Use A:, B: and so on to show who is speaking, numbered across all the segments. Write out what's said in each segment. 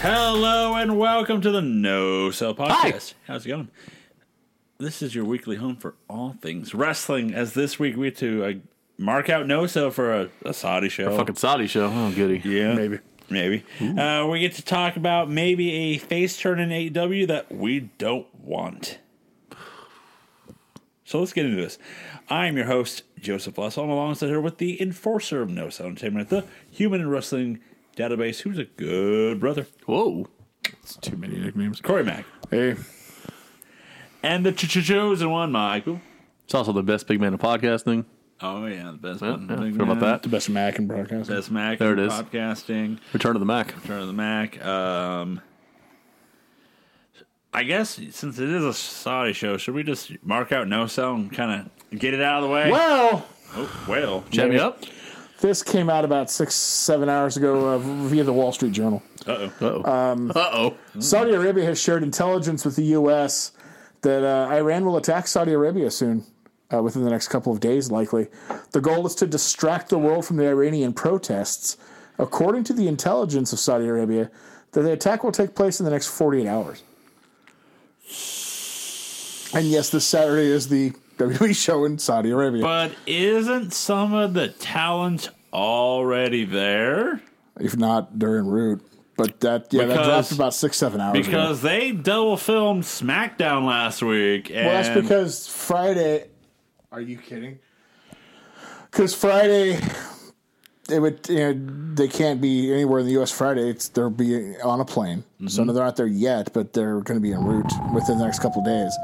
A: Hello and welcome to the No Sell Podcast. How's it going? This is your weekly home for all things wrestling. As this week we had to uh, mark out No Sell for a, a Saudi show.
B: Fucking Saudi show. Oh, goody.
A: yeah,
C: Maybe.
A: maybe. Uh, we get to talk about maybe a face turn in AEW that we don't want. So let's get into this. I'm your host Joseph Lessell. I'm alongside here with the enforcer of No Sell Entertainment, the Human and Wrestling Database, who's a good brother,
B: Whoa.
C: It's too many nicknames.
A: Corey Mack.
C: Hey,
A: And the ch- ch- chosen one, Michael.
B: It's also the best big man in podcasting.
A: Oh yeah, the best
B: Yeah,
A: one.
B: yeah,
A: Big
B: forgot
A: man.
B: about
C: the
B: that.
C: best Mac in broadcasting.
A: Best Mac.
B: There
A: in
B: it is.
A: Podcasting.
B: Return to the Mac.
A: Turn of the Mac. Um, I guess since it is a Saudi show, should we just mark out no sell and kind of get it out of the way?
C: Well,
A: Oh, well.
B: Chat me
C: Maybe.
B: up.
C: this came out about six, seven hours ago uh, via the Wall Street Journal.
A: Uh-oh.
B: Uh-oh.
A: Uh,
B: Um, Uh-oh.
C: Saudi Arabia has shared intelligence with the U.S. that uh, Iran will attack Saudi Arabia soon, uh, within the next couple of days, likely. The goal is to distract the world from the Iranian protests. According to the intelligence of Saudi Arabia, that the attack will take place in the next 48 hours. And yes, this Saturday is the WWE show in Saudi Arabia.
A: But isn't some of the talent already there?
C: if not during root. But that yeah, that
A: Because-
C: dropped about six seven hours. ago.
A: Because they double filmed SmackDown last week. And
C: well, that's because Friday. Are you kidding? Because Friday, it would you know, they can't be anywhere in the U.S. Friday. It's they'll be on a plane, so
B: Mm-hmm.
C: no, they're not there yet, but they're going to be en route within the next couple of days.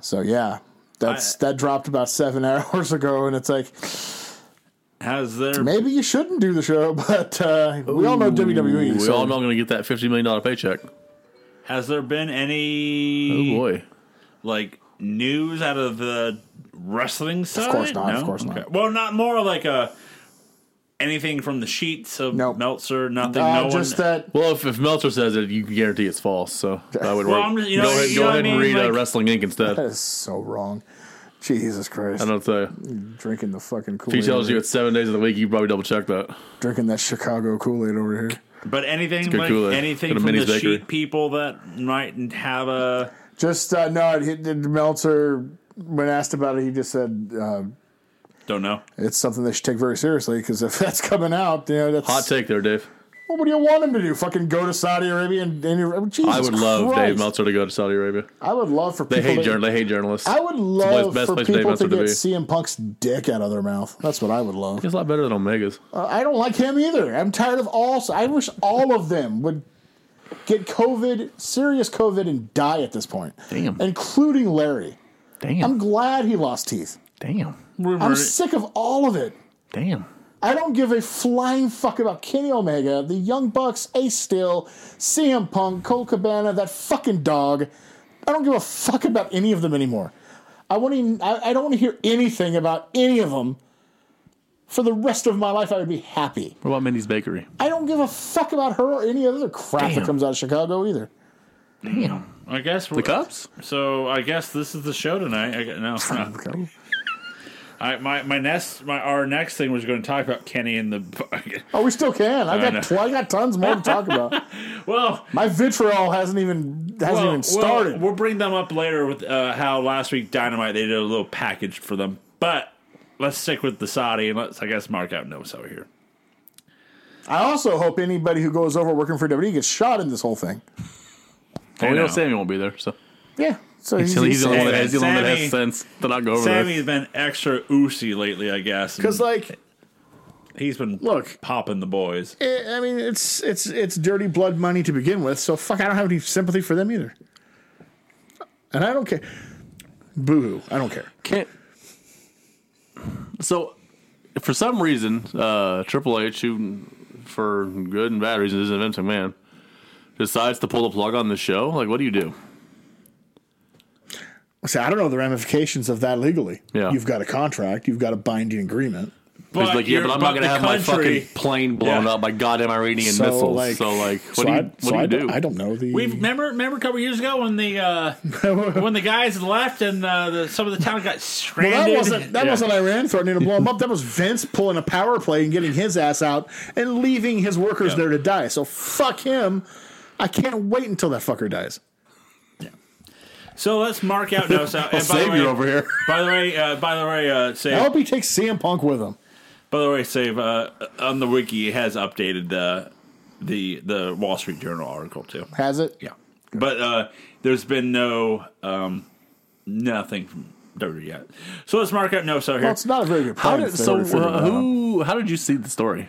C: So yeah, that's that dropped about seven hours ago, and it's like
A: has there
C: maybe you shouldn't do the show, but uh, we all know
A: E,
C: WWE.
B: We
C: so
B: all know I'm going to get that $50 million paycheck.
A: has there been
B: Oh,
A: any
B: boy.
A: like news out of the wrestling side?
C: course not, of course not.
A: Well, not more like a anything from the sheets of
C: Nope.
A: Meltzer. Nothing.
C: uh,
A: no
C: just
A: one.
C: that
B: Well, if, if Meltzer says it, you can guarantee it's false. So that would
A: Well,
B: work.
A: I'm just- you know,
B: go ahead,
A: you
B: go
A: know
B: ahead
A: what I
B: and
A: mean?
B: read uh,
A: Like-
B: Wrestling Inc. instead.
C: That is so wrong. Jesus Christ.
B: I don't know. If uh,
C: drinking the fucking Kool
B: if he
C: Aid.
B: tells you it's seven days of the week, you probably double check that.
C: drinking that Chicago Kool Aid over here.
A: But anything
B: good
A: like
B: Kool-Aid.
A: anything
B: Go to
A: from
B: Minnie's
A: the
B: Bakery.
A: sheet people that might have a.
C: Just uh, no, he, Meltzer when asked about it, he just said uh,
A: Don't know.
C: it's something they should take very seriously because if that's coming out, you know that's
B: Hot take there, Dave.
C: Well, what do you want him to do? Fucking go to Saudi Arabia and, and Jesus
B: I would love
C: Christ.
B: Dave Meltzer to go to Saudi Arabia.
C: I would love for
B: They
C: people
B: hate,
C: to,
B: journal- they hate journalists.
C: I would
B: place-
C: love
B: best
C: for
B: place Dave
C: people
B: Meltzer
C: to
B: to be.
C: get CM Punk's dick out of their mouth. That's what I would love.
B: He's a lot better than Omega's.
C: Uh, I don't like him either. I'm tired of all. I wish all of them would get COVID, serious COVID, and die at this point.
B: Damn.
C: Including Larry.
B: Damn.
C: I'm glad he lost teeth.
B: damn.
A: Rumor,
C: I'm sick of all of it.
B: Damn.
C: I don't give a flying fuck about Kenny Omega, the Young Bucks, Ace Steel, CM Punk, Cole Cabana, that fucking dog. I don't give a fuck about any of them anymore. I want to. I, I don't want to hear anything about any of them. For the rest of my life, I would be happy.
B: What about Minnie's Bakery?
C: I don't give a fuck about her or any other crap
B: Damn.
C: that comes out of Chicago either.
B: Damn.
A: I guess
B: The Cups?
A: So I guess this is the show tonight. I, gu- no, no.
C: Okay.
A: I, my my next my our next thing was going to talk about Kenny and the.
C: Oh, we still can. I
A: know.
C: got I got tons more to talk about.
A: Well,
C: My vitriol hasn't even hasn't even started.
A: We'll, bring them up later with uh, how last week Dynamite they did a little package for them. But let's stick with the Saudi and let's I guess mark out notes over here.
C: I also hope anybody who goes over working for WWE gets shot in this whole thing.
B: Well, we
A: know.
B: know Sammy won't be there, so.
C: Yeah. So
B: He's, he's the only one that has, he's the only one that
A: Sammy-
B: has sense to not go over
A: Sammy's been extra oosy lately, I guess.
C: because
A: Because
C: like
A: he's been
C: Look.
A: popping the boys.
C: it, I mean it's it's it's dirty blood money to begin with. So fuck, I don't have any sympathy for them either. And I don't care. Boo hoo! I don't care.
B: there. Can't. So, for some reason, uh, Triple H, who for good and bad reasons isn't Vince McMahon, decides to pull the plug on the show. Like, what do you do?
C: See, I don't know the ramifications of that legally.
B: Yeah.
C: You've got a contract. You've got a binding agreement.
B: He's like, yeah,
A: you're-
B: but I'm not going
A: the
B: to have my
A: country-
B: fucking plane blown
A: Yeah.
B: up by goddamn Iranian
C: So,
B: missiles.
C: like-
B: so, like, what
C: so
B: do you,
C: I,
B: what
C: so
B: do, you
C: I
B: do?
C: don't- I don't know the.
A: We remember remember a couple years ago when the uh, when the guys left and uh, the, some of the town got
C: well,
A: stranded.
C: that wasn't that
A: Yeah.
C: wasn't Iran threatening to blow him up. That was Vince pulling a power play and getting his ass out and leaving his workers there to die. So fuck him. I can't wait until that fucker dies.
A: So let's mark out no so.
B: I'll
A: and by the
B: save
A: way-
B: you over here.
A: By the way, uh, by the way, uh,
C: I
A: save.
C: hope he takes CM Punk with him.
A: By the way, save uh, on the wiki it has updated the the the Wall Street Journal article too.
C: Has it?
A: Yeah, but uh, there's been no um, nothing from WWE yet. So let's mark out no so here.
C: Well, it's not a very good
B: How
C: plan. if
B: did
C: they
B: so?
C: were to figure
B: uh,
C: that out.
B: who? How did you see the story?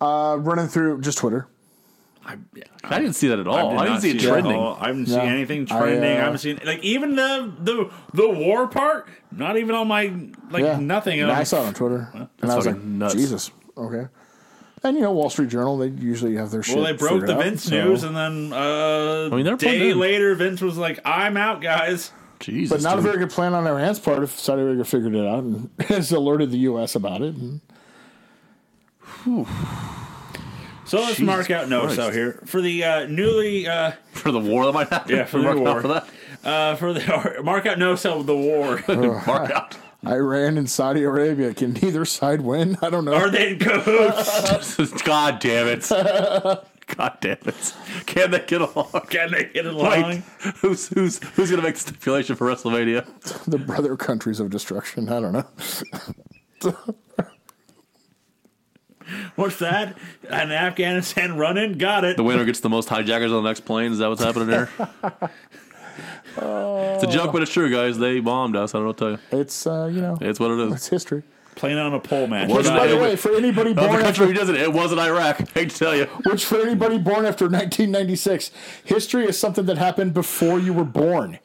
C: Uh, running through just Twitter.
A: I, yeah,
B: I didn't see that at all. Oh,
A: did
B: I, didn't
A: not
B: see it
A: at
B: trending.
A: all. I haven't
C: No.
A: seen anything
C: I,
A: trending. I,
C: uh,
A: haven't seen like even the the the war part. Not even on my like
C: Yeah,
A: nothing.
C: And
A: on-
C: I saw it on Twitter, and I was like,
B: fucking nuts.
C: Jesus, okay. And you know, Wall Street Journal, they usually have their shit.
A: Well, they broke
C: figured
A: the
C: out,
A: Vince
C: so-
A: news, and then uh,
B: mean, they're plugged
A: day
B: in.
A: later, Vince was like, "I'm out, guys."
B: Jesus,
C: But not a
B: dude.
C: very good plan on Iran's part if Saudi Arabia figured it out and has alerted the U.S. about it. And
A: So let's
B: Jesus
A: mark out no so
B: Christ.
A: here for the uh, newly uh,
B: for the war that might happen.
A: Yeah, for
B: We
A: the
B: mark out
A: war.
B: For that.
A: uh, for the mark out no so the war.
B: Mark out.
C: Iran and Saudi Arabia can neither side win. I don't know.
A: Are they in cahoots?
B: God damn it. God damn it. Can they get along?
A: Can they get
B: Wait,
A: along?
B: who's who's who's gonna make the stipulation for WrestleMania?
C: the brother countries of destruction? I don't know.
A: What's that? An Afghanistan running? Got it.
B: The winner gets the most hijackers on the next plane. Is that what's happening here? It's a joke, but it's true, guys. They bombed us. I don't know what to tell you.
C: It's uh, you know,
B: It's what it
C: it's
B: is.
C: history.
A: Playing on a pole match.
B: What
C: Which,
B: about
C: by the
B: it?
C: way, for anybody
B: Another
C: born
B: country
C: after,
B: who does it. It wasn't Iraq. I hate to tell you.
C: which for anybody born after 1996, history is something that happened before you were born.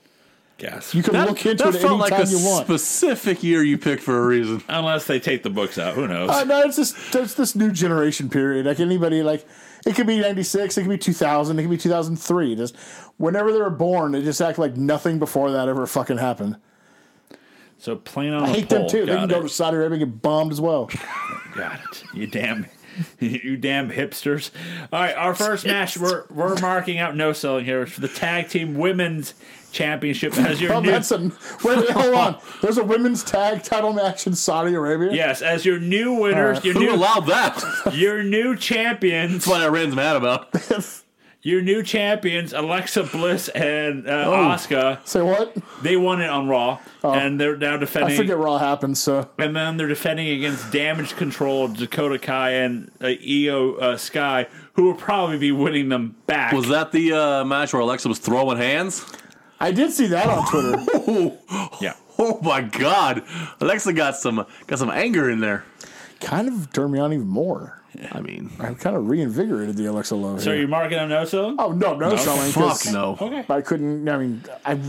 A: Yes.
C: You can look into it anytime
B: a
C: you want.
B: specific year you picked for a reason.
A: Unless they take the books out, who knows?
C: Uh, no, it's this it's this new generation period. Like anybody, like it could be ninety six, it could be two thousand, it could be two thousand three. Just whenever they were born, they just act like nothing before that ever fucking happened.
A: so playing on
C: I
A: a
C: hate
A: pole.
C: them too. They
A: Got
C: can
A: it.
C: go to Saudi Arabia and get bombed as well.
A: Got it. You damn, you damn hipsters. All right, our first match. We're we're marking out no selling here for the tag team women's championship as your
C: Well,
A: new,
C: that's a wait. Hold on. There's a women's tag title match in Saudi Arabia.
A: yes as your new winners,
C: Uh,
A: your
B: Who
A: new
B: allowed that? That's
A: your new champions,
B: what Iran's mad about.
A: your new champions Alexa Bliss and uh,
C: Oh.
A: Asuka.
C: Say what?
A: They won it on Raw, and they're now
C: Oh. I
A: defending.
C: forget where all happened. So
A: And then they're defending against Damage Control, Dakota Kai, and uh, Io uh, Sky, who will probably be winning them back.
B: Was that the uh, match where Alexa was throwing hands?
C: I did see that on Twitter.
A: yeah.
B: Oh my God, Alexa got some got some anger in there.
C: kind of turned me on even more.
B: I mean,
C: I kind of reinvigorated the Alexa love.
A: So
C: here.
A: you're marking on no selling?
C: oh no, no, selling. 'cause-
B: fuck no.
A: Okay.
C: I couldn't. I mean, I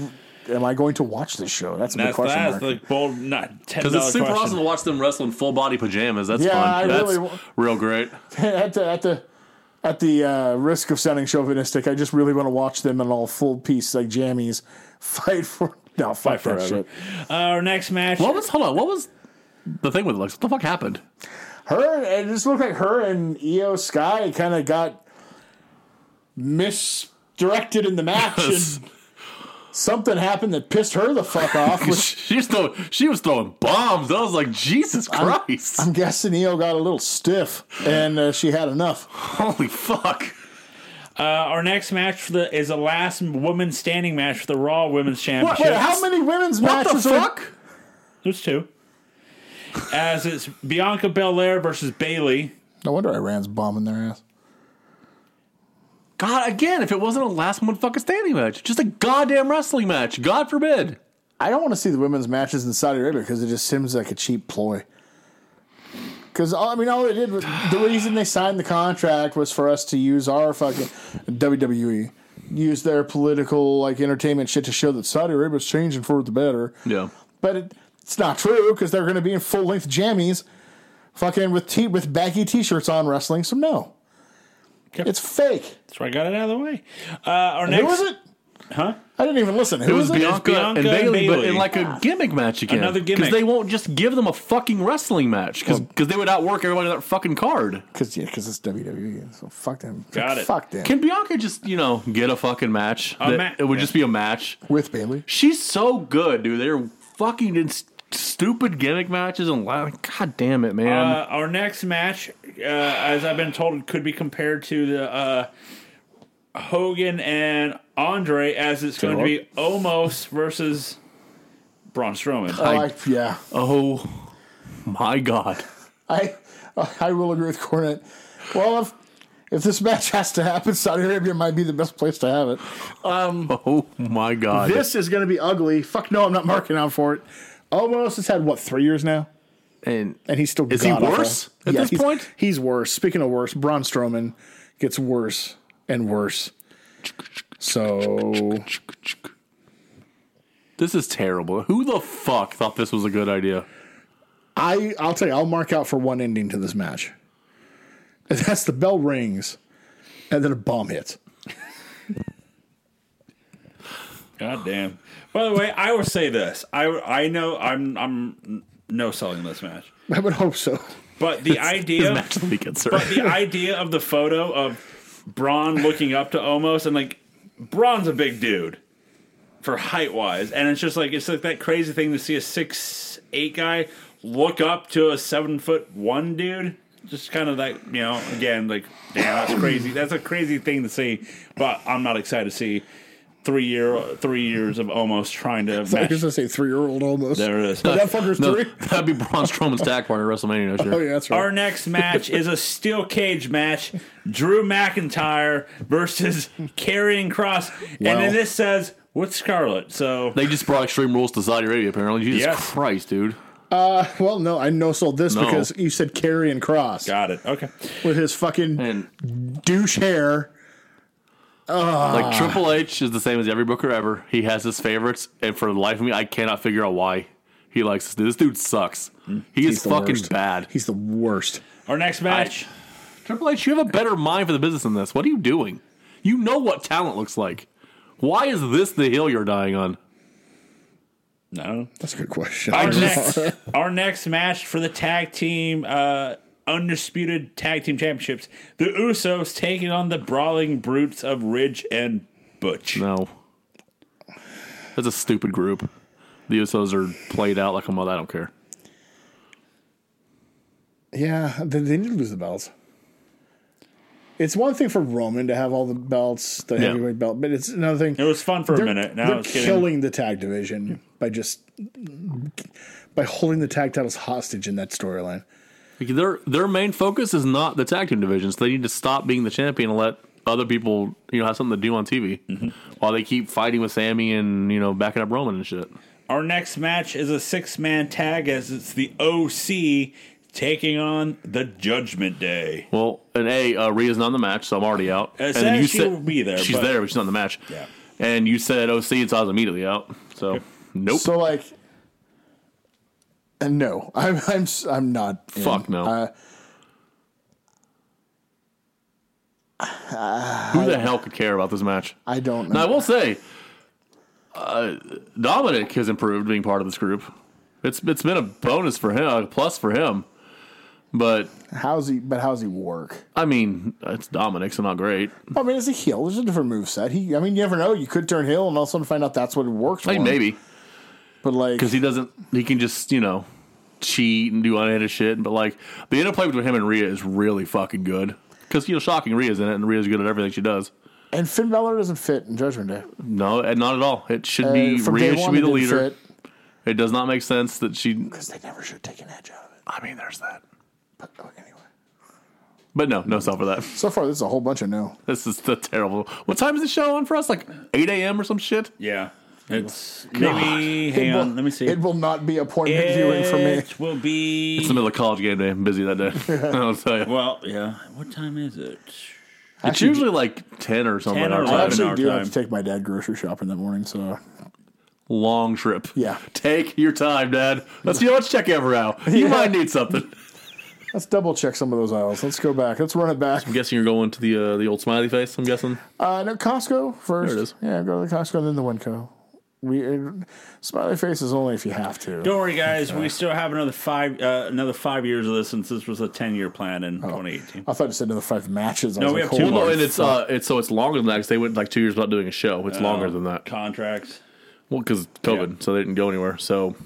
C: am I going to watch this show? That's a big
A: That's,
C: question
A: that's
C: mark.
A: the bold, not ten
B: Because
A: dollar
B: it's super
A: question.
B: awesome to watch them wrestle in full body pajamas. That's
C: Yeah,
B: fun.
C: I
B: That's
C: really wa-
B: real great.
C: at the at the at the uh, risk of sounding chauvinistic, I just really want to watch them in all full piece like jammies fight for no fight, for that
A: forever.
C: shit.
A: Uh, our next match.
B: What was? Hold on. What was the thing with Alexa? What the fuck happened?
C: Her it just looked like her and Io Sky kind of got misdirected in the match, and something happened that pissed her the fuck off. which
B: she was throwing, she was throwing bombs. I was like, Jesus Christ!
C: I'm guessing Io got a little stiff, and uh, she had enough.
B: Holy fuck!
A: Uh, our next match for the, is the last woman standing match for the Raw Women's
C: Wait,
A: Championship.
C: how many women's
B: What the
C: matches are-
B: fuck?
A: There's two. As it's Bianca Belair versus Bailey.
C: No wonder Iran's bombing their ass.
B: God, again, if it wasn't a last one fucking standing match, just a goddamn wrestling match. God forbid.
C: I don't want to see the women's matches in Saudi Arabia because it just seems like a cheap ploy. Because I mean, all they did was the reason they signed the contract was for us to use our fucking WWE, use their political like entertainment shit to show that Saudi Arabia's changing for the better.
B: Yeah.
C: But it, it's not true because they're going to be in full length jammies, fucking with t- with baggy t shirts on wrestling. So no,
A: Yep.
C: it's fake.
A: So I got it out of the way. Uh, our next,
C: Who was it?
A: Huh?
C: I didn't even listen. Who
B: It was
C: was it?
B: Bianca,
A: Bianca
B: and Bailey,
A: and
B: but
A: Bayley.
B: in like a gimmick match again.
A: Another gimmick.
B: Because they won't just give them a fucking wrestling match because they would outwork everybody on that fucking card.
C: Because yeah, because it's WWE. So fuck them.
A: Got it.
C: Fuck them.
B: Can Bianca just, you know, get a fucking match?
A: A
B: That-
A: ma-
B: it would
A: yeah.
B: just be a match.
C: With Bailey.
B: She's so good, dude. They're fucking in st- stupid gimmick matches and la- god damn it,
A: Uh,
B: man.
A: our next match, uh, as I've been told, could be compared to the uh, Hogan and Andre as it's going to be Omos versus Braun Strowman.
C: Oh,
B: I-
C: I, yeah,
B: Oh my god.
C: I I will agree with Cornet. Well, if if this match has to happen, Saudi Arabia might be the best place to have it.
B: Oh my god.
C: This is going to be ugly. Fuck no, I'm not marking out for it. Almost has had what three years now,
B: and
C: and he's still
B: Is he
C: god-awful.
B: worse at this
C: he's-
B: point?
C: He's worse. Speaking of worse, Braun Strowman gets worse and worse. So
B: this is terrible. Who the fuck thought this was a good idea?
C: I I'll tell you, I'll mark out for one ending to this match. And that's the bell rings, and then a bomb hits.
A: God damn. By the way, I will say this. I I know I'm I'm no selling this match,
C: I would hope so.
A: but the
B: This
A: idea
B: match of the weekend, sir.
A: but the idea of the photo of Braun looking up to Omos and like Braun's a big dude for height wise, and it's just like it's like that crazy thing to see a six eight guy look up to a seven foot one dude. Just kind of like you know, again, like damn, that's crazy. That's a crazy thing to see, but I'm not excited to see three year three years of almost trying to
C: I was
A: match.
C: just gonna say three year old almost.
A: There it is.
C: But that fucker's
B: no,
C: three.
B: that'd be Braun Strowman's tag partner at WrestleMania next year.
C: Oh yeah, that's right.
A: Our next match is a steel cage match: Drew McIntyre versus Karrion Cross.
C: Wow.
A: And then this says with Scarlett. So
B: They just brought Extreme Rules to Saudi Arabia, apparently. Jesus
A: Yes.
B: Christ, dude.
C: Well, no, I no sold this
B: No.
C: because you said Carry and Cross
A: got it. Okay.
C: with his fucking
B: And
C: douche hair. uh,
B: like Triple H is the same as every booker ever. He has his favorites, and for the life of me, I cannot figure out why he likes this dude. This dude sucks. He is
C: Hmm. the
B: fucking
C: worst.
B: bad.
C: He's the worst.
A: Our next match.
B: Triple H, you have a better mind for the business than this. What are you doing? You know what talent looks like. Why is this the hill you're dying on?
A: no.
C: That's a good question.
A: Our next, our next match for the tag team, uh, undisputed tag team championships, the Usos taking on the brawling brutes of Ridge and Butch.
B: No. That's a stupid group. The Usos are played out like a mother. I don't care.
C: yeah, they, they need to lose the belts. It's one thing for Roman to have all the belts, the
B: Yeah.
C: heavyweight belt, but it's another thing.
A: It was fun for a minute. Now
C: they're
A: it's getting
C: killing the tag division by just by holding the tag titles hostage in that storyline.
B: Like, their their main focus is not the tag team divisions. They need to stop being the champion and let other people, you know, have something to do on TV
A: Mm-hmm.
B: while they keep fighting with Sammy and you know backing up Roman and shit.
A: Our next match is a six man tag as it's the OC taking on the Judgment Day.
B: Well, and a uh, Rhea's not in the match, so I'm already out.
A: It
B: and
A: says she Uh, will be there,
B: She's
A: but-
B: there, but she's not in the match.
A: Yeah.
B: And you said OC, and so I was immediately out. So nope.
C: So like, and no, I'm I'm s- I'm not. in.
B: Fuck no.
C: Uh,
B: Who the hell could care about this match?
C: I don't.
B: Now I
C: Know.
B: will say, uh, Dominic has improved being part of this group. It's it's been a bonus for him, a plus for him. But
C: how's he? But how's he work?
B: I mean, it's Dominic, so not great.
C: I mean, it's a heel. There's a different move set. He. I mean, you never know. You could turn heel and all of a sudden find out that's what works.
B: I
C: for
B: mean,
C: him.
B: maybe
C: But like,
B: because he doesn't. He can just you know cheat and do unhinged shit. But like the interplay between him and Rhea is really fucking good. Because you know, shocking Rhea's in it, and Rhea's good at everything she does.
C: and Finn Balor doesn't fit in Judgment Day.
B: No, and not at all. It should be
C: And Uh, from
B: Rhea
C: day
B: should
C: one,
B: be
C: it
B: the
C: didn't
B: leader.
C: fit,
B: It does not make sense that she.
C: 'cause they never should take an edge out of it.
B: I mean, there's that.
C: But oh, anyway,
B: But no, no sell for that.
C: so far this is a whole bunch of no.
B: This is the terrible. What time is the show on for us? Like eight a.m. or some shit.
A: Yeah. It's maybe hang
C: It will-
A: on, let me see.
C: It will not be appointment viewing for me.
A: It will be
B: It's the middle of college game day. I'm busy that day. I'll tell you.
A: well, yeah. What time is it?
B: It's usually like ten or something.
A: 10 or
B: our
C: I
B: time.
A: 11.
C: actually
A: our
C: do
A: time.
C: have to take my dad grocery shopping that morning, so
B: Long trip.
C: Yeah.
B: Take your time, Dad. Let's you know, let's check every hour. You
C: Yeah.
B: might need something.
C: let's double check some of those aisles. Let's go back. Let's run it back.
B: I'm guessing you're going to the uh, the old smiley face. I'm guessing.
C: Uh, no, Costco first.
B: There it is.
C: Yeah, go to the Costco, then the Winco. We uh, smiley face is only if you have to.
A: Don't worry guys, we still have another five uh, another five years of this since this was a ten year plan in
C: Oh.
A: twenty eighteen.
C: I thought you said another five matches. I
A: No,
C: was
A: we
C: like,
A: have two
C: hold
B: Well,
A: more.
B: no,
C: on.
B: and it's uh, it's so it's longer than that because they went like two years without doing a show.
A: Oh.
B: It's longer than that.
A: Contracts.
B: Well, because COVID, so they didn't go anywhere. So,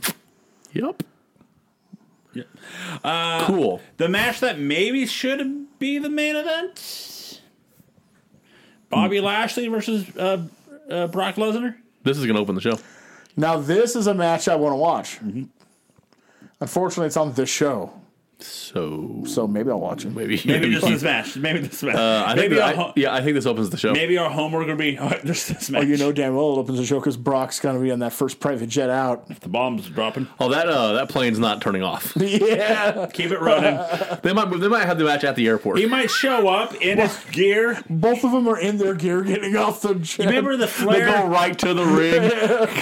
B: yep.
A: Yep. Uh,
B: cool.
A: The match that maybe should be the main event. Bobby
C: Hmm.
A: Lashley versus uh, uh, Brock Lesnar.
B: This is gonna open the show.
C: Now this is a match I want to watch. Unfortunately, it's on this show,
B: So
C: so maybe I'll watch it.
B: maybe
A: Maybe just this match. Maybe this match.
B: Uh, I think
A: maybe,
B: that-
A: our,
B: I-
A: ho-
B: yeah, I think this opens the show.
A: maybe our homework would be oh, just this match.
C: Oh, you know damn well it opens the show because Brock's gonna be on that first private jet out.
A: the bombs dropping.
B: Oh, that uh, that plane's not turning off.
C: yeah,
A: Keep it running.
B: they might they might have the match at the airport.
A: he might show up in his gear.
C: both of them are in their gear getting off the jet.
A: Remember the
B: They
A: flare?
B: go right to the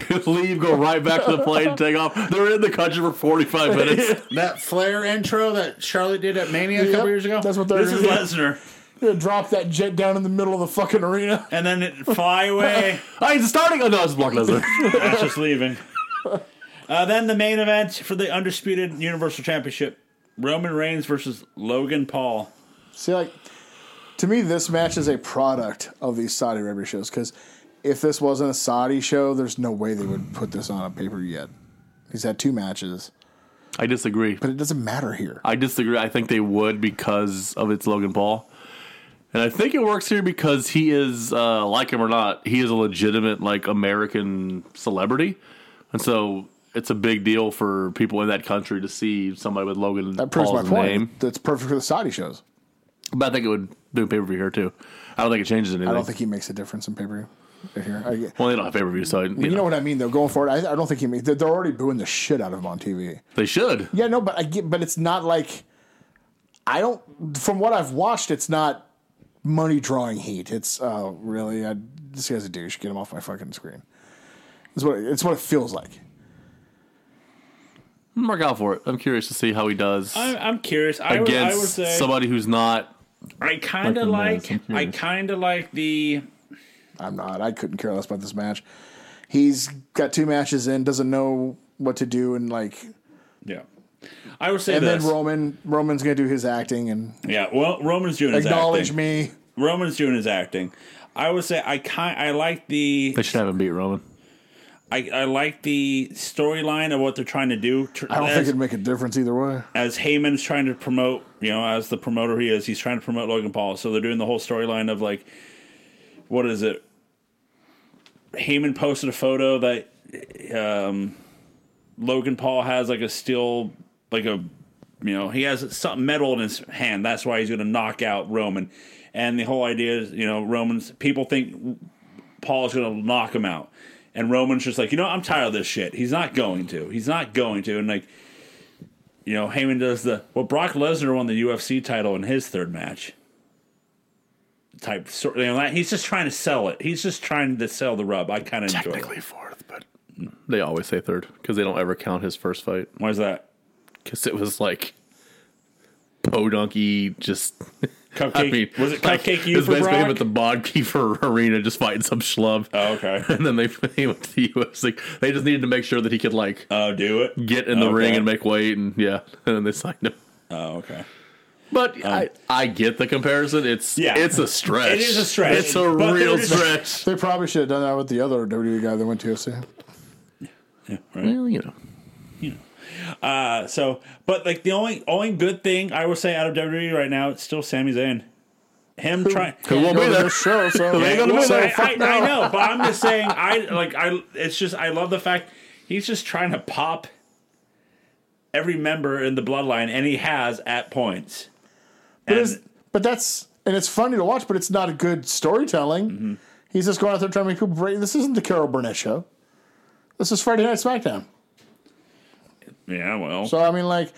B: rig, leave, go right back to the plane, take off. They're in the country for 45 minutes.
D: That Flair intro that Charlotte did at Mania a couple
C: Yep,
D: years ago.
C: That's what they're
A: this is
C: gonna
A: Lesnar,
C: do. They're gonna drop that jet down in the middle of the fucking arena.
A: and then it fly away.
B: I it's starting. Oh, no, it's Brock Lesnar.
A: That's just leaving. Uh, then the main event for the undisputed Universal Championship: Roman Reigns versus Logan Paul.
C: See, like to me, this match is a product of these Saudi Arabia shows because if this wasn't a Saudi show, there's no way they would put this on a paper yet. He's had two matches,
B: I disagree.
C: but it doesn't matter here.
B: I disagree. I think they would because of its Logan Paul. And I think it works here because he is, uh, like him or not, he is a legitimate like American celebrity, and so it's a big deal for people in that country to see somebody with Logan
C: That proves
B: Paul's
C: my point.
B: name.
C: That's perfect for the Saudi shows.
B: But I think it would do pay per view here too. I don't think it changes anything.
C: I don't think he makes a difference in pay per view here. I,
B: Well, they don't have pay per view, so I, you,
C: you
B: know,
C: know what I mean, though. Going forward, I, I don't think he makes. They're already booing the shit out of him on TV.
B: they should.
C: Yeah, no, but I get, but it's not like I don't. From what I've watched, it's not money drawing heat. It's oh really, I, this guy's a douche. Get him off my fucking screen. It's what it's what it feels like.
B: Mark out for it. I'm curious to see how he does
A: I'm, I'm curious. I would, I would
B: against
A: say
B: somebody who's not.
A: I kind of
B: Logan Paul's,
A: like.
B: I'm
A: I
B: curious.
A: kind of like the.
C: I'm not. I couldn't care less about this match. He's got two matches in, doesn't know what to do, and like,
A: Yeah, I would say
C: and
A: this.
C: then Roman Roman's gonna do his acting and
A: yeah, well, Roman's doing his
C: acknowledge
A: acting.
C: me.
A: Roman's doing his acting. I would say I kind I like the
B: They should have him beat Roman.
A: I, I like the storyline of what they're trying to do. tr-
C: I don't
A: as,
C: think it'd make a difference either way.
A: as Heyman's trying to promote, you know, as the promoter he is, he's trying to promote Logan Paul. So they're doing the whole storyline of like, what is it? Heyman posted a photo that um, Logan Paul has like a steel, like a, you know, he has something metal in his hand. That's why he's going to knock out Roman. And the whole idea is, you know, Roman's people think Paul's going to knock him out. And Roman's just like, you know, I'm tired of this shit. He's not going to. He's not going to. And like, you know, Heyman does the well. Brock Lesnar won the UFC title in his third match. Type sort, you know, that- he's just trying to sell it. He's just trying to sell the rub. I kind of enjoy. It.
B: Technically fourth, but they always say third because they don't ever count his first fight
A: Why's that?
B: because it was like podunky. Just
A: Cupcake
B: I mean,
A: was it
B: like,
A: cupcake
B: it
A: you
B: was
A: for
B: basically him
A: Brock?
B: at the Bodkeeper Arena just fighting some schlub.
A: oh, okay.
B: And then they, they went to the UFC. They just needed to make sure that he could like
A: Oh, do it.
B: get in the
A: Okay.
B: ring and make weight, and yeah, and then they signed him.
A: Oh, okay.
B: But I, Um, I get the comparison. It's
A: Yeah.
B: it's a stretch.
A: It is a stretch.
B: It's a
A: But they're
B: real
A: just-
B: stretch.
C: They probably should have done that with the other WWE guy that went to UFC.
B: Well, you know,
A: Uh, so, but like the only only good thing I will say out of WWE right now, it's still Sami Zayn. Him trying.
B: who won't be
C: Go to
B: there?
C: this show, so
B: They ain't gonna be
A: Well,
B: there.
A: I, I, I know, but I'm just saying. I like. I. It's just. I love the fact he's just trying to pop every member in the bloodline, and he has at points.
C: But,
A: And-
C: it's, but that's and it's funny to watch, but it's not a good storytelling.
A: Mm-hmm.
C: He's just going out there trying to make people brave. This isn't the Carol Burnett show. This is Friday Night SmackDown.
A: yeah, well,
C: So I mean, like,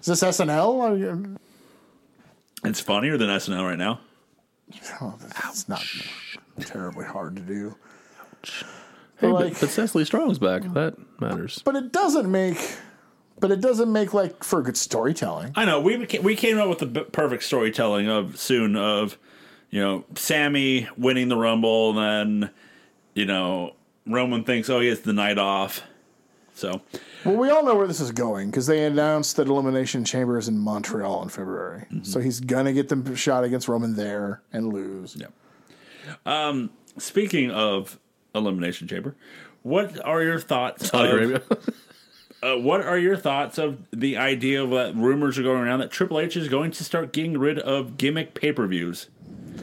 C: is this SNL?
A: it's funnier than SNL right now.
C: Oh, it's not terribly hard to do.
B: Hey,
C: But,
B: but,
C: like-
B: but Cecily Strong's back. That matters.
C: But it doesn't make. But it doesn't make like for good storytelling.
A: I know we beca- we came up with the b- perfect storytelling of soon of you know Sammy winning the Rumble, and then you know Roman thinks, oh, he has the night off. So
C: Well, we all know where this is going because they announced that Elimination Chamber is in Montreal in February.
A: Mm-hmm.
C: So he's gonna get the shot against Roman there and lose.
A: Speaking of elimination chamber, what are your thoughts?
B: Saudi
A: of-
B: Arabia.
A: uh, what are your thoughts of the idea of that rumors are going around that Triple H is going to start getting rid of gimmick pay per views?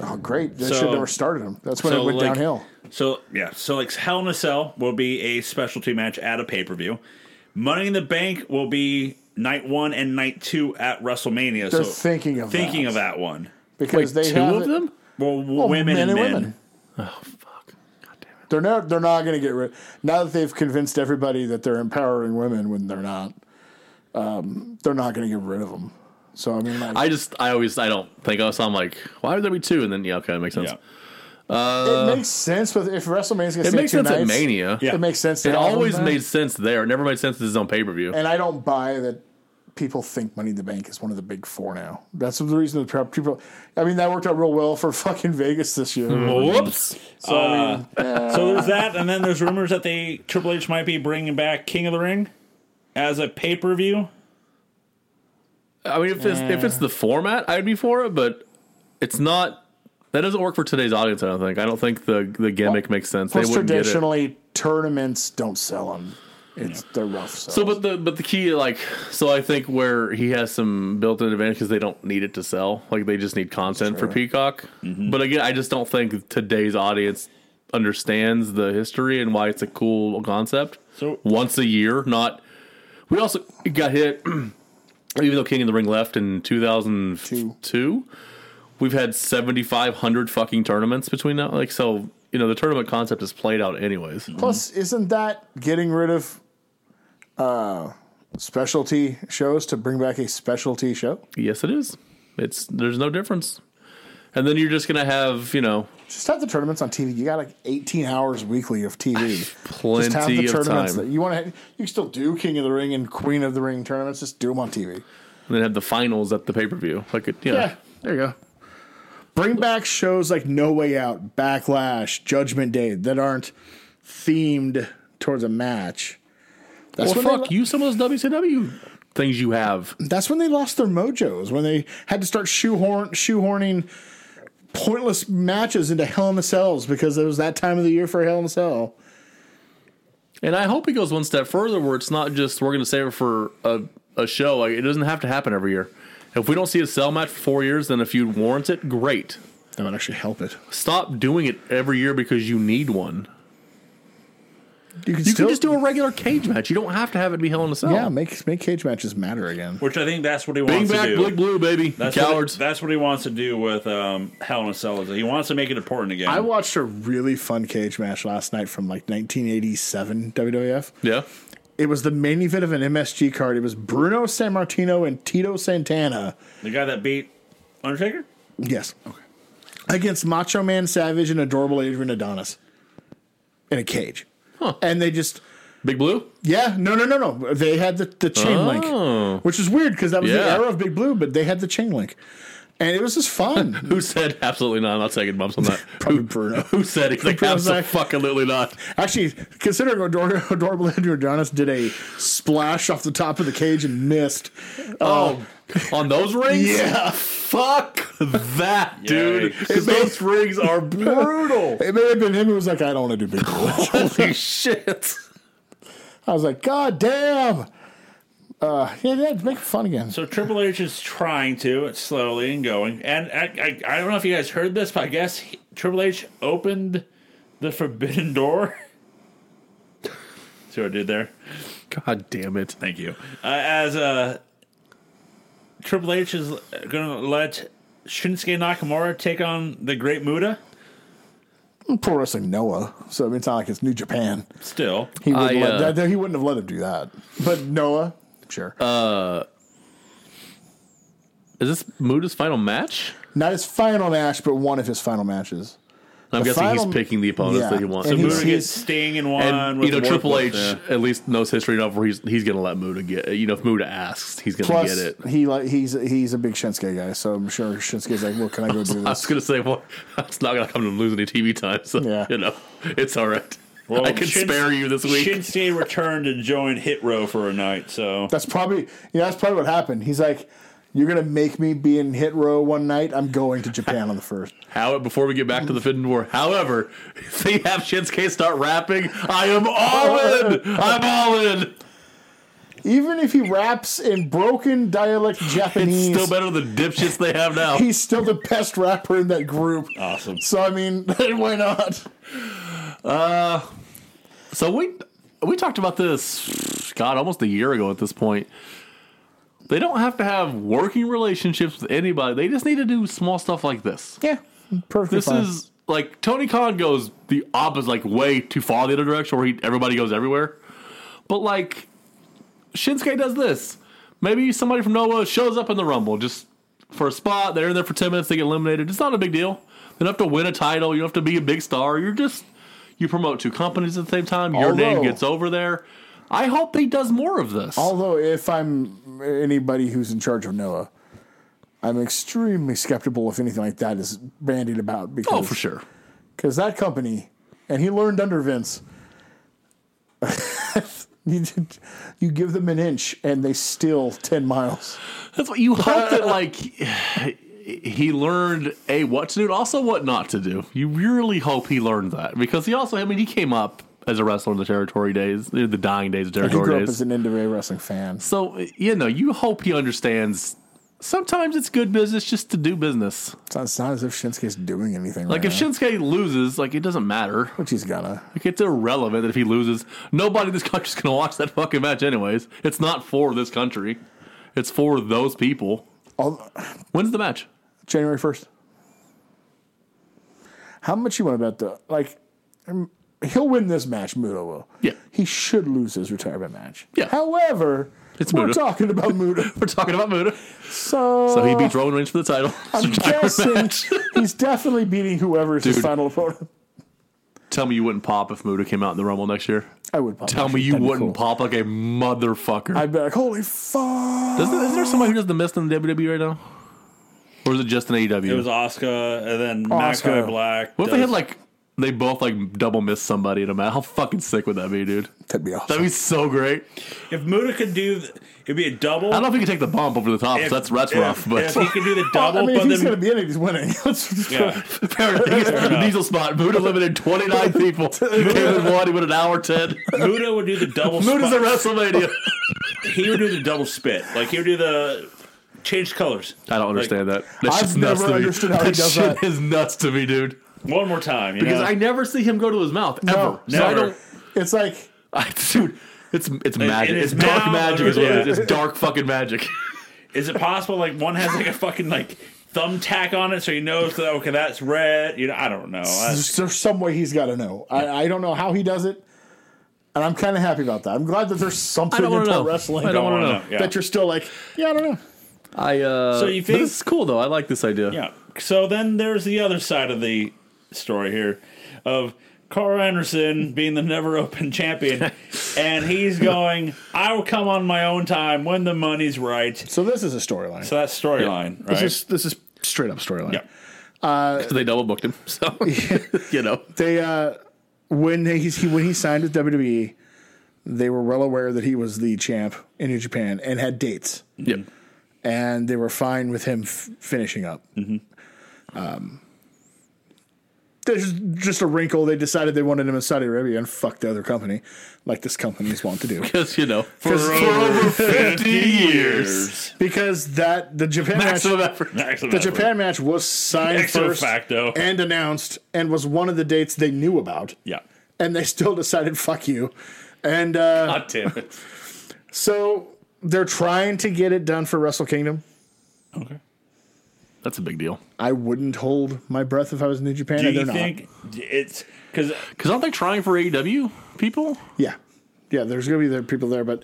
C: Oh, great! That
A: So-
C: should never started him. That's when it went
A: like-
C: downhill.
A: So yeah, so like Hell in a Cell will be a specialty match at a pay per view. Money in the Bank will be night one and night two at WrestleMania. so
C: They're thinking of
A: thinking
C: that.
A: of that one.
C: because they
B: Two
C: have
B: of
C: it-
B: them? Oh,
A: Well, w-
C: Well,
A: women
C: Oh, men
A: and,
C: and
A: men.
C: women.
B: Fuck. God damn it.
C: They're not. They're not going to get rid. Now that they've convinced everybody that they're empowering women when they're not, um, they're not going to get rid of them. So I mean, like,
B: I just, I always, I don't think of. So I'm like, why would there be two? And then yeah, okay, it makes sense.
A: Yeah.
C: it makes sense with if WrestleMania's going to
B: It
C: stay
B: makes
C: two
B: sense at
C: nights,
B: Mania.
A: Yeah.
C: It makes sense. to
B: It
C: have them
B: always
C: there.
B: made sense there. It never made sense that this is on pay per view.
C: and I don't buy that people think Money in the Bank is one of the big four now. That's the reason the prep people. I mean, that worked out real well for fucking Vegas this year.
B: Whoops.
C: So I mean,
A: uh, So there's that, and then there's rumors that they Triple H might be bringing back King of the Ring as a pay per view.
B: I mean, if it's if it's the format, I'd be for it, but it's not. That doesn't work for today's audience. I don't think. I don't think the the gimmick makes sense. They
C: plus
B: wouldn't get it.
C: traditionally tournaments don't sell them. It's they're rough. So,
B: So, but the but the key, like, so I think where he has some built-in advantage because they don't need it to sell. Like, they just need content for Peacock. But again, I just don't think today's audience understands the history and why it's a cool concept.
A: So-
B: once a year, not. We also got hit, even though King of the Ring left in two thousand two. We've had seventy five hundred fucking tournaments between now. Like, so you know, the tournament concept is played out anyways.
C: plus, isn't that getting rid of uh, specialty shows to bring back a specialty show?
B: Yes, it is. It's there's no difference. And then you're just gonna have you know
C: Just have the tournaments on TV. You got like 18 hours weekly of TV. Just have
B: plenty
C: the
B: of time.
C: tournaments that you want to. You can still do King of the Ring and Queen of the Ring tournaments. Just do them on TV.
B: and then have the finals at the pay per view. Like it, yeah.
C: Yeah, there you go. Bring back shows like No Way Out, Backlash, Judgment Day that aren't themed towards a match. That's
B: Well,
C: when they
B: fuck
C: lo-
B: you. Some of those WCW things you have.
C: That's when they lost their mojo. Is when they had to start shoehorn shoehorning pointless matches into Hell in the Cells because it was that time of the year for Hell in the Cell.
B: And I hope he goes one step further, where it's not just we're gonna save it for a a show. Like, it doesn't have to happen every year. If we don't see a cell match for four years, then if you warrant it, great.
C: That would actually help it.
B: Stop doing it every year because you need one.
C: You can
B: You
C: still
B: can just do a regular cage match. You don't have to have it be Hell in a Cell.
C: yeah make make cage matches matter again.
A: Which I think that's what he
B: Bring
A: wants
B: back
A: to do.
B: Big Blue, baby.
A: that's
B: Cowards.
A: What, that's what he wants to do with um, Hell in a Cell. is He wants to make it important again.
C: I watched a really fun cage match last night from like 1987 WWF.
B: Yeah.
C: It was the main event of an MSG card. It was Bruno Sammartino and Tito Santana.
A: the guy that beat Undertaker.
C: Yes. Okay. Against Macho Man Savage and Adorable Adrian Adonis in a cage. And they just,
B: Big Blue?
C: yeah, no, no, no, no. They had the, the chain link, which is weird because that was the
B: Yeah.
C: era of Big Blue, but they had the chain link. And it was just fun.
B: Who said absolutely not? I'm not taking bumps on that.
C: Probably Bruno.
B: Who said it? Like,
C: Bruno's like-
B: absolutely not.
C: Actually, considering Ador- Adorable Andrew Adonis did a splash off the top of the cage and missed.
B: Oh, on those rings?
C: Yeah.
B: Fuck that, dude.
A: Yikes.
B: Because those rings are brutal.
C: It may have been him who was like, I don't want to do big deals.
B: Holy shit.
C: I was like, God damn. Uh, yeah, yeah, make it fun again.
A: So Triple H is trying to. It's slowly and going. And I, I, I don't know if you guys heard this, but I guess he, Triple H opened the forbidden door. See what I did there?
B: God damn it.
A: Thank you. Uh, as uh, Triple H is going to let Shinsuke Nakamura take on the Great Muda.
C: Pro Wrestling Noah, so I mean, it's not like it's New Japan.
A: Still,
C: He wouldn't,
B: I,
C: let,
B: uh,
C: that, he wouldn't have let him do that. But Noah, sure.
B: Is this Muda's final match?
C: Not his final match, but one of his final matches.
B: I'm
C: The
B: guessing
C: final-
B: he's picking the opponents
C: Yeah.
B: that he wants.
C: And
B: So
C: he's-
A: Muda
B: Muda-
A: gets Sting in one.
B: and
A: with
B: you know,
A: Wardlow
B: Triple H
A: there.
B: at least knows history enough where he's he's gonna let Muda get. You know, if Muda asks, he's gonna
C: Plus,
B: get it.
C: he like he's he's a big Shinsuke guy, so I'm sure Shinsuke's like, well, can I go do
B: I was
C: this?
B: gonna say, well, it's not gonna come to him losing any TV time, so
C: Yeah.
B: you know, it's all right.
A: Well,
B: I can
A: Shins-
B: spare you this week.
A: Shinsuke returned and joined Hit Row for a night. So
C: That's probably yeah, that's probably what happened. He's like, you're gonna make me be in hit row one night. I'm going to Japan on the first.
B: How before we get back to the Finn War, however, if they
C: Oh.
B: have Shinsuke start rapping, I am all in. I'm all in.
C: Even if he raps in broken dialect
B: It's
C: Japanese,
B: still better than dipshits they have now.
C: he's still the best rapper in that group.
A: Awesome.
C: So I mean, why not?
B: Uh, So we we talked about this, God, almost a year ago at this point. They don't have to have working relationships with anybody. They just need to do small stuff like this.
C: Yeah, perfectly
B: This is like Tony Khan goes the opposite, like way too far the other direction, where he, everybody goes everywhere. But like Shinsuke does this. Maybe somebody from Noah shows up in the Rumble just for a spot. They're in there for ten minutes. They get eliminated. It's not a big deal. They don't have to win a title. You don't have to be a big star. You're just you promote two companies at the same time. Your name
C: Although-
B: gets over there. I hope he does more of this.
C: Although, if I'm anybody who's in charge of Noah, I'm extremely skeptical if anything like that is bandied about because
B: oh, for sure.
C: because that company, and he learned under Vince. you, you give them an inch and they steal 10 miles.
B: That's what you hope that like he learned a what to do and also what not to do. You really hope he learned that because he also I mean he came up as a wrestler in the territory days, the dying days of
C: He grew
B: territory
C: up as
B: days.
C: an NWA wrestling fan.
B: so you know you hope he understands. Sometimes it's good business just to do business.
C: It's not, it's not as if Shinsuke's doing anything.
B: Like if Shinsuke loses, like it doesn't matter.
C: which he's gonna.
B: Like it's irrelevant that if he loses, nobody in this country's gonna watch that fucking match anyways. It's not for this country. It's for those people.
C: All,
B: When's the match?
C: January 1st. How much you want to bet though? Like, um, he'll win this match, Muda will.
B: Yeah.
C: He should lose his retirement match.
B: Yeah.
C: However,
B: It's
C: we're
B: Muda.
C: talking about Muda.
B: We're talking about Muda.
C: So,
B: So he beats Roman Reigns for the title.
C: Oh. I'm guessing he's definitely beating whoever is his
B: Dude.
C: final opponent.
B: Tell me you wouldn't pop if Muda came out in the Rumble next year.
C: I would pop.
B: Tell me you wouldn't pop like a motherfucker.
C: I'd be like, holy fuck.
B: Doesn't- is there somebody who does the mist in the WWE right now? Or is it just an AEW?
A: It was Oscar, and then Malachi
C: Asuka.
A: Black.
B: what if they had
A: does-
B: like they both like double miss somebody in a match? How fucking sick would that be, dude?
C: That'd be
B: That'd
C: awesome.
B: be so great.
A: if Muda could do, th- it'd be a double.
B: I don't know if he could take the bump over the top.
A: If-
B: so that's that's
A: if-
B: rough, but
A: if he could do the
C: Well,
A: double,
C: I mean, if
A: but
C: he's
A: then
C: going to be in it, he's winning. Let's just-
A: yeah,
B: the diesel spot. Muda limited twenty nine people. Came in one. He went an hour ten.
A: Muda would do the double.
B: Muda's at
A: spot.
B: WrestleMania.
A: He would do the double spit. Like he would do the change colors.
B: I don't understand that. That's
C: I've
B: just
C: never
B: nuts to me.
C: understood how he
B: that
C: does
B: shit
C: that.
B: is nuts to me, dude.
A: One more time, you
B: Because
A: know?
B: I never see him go to his mouth ever. So I
A: never.
B: don't.
C: It's like,
B: I, dude, it's it's magic.
A: it
B: it's
A: is
B: dark
A: now-
B: magic. Is what it is.
A: Yeah.
B: It's dark fucking magic.
A: Is it possible like one has like a fucking like thumbtack on it so he knows that okay that's red? You know, I don't know. I,
C: there's, there's some way he's got to know. I, I don't know how he does it, and I'm kind of happy about that. I'm glad that there's something in
B: wanna
C: pro
B: know.
C: wrestling
B: I don't
C: going
B: wanna
C: on
B: know.
A: Yeah.
C: that you're still like, yeah, I don't know.
B: I. uh
A: So you
B: but
A: think-
B: this is cool though? I like this idea.
A: yeah. So then there's the other side of the story here of Carl Anderson being the never open champion and he's going, I will come on my own time when the money's right.
C: So this is a storyline.
A: So that's storyline,
C: This
A: right?
C: is this is straight up storyline.
A: yeah.
B: They double booked him, so you know.
C: They uh, when they, he when he signed with WWE, they were well aware that he was the champ in New Japan and had dates.
B: Yep.
C: and they were fine with him f- finishing up. Um,
A: Mm-hmm.
C: there's just a wrinkle. They decided they wanted him in Saudi Arabia and fuck the other company, like this company's want to do.
B: Because you know, for,
C: Because-
B: over fifty years,
C: Because that the Japan match,
B: maximum effort.
A: Excellent.
C: the Japan match was signed
A: Ex
C: first
A: facto.
C: and announced, and was one of the dates they knew about.
A: Yeah.
C: and they still decided fuck you. And uh,
A: God damn it.
C: so they're trying to get it done for Wrestle Kingdom.
A: Okay.
B: That's a big deal.
C: I wouldn't hold my breath if I was in New Japan.
A: Do
C: and
A: you
C: they're not.
A: think it's because
B: Because aren't they trying for AEW people?
C: Yeah, yeah. There's gonna be the people there, but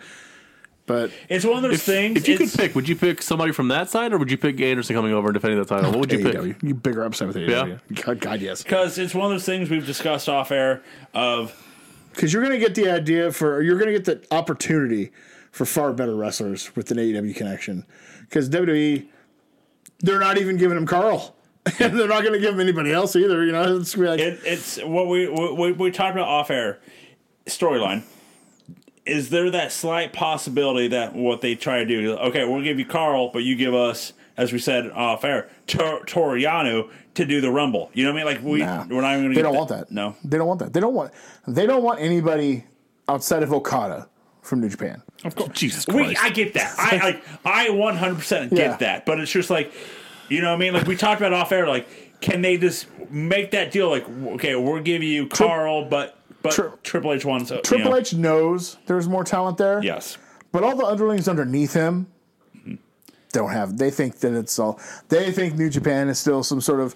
C: but
A: it's one of those things?
B: If you could
A: it's-
B: pick, would you pick somebody from that side, or would you pick Anderson coming over and defending the title? What would you pick?
C: AEW, E you bigger upside with AEW. God, God, yes.
A: because it's one of those things we've discussed off air of
C: Because you're gonna get the idea for you're gonna get the opportunity for far better wrestlers with an AEW connection. Because WWE, E, they're not even giving him Carl. And they're not gonna give him anybody else either. You know, it's gonna be like
A: it, it's what we, we we talked about off air storyline is there that slight possibility that what they try to do okay we'll give you carl but you give us as we said off air Tor- toriano to do the rumble you know what i mean like we
C: nah.
A: we're not even gonna
C: they
A: get
C: don't want that.
A: no
C: they don't want that. They don't want they don't want anybody outside of Okada from New Japan.
A: Of course,
B: Jesus
A: we,
B: Christ.
A: I get that. I like I one hundred percent get
C: Yeah.
A: that. But it's just like, you know, what I mean, like we talked about off air. Like, can they just make that deal? Like, okay, we'll give you Carl, but but
C: Tri-
A: Triple H wants uh,
C: Triple H knows there's more talent there.
A: Yes,
C: But all the underlings underneath him don't have. They think that it's all. They think New Japan is still some sort of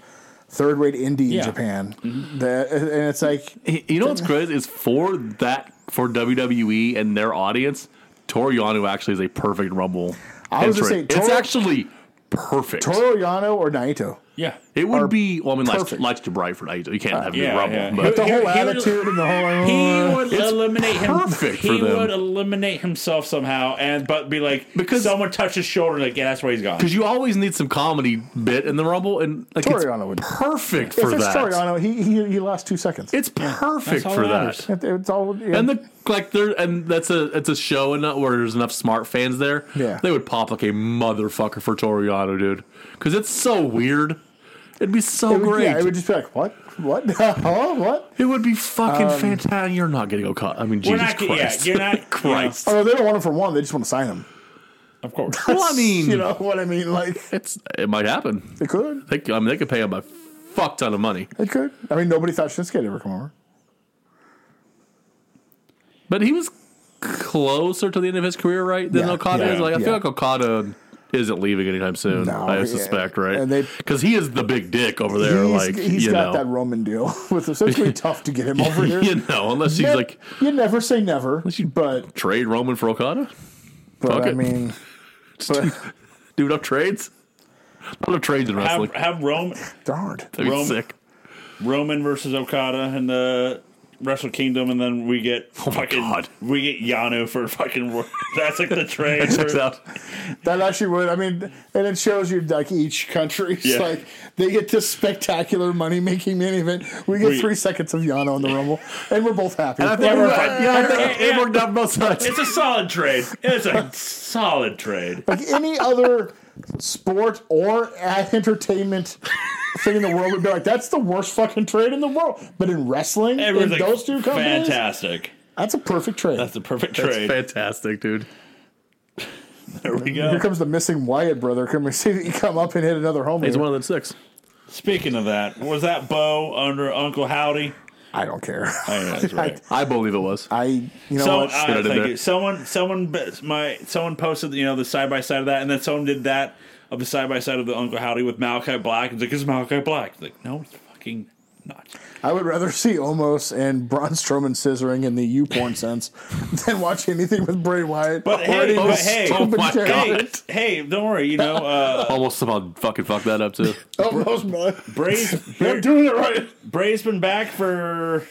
C: third rate indie
A: Yeah.
C: in Japan.
B: Mm-hmm.
C: That and it's like
B: Y- You know what's crazy is for that for WWE and their audience, Toriano actually is a perfect Rumble.
C: I was gonna
B: entrant.
C: say,
B: it's
C: Toru-
B: actually perfect.
C: Toro Yano or Naito.
A: yeah.
B: it
C: are
B: would be well, I mean, lights,
C: perfect.
B: lights too bright for Naito. You can't have
A: Yeah,
B: yeah, Rumble,
A: yeah.
B: but
C: The
A: He-
C: whole
A: he would-
C: attitude and the whole.
A: He would eliminate him.
B: perfect
A: he
B: for them.
A: would eliminate himself somehow, and but be like
B: Because-
A: someone touched his shoulder, like yeah, that's where he's gone.
B: because you always need some comedy bit in the Rumble, and like
C: Toriano would-
B: it's perfect
C: if
B: for
C: it's
B: that.
C: Toriano, he, he he lost two seconds.
B: It's perfect
A: that's all
B: for
A: that
B: that.
A: matters.
C: It- it's all yeah.
B: And the like there and that's a it's a show and not where there's enough smart fans there.
C: Yeah.
B: They would pop like a motherfucker for Toriano, dude. Cause it's so weird. It'd be so
C: it would,
B: great.
C: Yeah, it
B: it,
C: would
B: would,
C: just be like what what huh what.
B: be fucking
C: um,
B: fantastic. You're not getting Okada. I mean
A: We're
B: Jesus
A: not- yeah,
B: Christ.
A: you're not- you know.
B: Christ.
C: Although they don't want him for one, they just want to sign him.
A: of course,
B: Well, I mean
C: you know what I mean? Like
B: it's it might happen.
C: they could,
B: They, c- I mean they could pay him a fuck ton of money.
C: they could. I mean, nobody thought Shinsuke would ever come over.
B: But he was closer to the end of his career, right? Than
C: Yeah,
B: Okada
A: yeah,
B: is. Like I
C: yeah.
B: feel like Okada isn't leaving anytime soon.
C: No, yeah.
B: I suspect, right?
C: And they-
B: because he is the big dick over there.
C: he's,
B: like
C: he's
B: you
C: got
B: know.
C: that Roman deal with us. So it's really tough to get him over here.
B: you know, unless he's
C: Ne-
B: like
C: you never say never,
B: you-
C: but
B: trade Roman for Okada, fuck
C: but I
B: it.
C: mean, but,
B: do enough trades. Not enough trades in wrestling.
A: have have Roman
C: darned.
B: That'd be
A: Roman-
B: sick.
A: Roman versus Okada and the Wrestle Kingdom, and then we get
B: Oh my
A: fucking
B: God.
A: we get Yano for fucking. Ro- That's like the trade.
B: Checks
A: for-
B: out.
C: That actually would. I mean, and it shows you like each country's
A: Yeah.
C: like they get this spectacular money making main event. We get
A: We-
C: three seconds of Yano in the Rumble, and we're both happy.
B: I think,
A: we're
B: we're-
A: fine.
B: yeah, I think
A: Yeah.
B: it worked out both sides.
A: It's a solid trade. It's a solid trade.
C: like any other sport or a- entertainment thing in the world would be like that's the worst fucking trade in the world. But in wrestling, in
A: Everyone's like,
C: those two companies,
A: fantastic.
C: that's a perfect trade.
A: That's the perfect
B: That's
A: trade.
B: fantastic, dude.
A: there we
C: Here
A: go.
C: comes the missing Wyatt brother. Can we see that you come up and hit another home?
B: He's
C: run?
B: one of the six.
A: Speaking of that, was that Bo under Uncle Howdy?
C: I don't care.
A: I know Oh, that's right.
B: I believe it was.
C: I you know
A: So
C: what?
B: it
A: uh,
B: in
A: thank
B: there.
A: you. Someone, someone, b- my someone posted you know the side by side of that, and then someone did that of the side by side of the Uncle Howdy with Malachi Black. It's like it's Malachi Black. It's like no, it's fucking not.
C: I would rather see Omos and Braun Strowman scissoring in the U porn sense than watch anything with Bray Wyatt.
A: But hey,
C: any
A: but
C: of those
A: hey,
B: oh
C: stupid
B: my God.
C: characters.
A: Hey, hey, don't worry. You know, uh,
B: Almost somehow fucking fucked that up too.
C: Omos, brother.
A: Bray's
C: They're doing it right.
A: Bray's been back for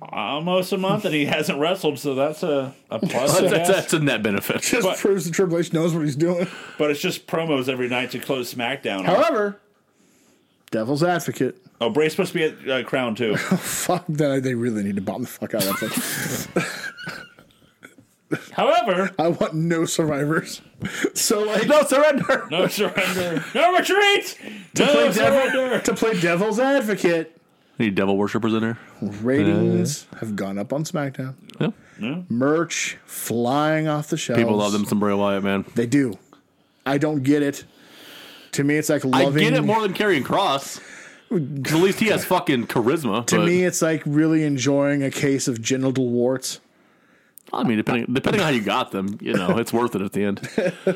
A: almost a month, and he hasn't wrestled. So that's a a plus. I
B: that's, that's,
A: guess.
B: that's a net benefit.
C: Just
A: But-
C: proves the Triple H knows what he's doing.
A: But it's just promos every night to close SmackDown.
C: However, devil's advocate.
A: Oh, Bray's supposed to be at uh, Crown too.
C: Fuck that! They really need to bomb the fuck out of that. thing.
A: However,
C: I want no survivors. So like
B: no surrender.
A: no surrender, no retreat,
C: play
A: no
C: devil,
A: surrender.
C: to play devil's advocate.
B: Any devil worshippers in there?
C: Ratings have gone up on SmackDown.
B: Uh-huh. Yeah.
C: Merch flying off the shelves.
B: People love them some Bray Wyatt, man.
C: They do. I don't get it. To me, it's like
B: I
C: loving.
B: get it more than carrying Cross. At least he has fucking charisma.
C: To
B: but,
C: me, it's like really enjoying a case of genital warts.
B: I mean, depending depending on how you got them, you know, it's worth it at the end.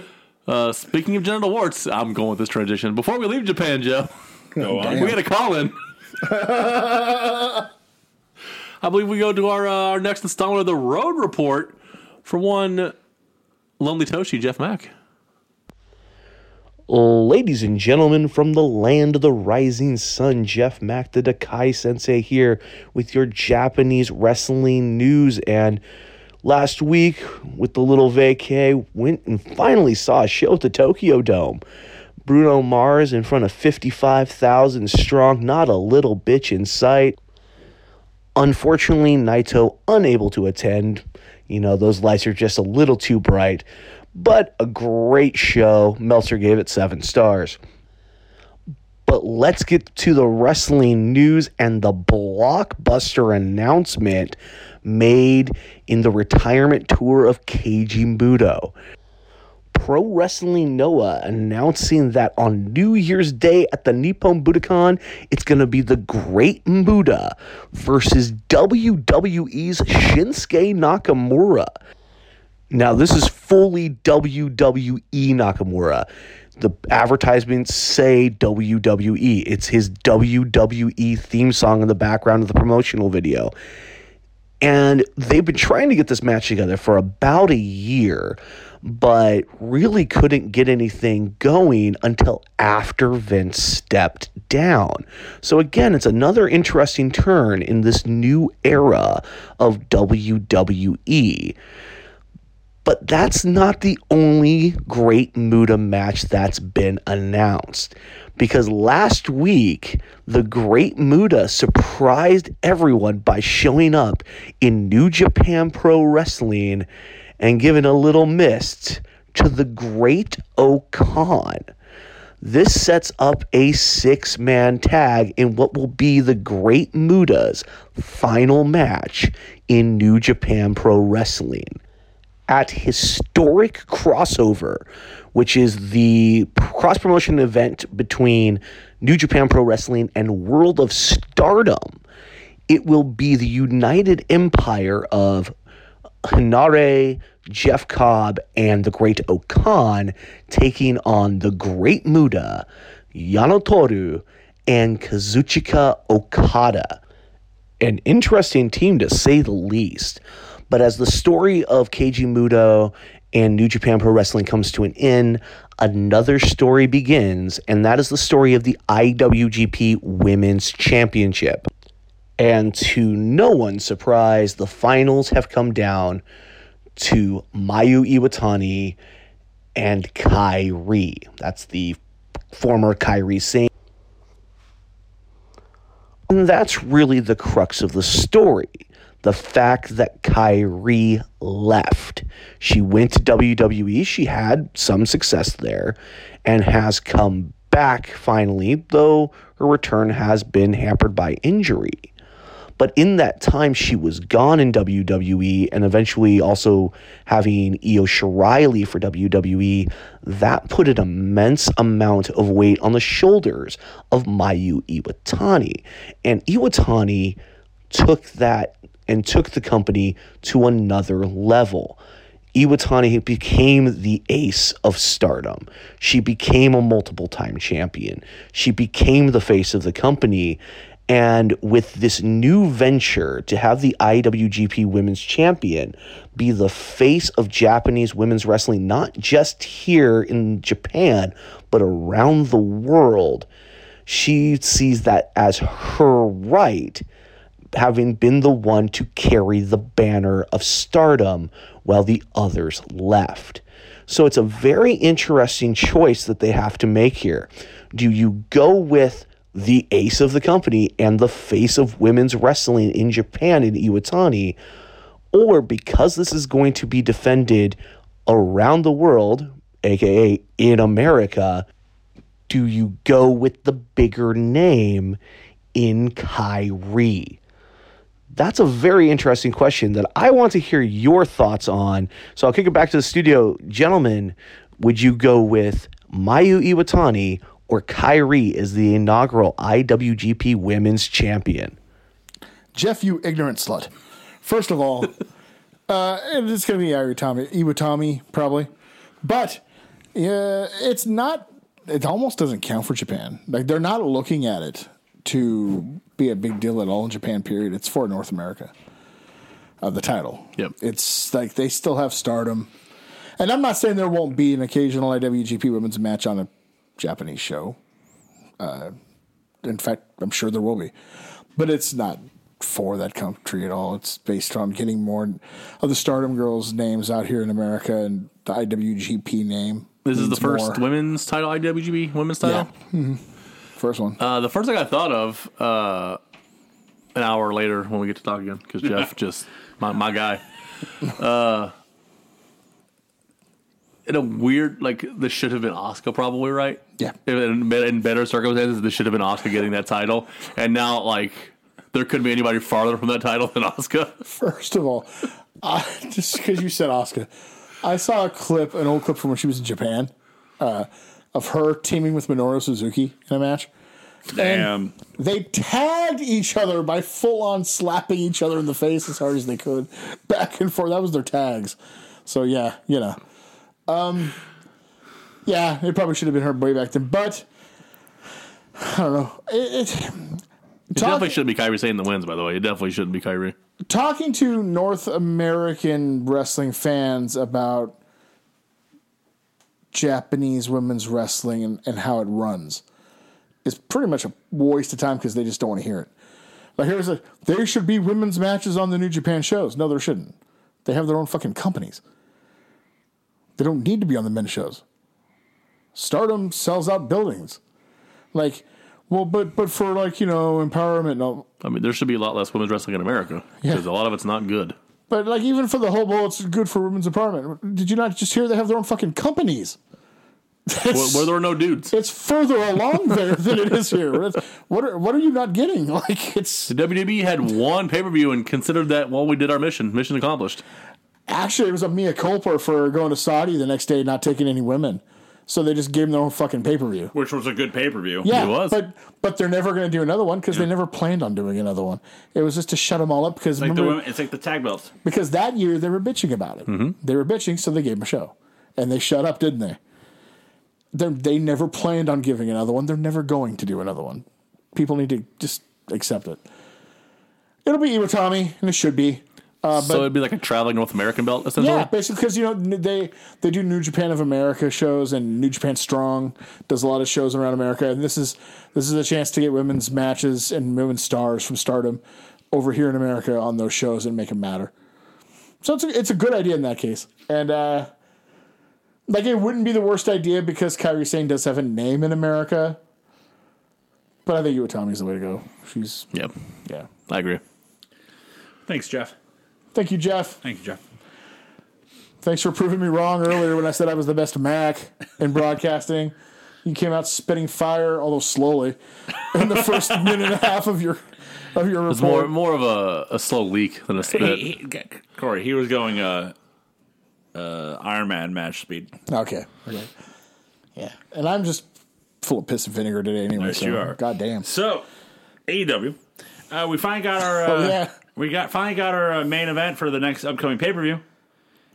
B: Uh, speaking of genital warts, I'm going with this transition. Before we leave Japan, Joe,
A: Go
C: Oh,
A: on.
B: we got a call in. I believe we go to our uh, our next installment of the Road Report for one lonely Toshi, Jeff Mack.
E: Ladies and gentlemen, from the land of the rising sun, Jeff Mack, the Dakai Sensei here with your Japanese wrestling news. And last week, with the little vacay, went and finally saw a show at the Tokyo Dome. Bruno Mars in front of 55,000 strong, not a little bitch in sight. Unfortunately, Naito unable to attend. You know, those lights are just a little too bright, but a great show. Meltzer gave it seven stars. But let's get to the wrestling news and the blockbuster announcement made in the retirement tour of Keiji Muto. Pro Wrestling Noah announcing that on New Year's Day at the Nippon Budokan, it's going to be the Great Muda versus WWE's Shinsuke Nakamura. Now, this is fully WWE Nakamura. The advertisements say WWE. It's his WWE theme song in the background of the promotional video. And they've been trying to get this match together for about a year, but really couldn't get anything going until after Vince stepped down. So, again, it's another interesting turn in this new era of E. WWE. But that's not the only great Muda match that's been announced. Because last week, the great Muda surprised everyone by showing up in New Japan Pro Wrestling and giving a little mist to the great Okan. This sets up a six man tag in what will be the Great Muda's final match in New Japan Pro Wrestling at historic crossover which is the cross promotion event between new japan pro wrestling and world of stardom it will be the united empire of Hinare, Jeff Cobb, and the Great Okan taking on the Great Muda, Yanotoru, and Kazuchika Okada an interesting team to say the least. But as the story of Keiji Muto and New Japan Pro Wrestling comes to an end, another story begins, and that is the story of the IWGP Women's Championship. And to no one's surprise, the finals have come down to Mayu Iwatani and Kyrie. That's the former Kyrie Singh. And that's really the crux of the story. The fact that Kyrie left. She went to WWE. She had some success there and has come back finally, though her return has been hampered by injury. But in that time, she was gone in WWE and eventually also having Io Shirai for WWE. That put an immense amount of weight on the shoulders of Mayu Iwatani. And Iwatani took that and took the company to another level. Iwatani became the ace of stardom. She became a multiple time champion. She became the face of the company. And with this new venture to have the IWGP Women's Champion be the face of Japanese women's wrestling, not just here in Japan, but around the world, she sees that as her right, having been the one to carry the banner of stardom while the others left. So it's a very interesting choice that they have to make here. Do you go with the ace of the company and the face of women's wrestling in Japan in Iwatani, or because this is going to be defended around the world, aka in America, do you go with the bigger name in Kyrie? That's a very interesting question that I want to hear your thoughts on. So I'll kick it back to the studio. Gentlemen, would you go with Mayu Iwatani or Kyrie is the inaugural IWGP Women's Champion.
C: Jeff, you ignorant slut. First of all, uh, it's going to be Irutami, Iwatami, probably. But yeah, it's not, it almost doesn't count for Japan. Like, they're not looking at it to be a big deal at all in Japan, period. It's for North America, uh, the title.
B: Yep.
C: It's like they still have stardom. And I'm not saying there won't be an occasional IWGP women's match on a Japanese show. Uh, in fact, I'm sure there will be, but it's not for that country at all. It's based on getting more of the Stardom girls' names out here in America and the IWGP name.
B: This is the
C: means
B: first
C: more.
B: women's title, IWGP women's title.
C: First one.
B: Uh, the first thing I thought of uh, an hour later when we get to talk again, because Jeff just my my guy. Uh, in a weird like this should have been Oscar probably right.
C: Yeah.
B: In, be- in better circumstances, this should have been Oscar getting that title, and now like there couldn't be anybody farther from that title than Oscar.
C: First of all, I, just because you said Oscar, I saw a clip, an old clip from when she was in Japan, uh, of her teaming with Minoru Suzuki in a match.
A: Damn.
C: They tagged each other by full on slapping each other in the face as hard as they could, back and forth. That was their tags. So yeah, you know, um, yeah, it probably should have been her way back then, but I don't know. It, it,
B: It definitely shouldn't be Kyrie saying the wins. By the way, it definitely shouldn't be Kyrie.
C: talking to North American wrestling fans about Japanese women's wrestling and, and how it runs is pretty much a waste of time because they just don't want to hear it. Like here's a there should be women's matches on the New Japan shows. No, there shouldn't. They have their own fucking companies. They don't need to be on the men's shows. Stardom sells out buildings. Like, well, but but for like, you know, empowerment and all,
B: I mean, there should be a lot less women's wrestling in America because a lot of it's not good.
C: But like even for the whole bowl, it's good for women's empowerment. Did you not just hear they have their own fucking companies?
B: Where,
C: It's,
B: where there are no dudes.
C: it's further along there than it is here. It's- what are what are you not getting? Like it's
B: The WWE had one pay per view and considered that while we did our mission, mission accomplished.
C: actually it was a mea culpa for going to Saudi the next day and not taking any women. So they just gave them their own fucking pay per view.
A: Which was a good pay per view.
C: Yeah,
B: It was.
C: but but they're never going to do another one because they never planned on doing another one. It was just to shut them all up because
A: Like the women, it's like the tag belts.
C: because that year they were bitching about it. They were bitching, so they gave him a show, and they shut up, didn't they? They they never planned on giving another one. They're never going to do another one. People need to just accept it. It'll be Iwatani, and it should be.
B: so it'd be like a traveling North American belt essentially.
C: Yeah, basically because you know they they do New Japan of America shows and New Japan Strong does a lot of shows around America, and this is this is a chance to get women's matches and women's stars from Stardom over here in America on those shows and make them matter. So it's a, it's a good idea in that case, and uh, like it wouldn't be the worst idea because Kyrie Sane does have a name in America, but I think Iwatami's the way to go. She's
B: Yep,
C: yeah.
B: I agree.
A: Thanks, Jeff.
C: Thank you, Jeff.
A: Thank you, Jeff.
C: Thanks for proving me wrong earlier when I said I was the best Mac in broadcasting. You came out spitting fire, although slowly, in the first minute and a half of your of your
B: It's more
C: report.
B: more of a, a slow leak than a
A: He,
B: spit.
A: he, Corey, he was going uh, uh, Iron Man match speed.
C: okay. okay. Yeah. And I'm just full of piss and vinegar today anyway.
A: Yes,
C: so
A: you are.
C: God damn.
A: So, AEW, uh, we finally got our uh,
C: Oh, yeah.
A: we got finally got our uh, main event for the next upcoming pay per view.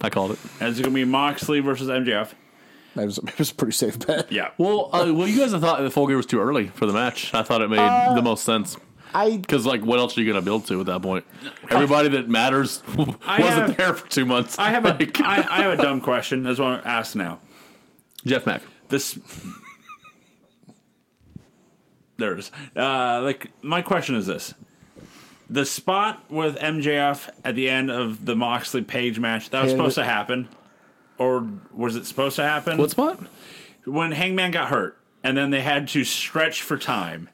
B: I called it.
A: As it's gonna be Moxley versus MJF.
C: That was, that was a pretty safe bet.
A: Yeah.
B: Well, uh, well, you guys have thought the full gear was too early for the match. I thought it made
A: Uh,
B: the most sense
C: I
B: because, like, what else are you going to build to at that point? Everybody that matters wasn't
A: have-
B: there for two months.
A: I have a
B: Like,
A: I, I have a dumb question. That's what I'm gonna ask now.
B: Jeff Mack.
A: This. There it is. Uh, like my question is this: the spot with MJF at the end of the Moxley Page match that was
C: Yeah,
A: supposed
C: the-
A: to happen, or was it supposed to happen?
B: What spot?
A: when Hangman got hurt, and then they had to stretch for time.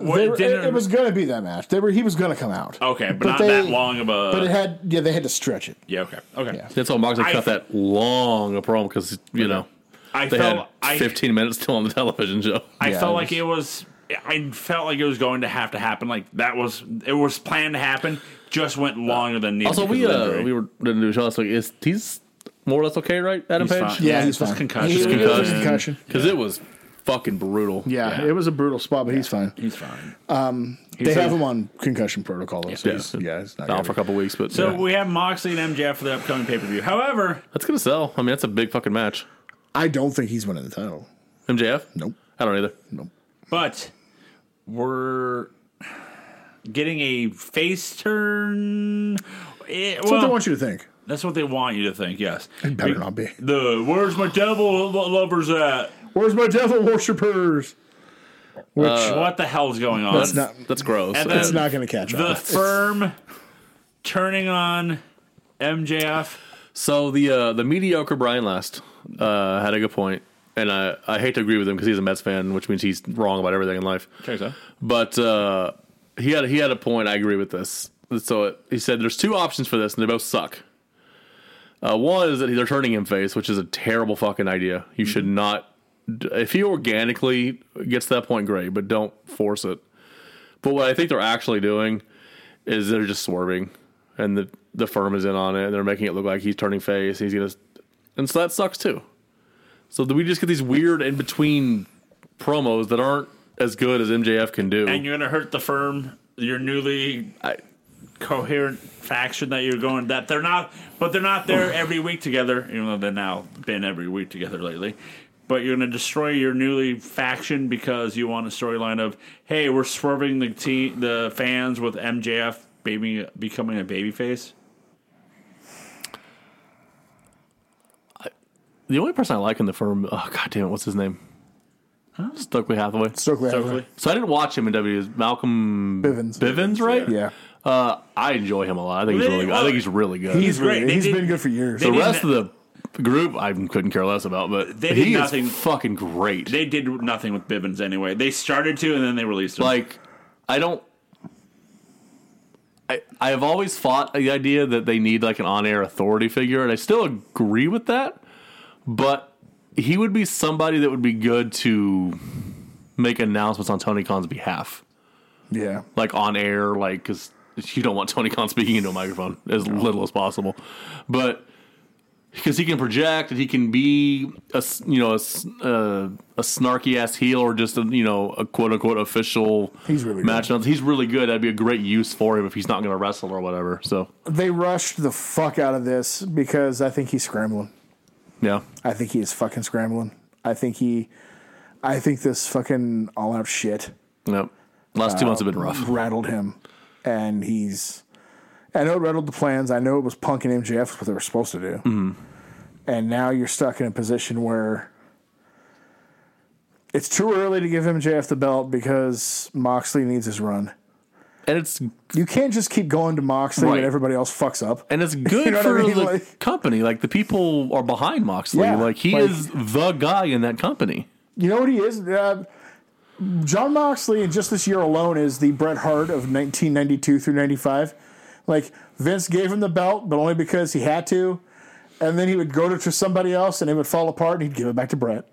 A: Um,
C: they were- it, it was going to be that match. They were he was going to come out.
A: okay, but,
C: but
A: not
C: they-
A: that long of a.
C: But it had yeah they had to stretch it.
A: yeah, okay, okay.
C: Yeah.
B: That's why Moxley
A: I-
B: cut that long a promo because you know
A: I
B: they
A: felt
B: had
A: I,
B: 15 minutes still on the television show.
A: I
C: Yeah,
A: felt
C: it
A: like it was. I felt like it was going to have to happen. Like that was it was planned to happen. Just went longer than needed.
B: also, we
A: because of
B: uh,
A: injury.
B: we were didn't do a show last week. Is he's more or less okay, right? Adam
A: He's
B: Page.
A: fine.
C: Yeah, he's
A: it's just
C: fine.
A: concussion.
C: He-
A: Just
C: it was a
B: concussion.
C: concussion.
B: because it was fucking brutal.
C: Yeah, it was a brutal spot, but he's fine.
A: he's fine.
C: they have him on concussion protocol. though, so he's- yeah, it's not gonna
B: out for a couple weeks, but
A: So
B: yeah.
A: we have Moxley and MJF for the upcoming pay per view. However,
B: that's gonna sell. I mean, that's a big fucking match.
C: I don't think he's winning the title.
B: MJF?
C: Nope.
B: I don't either.
A: but we're getting a face turn. Eh,
C: That's what
A: well,
C: they want you to think.
A: That's what they want you to think. Yes.
C: It better not be.
A: The where's my devil lo- lovers uh, at?
C: Where's my devil worshippers? Which
A: what the hell's going on?
B: That's,
C: not-
B: that's gross. Uh,
A: And
C: it's
A: that's
C: not going to catch
A: the
C: on.
A: firm turning on MJF.
B: so the uh, the mediocre Brian Last uh, had a good point, and I I hate to agree with him because he's a Mets fan, which means he's wrong about everything in life.
A: Checks out.
B: But uh, he had he had a point. I agree with this. So it, he said there's two options for this, and they both suck. Uh, one is that they're turning him face, which is a terrible fucking idea. You should not. If he organically gets to that point, great, but don't force it. But what I think they're actually doing is they're just swerving, and the the firm is in on it. And they're making it look like he's turning face. He's gonna, and so that sucks too. So we just get these weird in between promos that aren't as good as MJF can do.
A: and you're gonna hurt the firm, your newly uh,
B: I-
A: coherent faction that you're going that they're not, but they're not there every week together, even though they've now been every week together lately. But you're gonna destroy your newly faction because you want a storyline of hey, we're swerving the team, the fans with MJF baby becoming a babyface.
B: the only person I like in the firm, oh god damn it, what's his name? Stokely Hathaway.
C: Stokely
A: Stokely.
C: Hathaway.
B: So I didn't watch him in W. Malcolm
C: Bivens.
B: Bivens, right?
C: Yeah.
B: Uh, I enjoy him a lot. I think he's
A: Really?
B: really. Good. I think he's really good.
A: He's great. They
C: He's
A: did-
C: been good for years.
A: they
B: the
A: did
B: rest of the group, I couldn't care less about, but
A: They did
B: he
A: nothing-
B: is fucking great.
A: They did nothing with Bivens anyway. They started to, and then they released him.
B: like I don't. I I have always fought the idea that they need like an on-air authority figure, and I still agree with that. But he would be somebody that would be good to make announcements on Tony Khan's behalf,
C: Yeah.
B: like on air, like because you don't want Tony Khan speaking into a microphone as little as possible, but. Because he can project and he can be a s- you know a, s- uh, a snarky ass heel or just a you know a quote unquote official
C: He's really good.
B: matchups. He's really good. That'd be a great use for him if he's not going to wrestle or whatever. So
C: They rushed the fuck out of this because I think he's scrambling.
B: yeah,
C: I think he is fucking scrambling. I think he, I think this fucking all out shit
B: no. Last two months have
C: Um,
B: been rough.
C: Uh, rattled him, and he's. I know it rattled the plans. I know it was Punk and MJF was what they were supposed to do,
B: Mm-hmm.
C: and now you're stuck in a position where it's too early to give MJF the belt because Moxley needs his run.
B: And it's
C: You can't just keep going to Moxley when
B: Right.
C: everybody else fucks up.
B: and it's good
C: You know what I
B: for
C: mean?
B: the
C: Like-
B: company. Like the people are behind Moxley.
C: Yeah,
B: like he
C: like-
B: is the guy in that company.
C: You know what he is? Uh, John Moxley, and just this year alone, is the Bret Hart of 1992 through 95. Like, Vince gave him the belt, but only because he had to. And then he would go to, to somebody else and it would fall apart and he'd give it back to Bret.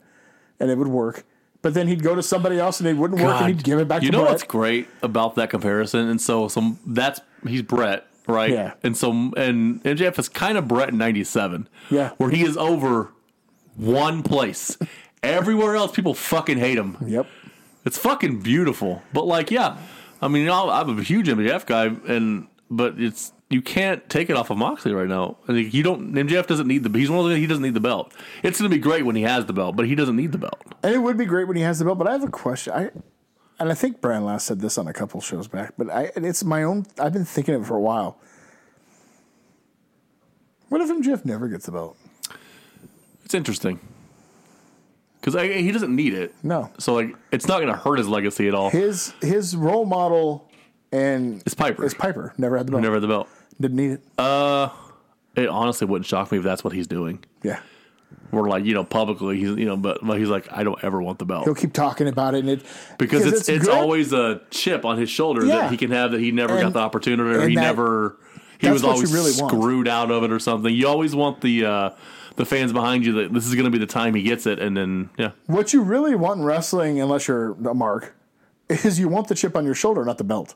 C: And it would work. But then he'd go to somebody else and it wouldn't work and he'd give it back
B: you
C: to
B: know
C: Bret.
B: what's great about that comparison? And so some that's he's Brett, right?
C: Yeah.
B: And so and MJF is kind of Brett in '97.
C: Yeah.
B: Where he is over one place. Everywhere else, people fucking hate him.
C: Yep.
B: It's fucking beautiful. But like, yeah, I mean, I'll- I'm a huge MJF guy, and but it's you can't take it off of Moxley right now. I think you don't. MJF doesn't need the. He's one of the. He doesn't need the belt. It's gonna be great when he has the belt, but he doesn't need the belt.
C: And it would be great when he has the belt, but I have a question. I and I think Brian last said this on a couple shows back, but I and it's my own I've been thinking of it for a while. What if MJF never gets the belt?
B: It's interesting because he doesn't need it.
C: No.
B: So like, it's not gonna hurt his legacy at all.
C: His his role model and
B: It's Piper.
C: is Piper. Never had the belt.
B: Never Uh, had the belt.
C: didn't need it.
B: It honestly wouldn't shock me if that's what he's doing.
C: yeah.
B: We're like, you know, publicly, he's you know, but but he's like, I don't ever want the belt.
C: He'll keep talking about it and it
B: because it's it's,
C: good,
B: always a chip on his shoulder
C: Yeah.
B: that he can have that he never got
C: And-
B: the opportunity or
C: and
B: he
C: that-
B: never he
C: that's
B: was
C: what you
B: always
C: really want.
B: screwed out of it or something. You always want the uh, the fans behind you that this is going to be the time he gets it, and then yeah,
C: what you really want in wrestling, unless you're a mark, is you want the chip on your shoulder, not the belt.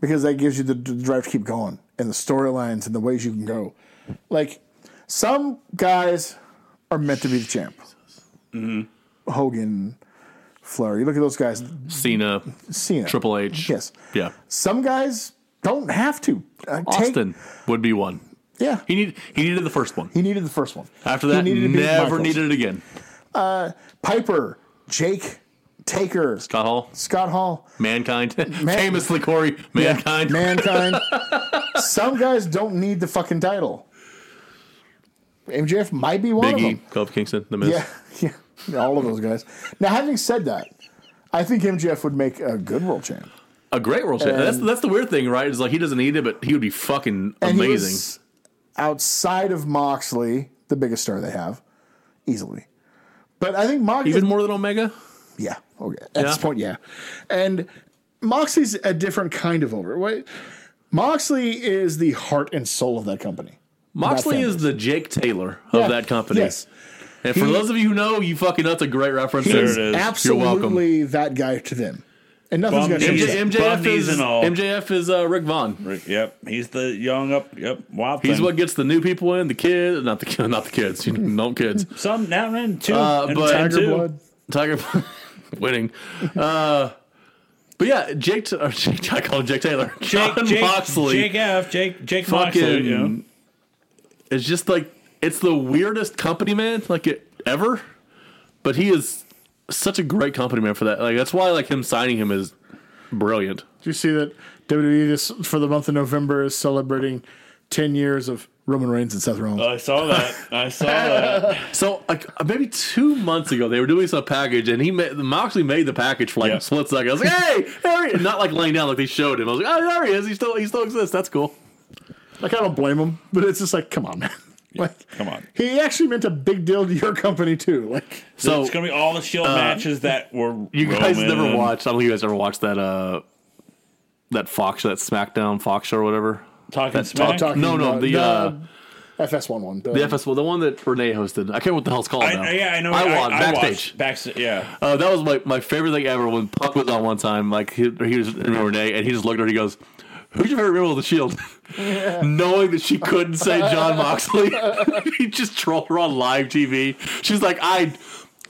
C: Because that gives you the, the drive to keep going and the storylines and the ways you can go. Like, some guys are meant to be the champ.
B: Mm-hmm.
C: Hogan, Flair. You look at those guys,
B: Cena,
C: Cena.
B: Triple H,
C: Yes.
B: yeah,
C: Some guys don't have to. Uh, take-
B: Austin would be one.
C: yeah.
B: He need he needed the first one.
C: He needed the first one.
B: After
C: He
B: that,
C: needed to beat
B: never
C: Michaels.
B: needed it again.
C: Piper, Jake, Taker,
B: Scott Hall,
C: Scott Hall.
B: mankind, famously Corey,
C: Yeah,
B: mankind.
C: mankind. Some guys don't need the fucking title. MJF might be one of
B: Biggie,
C: them.
B: Kofi Kingston, The Miz.
C: Yeah, yeah, yeah, all of those guys. Now, having said that, I think MJF would make a good world champ.
B: A great world champion.
C: And-
B: That's that's the weird thing, right? It's like he doesn't need it, but he would be fucking
C: And he
B: amazing.
C: was, outside of Moxley, the biggest star they have, easily. But I think Moxley,
B: Even more than Omega?
C: yeah, okay, at this
B: Yeah.
C: point, yeah. And Moxley's a different kind of over. What Moxley is the heart and soul of that company.
B: Moxley
C: About
B: is the Jake Taylor
C: Yeah.
B: of that company.
C: Yes.
B: And for
C: He-
B: those of you who know, you fucking that's a great reference.
A: There
B: There's-
A: it is.
C: Absolutely that guy to them. And nothing's
A: Bum
C: going to change
A: knees.
C: that.
B: MJ, MJF
A: Bundies
B: is
A: and all.
B: MJF is uh, Rick Vaughn.
A: Rick, yep, he's the young up. Yep, wild.
B: He's
A: thing.
B: what gets the new people in, the kid, not the kid, not the kids, you know, no kids.
A: some now and two.
B: Uh,
A: and
B: but-
A: ten,
B: Tiger
A: two.
C: Blood.
B: Tiger winning. Uh, but yeah, Jake. T- or Jake I call him Jake Taylor.
A: Jake,
B: John
A: Jake,
B: Moxley.
A: Jake F. Jake Jake
B: fucking.
A: Moxley. You know?
B: It's just like it's the weirdest company man like it ever, but he is such a great company man for that. Like that's why like him signing him is brilliant.
F: Do you see that WWE this for the month of November is celebrating ten years of Roman Reigns and Seth Rollins?
A: I saw that. I saw that.
B: So like uh, maybe two months ago, they were doing some package, and he made, Moxley made the package for like
A: Yeah.
B: a split second. I was like, "Hey, there he is!" Not like laying down, like they showed him. I was like, "Oh, there he is. He still he still exists. That's cool."
F: Like I don't blame him, but it's just like, come on, man. like,
A: come on.
F: He actually meant a big deal to your company too. Like,
B: So
A: it's gonna be all the Shield matches that were
B: you guys
A: Roman
B: never
A: and-
B: watched? I don't think you guys ever watched that uh that Fox that SmackDown Fox show or whatever.
A: talking
B: Talk-
A: smack.
F: talking
B: no, no,
F: about
B: the
F: the-
B: uh,
F: FS1 one.
B: the FS well, the one that Renee hosted. I can't remember what the hell's called now.
A: I, yeah, I know.
B: I, watched backstage.
A: watched Backstage. Yeah.
B: Uh, that was my, my favorite thing ever when Puck was on one time. Like he, he was in Renee, and he just looked at her. He goes, "Who's your favorite member of the Shield?" Knowing that she couldn't say John Moxley, he just trolled her on live TV. She's like, "I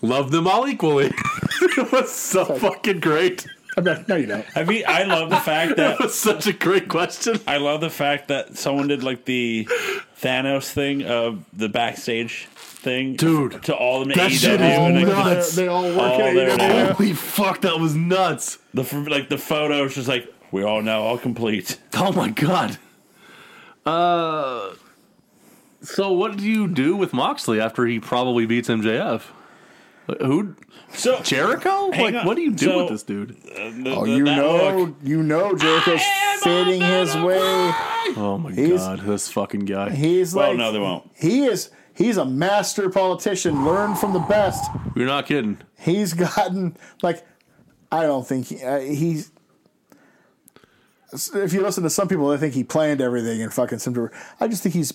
B: love them all equally." it was so fucking great.
F: I bet, no, you don't.
A: I mean, I love the fact that
B: That was such a great question.
A: I love the fact that someone did like the Thanos thing of the backstage thing,
B: Dude,
A: To all the
B: that
A: AEW
B: shit is
A: and like,
B: nuts.
F: They're- Oh, They all work
A: All
F: at
A: there
F: AEW.
A: it is.
B: Holy fuck, that was nuts.
A: the f- like the photo is just like we're all now all complete.
B: Oh my god. Uh, so what do you do with Moxley after he probably beats MJF? Like, Who
A: So uh,
B: Jericho?
A: Hang
B: like,
A: on.
B: what do you do
A: So-
B: with this dude?
A: oh,
C: You know, you know, Jericho's
A: I am
C: fading
A: on
C: his
A: the
C: way.
B: Oh my
C: He's-
B: god, this fucking guy.
C: He's
A: Well,
C: like,
A: no, they won't.
C: He is. He's a master politician. Learn from the best.
B: You're not kidding.
C: He's gotten like, I don't think he, uh, he's. If you listen to some people, they think he planned everything and fucking some. I just think he's.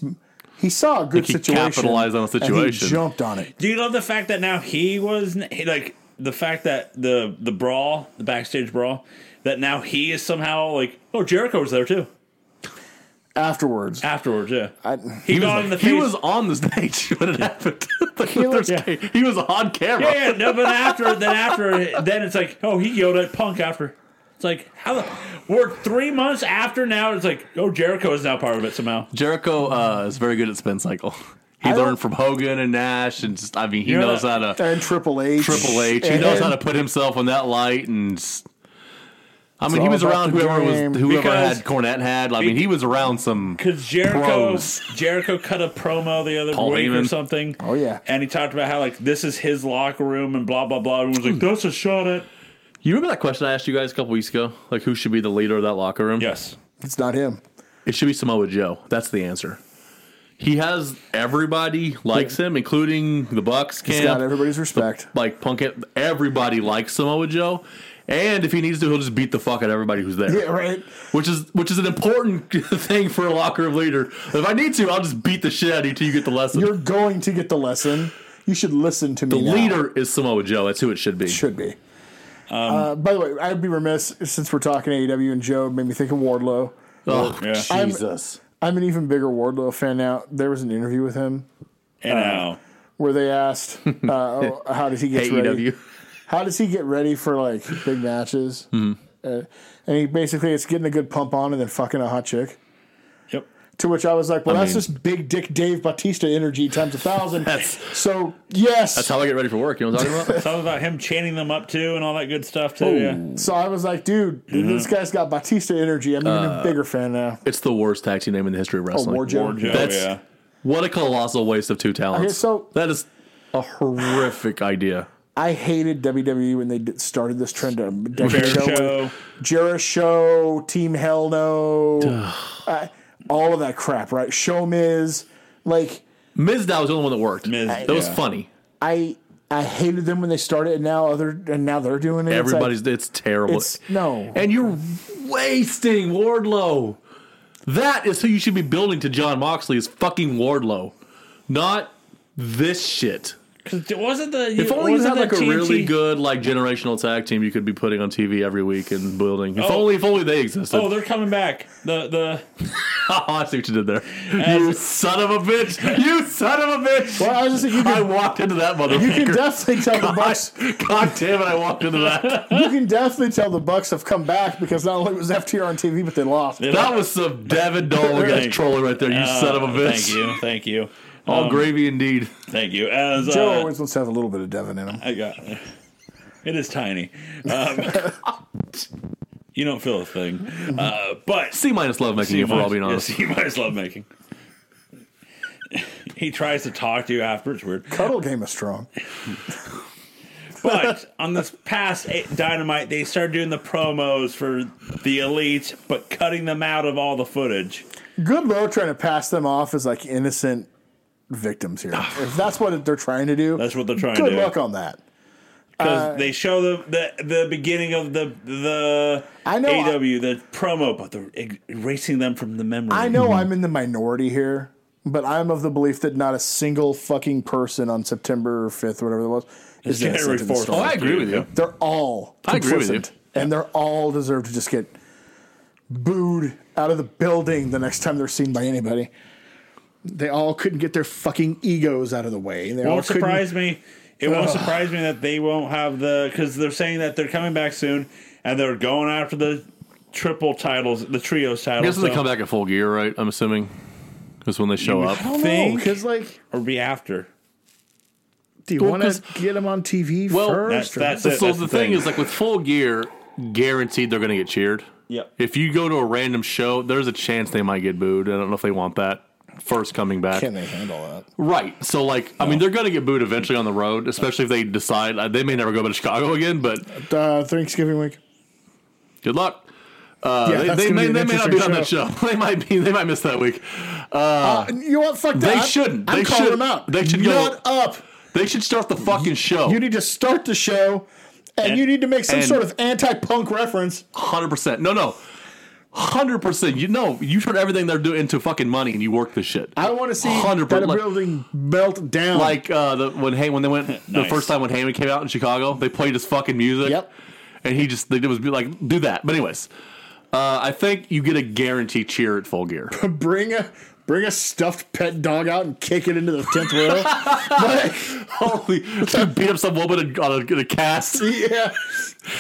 C: He saw a good
B: he
C: situation.
B: capitalized on a
C: and he
B: situation.
C: jumped on it.
A: Do you love the fact that now he was he, like the fact that the the brawl, the backstage brawl, that now he is somehow like oh Jericho was there too
C: Afterwards,
A: afterwards. Yeah,
C: I,
A: he,
B: He was,
A: got
B: like-
A: in the
B: he
A: face.
B: was on the stage when it happened. Like, the
C: looked-
B: first day. He was on camera.
A: yeah, yeah, no, but after then after then it's like oh he yelled at Punk after. It's like how the we're three months after now. It's like oh Jericho is now part of it somehow.
B: Jericho uh, is very good at spin cycle. He
C: don't-
B: learned from Hogan and Nash, and just I mean, he
A: You know
B: knows
A: that-
B: how to
C: and Triple H.
B: Triple H. He
C: And-
B: knows how to put himself in that light, and s- I mean, he
C: all
B: was
C: about
B: around
C: the
B: whoever
C: game.
B: was whoever
A: Because-
B: had Cornette had. I mean, he was around some.
A: Because Jericho,
B: Pros.
A: Jericho cut a promo the other
B: Paul
A: week or
B: Heyman.
A: something.
C: Oh, yeah.
A: and he talked about how like this is his locker room and blah blah blah. Everyone was like,
B: Hmm.
A: "That's a shot at."
B: You remember that question I asked you guys a couple weeks ago? Like, who should be the leader of that locker room?
A: Yes,
C: It's not him.
B: it should be Samoa Joe. That's the answer. He has everybody likes him, including the Bucks camp.
C: He's got everybody's respect.
B: like Punk, everybody likes Samoa Joe, and if he needs to, he'll just beat the fuck out of everybody who's there.
C: yeah, right.
B: which is which is an important thing for a locker room leader. If I need to, I'll just beat the shit out of you till you get the lesson.
C: You're going to get the lesson. You should listen to me.
B: the
C: now.
B: leader is Samoa Joe. That's who it should be.
C: should be. uh, by the way, I'd be remiss since we're talking AEW and Joe made me think of Wardlow.
B: Oh,
A: Yeah.
B: Jesus.
C: I'm an even bigger Wardlow fan now. There was an interview with him
A: and now
C: where they asked, uh, oh, "How does he get
B: E
C: ready?
B: AEW.
C: How does he get ready for like big matches?"
B: Mm-hmm.
C: Uh, and he basically it's getting a good pump on and then fucking a hot chick.
A: yep.
C: To which I was like, "Well, that's
B: mean-
C: just big dick Dave Batista energy times a thousand.
B: That's-
C: so yes,
B: That's how I get ready for work. You know what I'm talking about?
A: Something about him chaining them up too and all that good stuff too. Yeah.
C: So I was like, dude,
B: Mm-hmm.
C: this guy's got Batista energy. I'm
B: Uh,
C: even a bigger fan now.
B: it's the worst tag team name in the history of wrestling.
C: Ward Oh, Joe.
A: Poor Joe,
B: That's-
A: Oh, yeah.
B: What a colossal waste of two talents.
C: Okay, so-
B: that is a horrific idea.
C: I hated WWE when they did, started this trend of
A: Jericho.
C: Jericho, Team Hell No, uh, all of that crap, right? Show Miz. Like,
B: Miz Dow was the only one that worked.
A: Miz,
B: that was
A: yeah.
B: funny.
C: I I hated them when they started, and now other and now they're doing it. It's like,
B: Everybody's it's terrible.
C: It's- no.
B: and you're wasting Wardlow. That is who you should be building to John Moxley is fucking Wardlow, not this shit.
A: Because wasn't the you,
B: If only you
A: wasn't
B: had like a
A: that TNT
B: really good like generational tag team you could be putting on TV every week and building. If
A: Oh.
B: only if only they existed. Oh,
A: Oh, they're coming back. The the
B: I see what you did there. you
A: As-
B: son of a bitch! You son of a bitch!
C: Well, I was just thinking you
B: I
C: could,
B: walked into that
C: you can
B: motherfucker.
C: definitely tell the Bucks.
B: God damn it! I walked into that.
C: You can definitely tell the Bucks have come back because not only was FTR on TV, but they lost.
B: that was some David Dolan guy
A: Thank-
B: trolling right there. You son of a bitch!
A: uh, Oh, Thank you, Um, thank you,
B: All gravy indeed.
A: thank you. As
C: Joe
A: uh,
C: always wants to have a little bit of Devin in him.
A: I got it is tiny. Um, you don't feel a thing, uh, but
B: C minus love making if we're all being honest.
A: yes, you might as love making. he tries to talk to you after it's weird.
C: Cuddle game is strong.
A: But on this past eight- Dynamite, they started doing the promos for the Elite, but cutting them out of all the footage.
C: Goodlow trying to pass them off as like innocent victims here. if that's what they're trying to do,
A: That's what they're trying
C: good
A: to
C: luck
A: do
C: on that. Uh,
A: because they show the, the the beginning of the the
C: I know-
A: AW the promo, but they're e- erasing them from the memory.
C: I know I'm in the minority here, but I'm of the belief that not a single fucking person on September 5th, whatever it was, is
A: January
C: innocent in this
A: fourth.
C: story.
B: Oh, I agree with you.
C: They're all
B: I agree with you.
C: complicit, and they're all deserve to just get booed out of the building the next time they're seen by anybody.
F: They all couldn't get their fucking egos out of the way. They all
A: won't
F: couldn't-
A: surprise me. It won't surprise me that they won't have the because they're saying that they're coming back soon and they're going after the triple titles, the trios
B: I
A: titles. uh,
B: guess they
A: so-
B: come back at full gear, right? I'm assuming. That's when they show up.
F: I don't know
A: Think-
F: because like,
A: or be after.
F: do you
B: Well,
F: want
B: 'cause-
F: to get them on TV
B: Well,
F: first?
A: That's that's
B: So,
A: it.
B: so
A: that's
B: the, thing, is, like with full gear, guaranteed they're going to get cheered.
A: Yep.
B: If you go to a random show, there's a chance they might get booed. I don't know if they want that first coming back.
C: Can they handle that?
B: Right. So, like, I mean, they're going to get booed eventually on the road, especially if they decide uh, they may never go back to Chicago again. But
F: uh, Thanksgiving week.
B: good luck. Uh,
F: Yeah,
B: they-
F: that's
B: they
F: gonna
B: may,
F: be an
B: they may not be on
F: interesting
B: that show. they might be. They might miss that week.
C: Uh, you know what? Fuck that.
B: They
C: I'm-
B: shouldn't.
C: I'm
B: They
C: calling
B: should-
C: them out.
B: they should go-
C: Nut up.
B: They should start the fucking show.
C: You need to start the show, and,
A: And-
C: you need to make some
B: and-
C: sort of anti-punk reference.
B: Hundred percent. No, no. Hundred percent. You know, you turn everything they're doing into fucking money, and you work the shit.
F: I want to see
B: 100%,
F: that
B: like-
F: building melt down.
B: like uh, the, when Hay when they went the
A: Nice.
B: first time when Heyman came out in Chicago, they played his fucking music.
F: Yep.
B: And he just they did was be like, do that. But anyways, uh, I think you get a guaranteed cheer at Full Gear.
F: bring a bring a stuffed pet dog out and kick it into the tenth row.
B: Holy, you beat up some woman in- on a, in a cast.
F: yeah,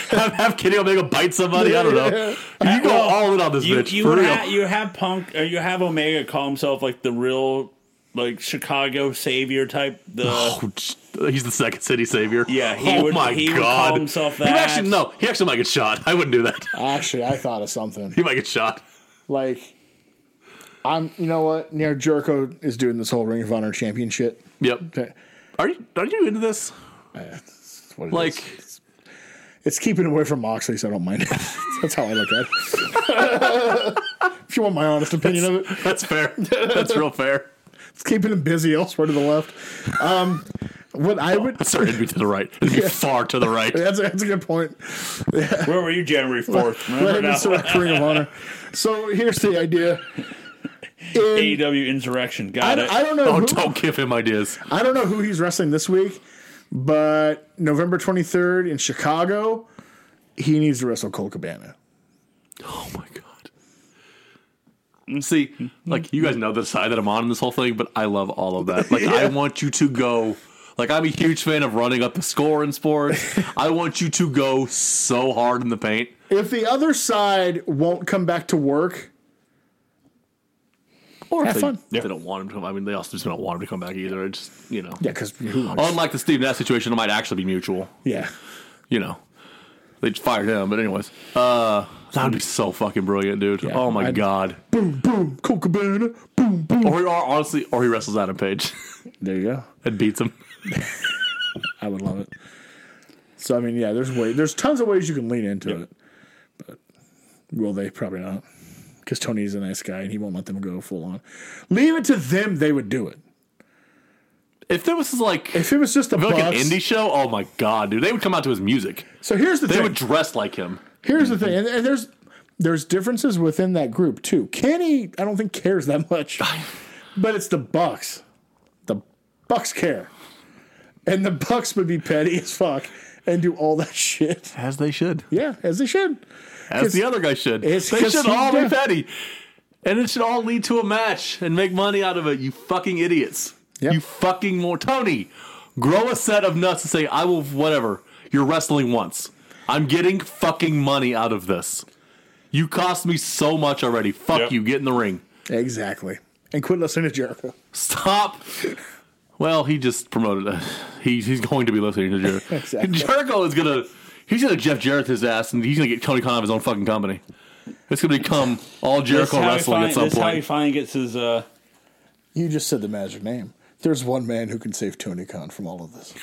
B: have, have Kenny Omega bite somebody. I don't know. You go all in on this
A: you,
B: bitch
A: you
B: for
A: would
B: real.
A: ha- you have Punk or you have Omega call himself like the real like Chicago savior type. The
B: Oh, j- he's the second city savior.
A: Yeah, he
B: oh
A: would-
B: my
A: he would
B: god.
A: call himself
B: He
A: that.
B: actually no. He actually might get shot. I wouldn't do that.
F: actually, I thought of something.
B: He might get shot.
F: Like, I'm. You know what? Near Jericho is doing this whole Ring of Honor champion shit.
B: Yep.
F: Okay.
B: Are you are you into this?
F: That's what it
B: Like.
F: is. it's keeping away from Moxley, so I don't mind. it. That's how I look at it. if you want my honest opinion of it,
B: That's fair. That's real fair.
F: it's keeping him busy elsewhere to the left. Um, what I would.
B: Sir, it'd be to the right. It'd be far to the right.
F: That's a, that's a good point.
A: where were you January fourth? Remember
F: Let him
A: now?
F: select Ring of Honor. So here's the idea. In-
A: AEW E insurrection.
F: I,
A: Got
F: don't-
A: it.
F: I don't know.
B: Oh,
F: who-
B: don't give him ideas.
F: I don't know who he's wrestling this week, but November 23rd in Chicago, he needs to wrestle Cole Cabana.
B: Oh my god. See, like you guys know the side that I'm on in this whole thing, but I love all of that. Like I want you to go. Like I'm a huge fan of running up the score in sports. I want you to go so hard in the paint.
F: If the other side won't come back to work,
B: Or
F: Have
B: if they,
F: fun.
B: if they don't want him to come. I mean, they also just don't want him to come back either. It's just you know.
F: yeah, because who wants?
B: Unlike the Steve Nash situation, it might actually be mutual.
F: yeah.
B: you know, they just fired him. But anyways, uh, that'd be so fucking brilliant, dude. oh my
F: I'd-
B: god.
F: Boom, boom, Cole Cabana. Boom, boom.
B: Or, or honestly, or he wrestles Adam Page
F: There you go.
B: and beats him.
F: I would love it. So I mean, yeah, there's way there's tons of ways you can lean into it, but will they? Probably not, because Tony's a nice guy and he won't let them go full on. Leave it to them; they would do it.
B: If there was like,
F: If it was just the
B: if it was like an
F: Bucks-
B: indie show, oh my god, dude, they would come out to his music.
F: so here's the
B: They
F: thing.
B: would dress like him.
F: here's the thing, and, and there's
C: There's differences within that group too. Kenny, I don't think cares that much, but it's the Bucks. The Bucks care, and the Bucks would be petty as fuck and do all that shit.
B: As they should.
C: Yeah, as they should.
B: As the other guy should. They
C: it's 'cause
B: should
C: he
B: all be
C: does.
B: petty. And it should all lead to a match and make money out of it, you fucking idiots.
C: Yep.
B: You fucking more Tony. Grow a set of nuts and say, I will whatever. You're wrestling once. I'm getting fucking money out of this. You cost me so much already. Fuck
A: Yep.
B: you. Get in the ring.
C: Exactly. And quit listening to Jericho.
B: Stop. Well, he just promoted. Uh, he, he's going to be listening to Jericho. Jericho is gonna. He's gonna Jeff Jarrett his ass, and he's gonna get Tony Khan out of his own fucking company. It's gonna become all
A: This
B: Jericho
A: how he
B: wrestling
A: fin-
B: at some
A: this how he
B: point.
A: finally gets his. Uh,
C: You just said the magic name. There's one man who can save Tony Khan from all of this.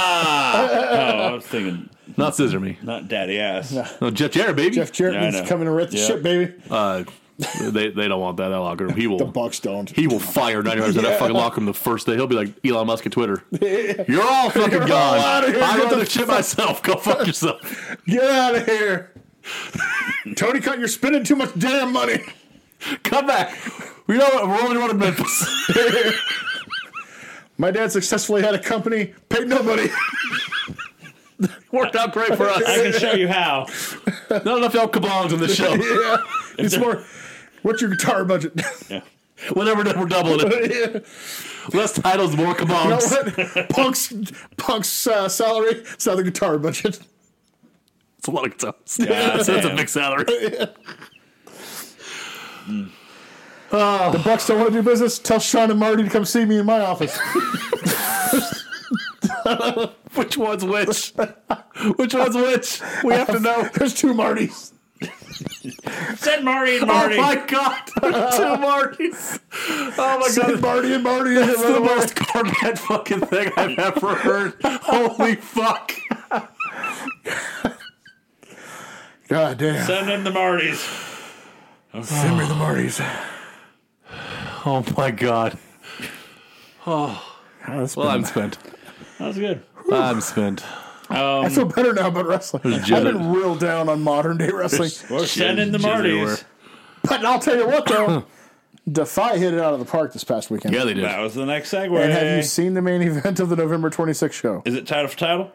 A: oh, I was thinking
B: Not scissor me.
A: not daddy ass.
B: No, Jeff Jarrett, baby.
C: Jeff Jarrett
A: Yeah, I
C: needs
A: know.
C: to come in and wreck the
A: Yeah.
C: shit, baby.
B: Uh, they they don't want that in that locker room. He
C: The
B: will.
C: Bucks don't.
B: He will fire 90 yards of that
C: Yeah.
B: fucking locker room the first day. He'll be like Elon Musk at Twitter. You're all fucking gone.
C: outta here.
B: I'd
C: Get the
B: rather shit myself. Go fuck yourself.
C: Get out of here. Tony Khan, you're spending too much damn money.
B: Come back. We know what? We're only running Memphis.
C: My dad successfully had a company, paid nobody.
B: Worked out great for us.
A: I can show you how.
B: Not enough El Cabones on the show.
C: yeah. It's more, what's your guitar budget?
A: Yeah.
B: Whatever, we're doubling it.
C: Yeah.
B: Less titles, more
C: You know
B: Cabones.
C: what? Punk's, Punk's uh, salary, it's not the guitar budget.
B: It's a lot of titles.
A: God
B: that's, that's a
A: damn.
B: big salary.
C: The Bucks don't want to do business. Tell Sean and Marty to come see me in my office.
B: Which one's which? which one's which? We have to know.
C: There's two Martys.
A: Said Marty and
B: Oh
A: Marty.
B: my god, two Martys. Oh my god,
C: Marty and Marty.
B: that's the most cornet fucking thing I've ever heard. Holy fuck!
C: God damn.
A: Send him the Martys.
C: Send me the Martys.
B: Oh my god. Oh. Well, I'm spent.
A: That was good.
B: I'm spent.
C: I feel better now about wrestling. I've been real down on modern day wrestling.
A: Send in the
B: Jizz everywhere.
A: Martys.
C: But I'll tell you what, though. Defy hit it out of the park this past weekend.
B: Yeah, they did.
A: That was the next segue.
C: And have you seen the main event of the November 26th show?
A: Is it title for title?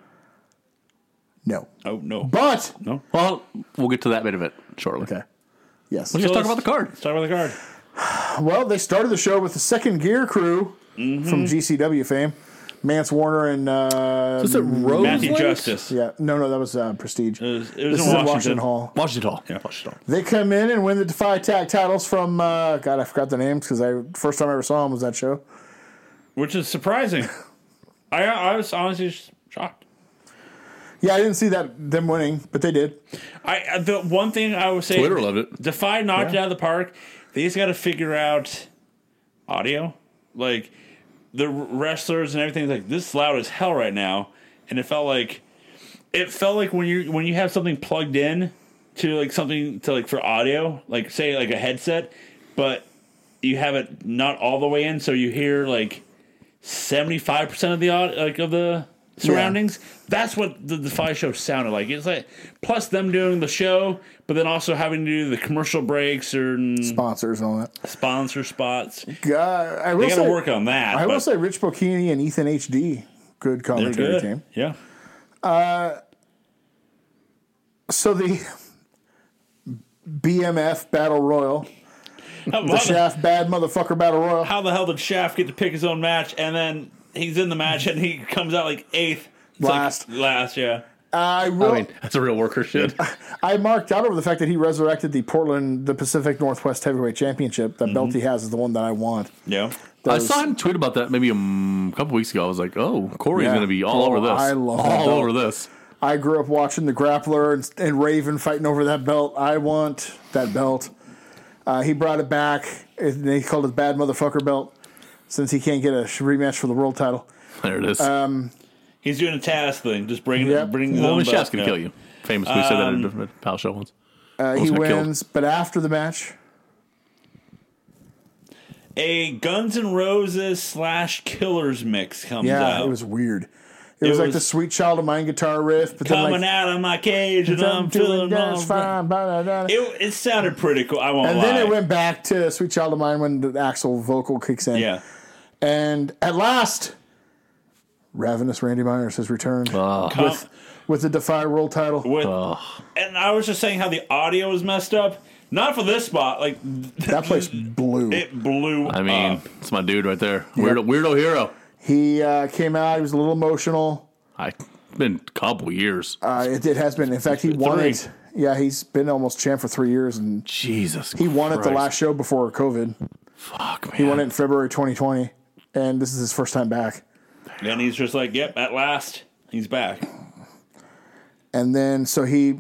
C: No.
A: Oh no.
C: But,
A: no.
B: Well, we'll get to that bit of it shortly.
C: okay. Yes.
B: Let's just talk
A: let's-
B: about the card.
A: Let's talk about the card.
C: Well, they started the show with the second gear crew
A: Mm-hmm.
C: from GCW fame. Mance Warner and uh,
B: Is it Rose?
A: Matthew Justice.
C: yeah, no, no, that was uh, Prestige.
A: It was, it was
C: This is
A: in
C: in
A: Washington.
C: Washington Hall.
B: Washington Hall. Yeah, Washington Hall.
C: They come in and win the Defy Tag titles from uh, God. I forgot the names because I first time I ever saw them was that show.
A: which is surprising. I I was honestly sh- shocked.
C: Yeah, I didn't see that them winning, but they did.
A: I I- the one thing I would say,
B: Twitter loved it.
A: Defy knocked it out of the park. They just got to figure out audio, like the wrestlers and everything. Like this is loud as hell right now, and it felt like it felt like when you when you have something plugged in to like something to like for audio, like say like a headset, but you have it not all the way in, so you hear like seventy five percent of the au- like of the surroundings. That's what the Defy show sounded like. It's like plus them doing the show, but then also having to do the commercial breaks or and
C: Sponsors and all that.
A: sponsor spots.
C: God, I will
A: They got to
C: say,
A: work on that.
C: I will
A: but
C: say Rich Bocchini and Ethan HD, good
A: they're
C: commentary
A: good.
C: team.
A: Yeah,
C: So the BMF Battle Royal,
A: how, how
C: the
A: the-
C: Shaft Bad Motherfucker Battle Royal.
A: how the hell did Shaft get to pick his own match and then he's in the match and he comes out like eighth? It's like
C: Last.
A: last, yeah.
C: I will,
B: I mean, that's a real worker shit.
C: I marked out over the fact that he resurrected the Portland, the Pacific Northwest Heavyweight Championship. That
A: Mm-hmm.
C: belt he has is the one that I want.
A: Yeah.
B: I
C: Those-
B: saw him tweet about that maybe a m- couple weeks ago. I was like, "Oh, Corey's
C: Yeah.
B: going to be all
C: Oh,
B: over this.
C: I love that
B: all
C: belt.
B: over this."
C: I grew up watching the Grappler and, and Raven fighting over that belt. I want that belt. Uh, he brought it back. and They called it Bad Motherfucker Belt since he can't get a sh- rematch for the world title.
B: There it is.
C: Um,
A: He's doing a task thing, just bringing
C: Yep.
A: it, bringing
B: Woman
A: the
B: Shaft's going to kill you. Famously said that in a different pal show once.
C: Uh,
B: Almost
C: he
B: got killed.
C: wins, but after the match,
A: A Guns N' Roses slash Killers mix comes
C: yeah,
A: out.
C: it was weird. It, was, like
A: was-
C: the sweet child of mine guitar riff, but then
A: Coming
C: like
A: out of my cage and I'm,
C: "I'm doing
A: feeling all
C: just
A: right.
C: fine, blah, blah, blah.
A: It, it sounded pretty cool. I won't
C: and
A: lie.
C: then it went back to sweet child of mine when the actual vocal kicks in.
A: Yeah.
C: And at last, Ravenous Randy Myers has returned
B: Oh,
A: Com-
C: with the Defy World title.
A: with, and I was just saying how the audio was messed up. Not for this spot. Like
C: That place blew.
A: it blew.
B: I mean,
A: up.
B: it's my dude right there. Weirdo, weirdo hero.
C: he uh, came out. He was a little emotional.
B: I it's been a couple years.
C: Uh, it, it has been. In fact, he won
B: Three.
C: it. Yeah, he's been almost champ for three years, and
B: Jesus,
C: he won at the last show before COVID.
B: Fuck man,
C: He won it in February 2020, and this is his first time back.
A: and he's just like, "Yep, at last, he's back."
C: And then so he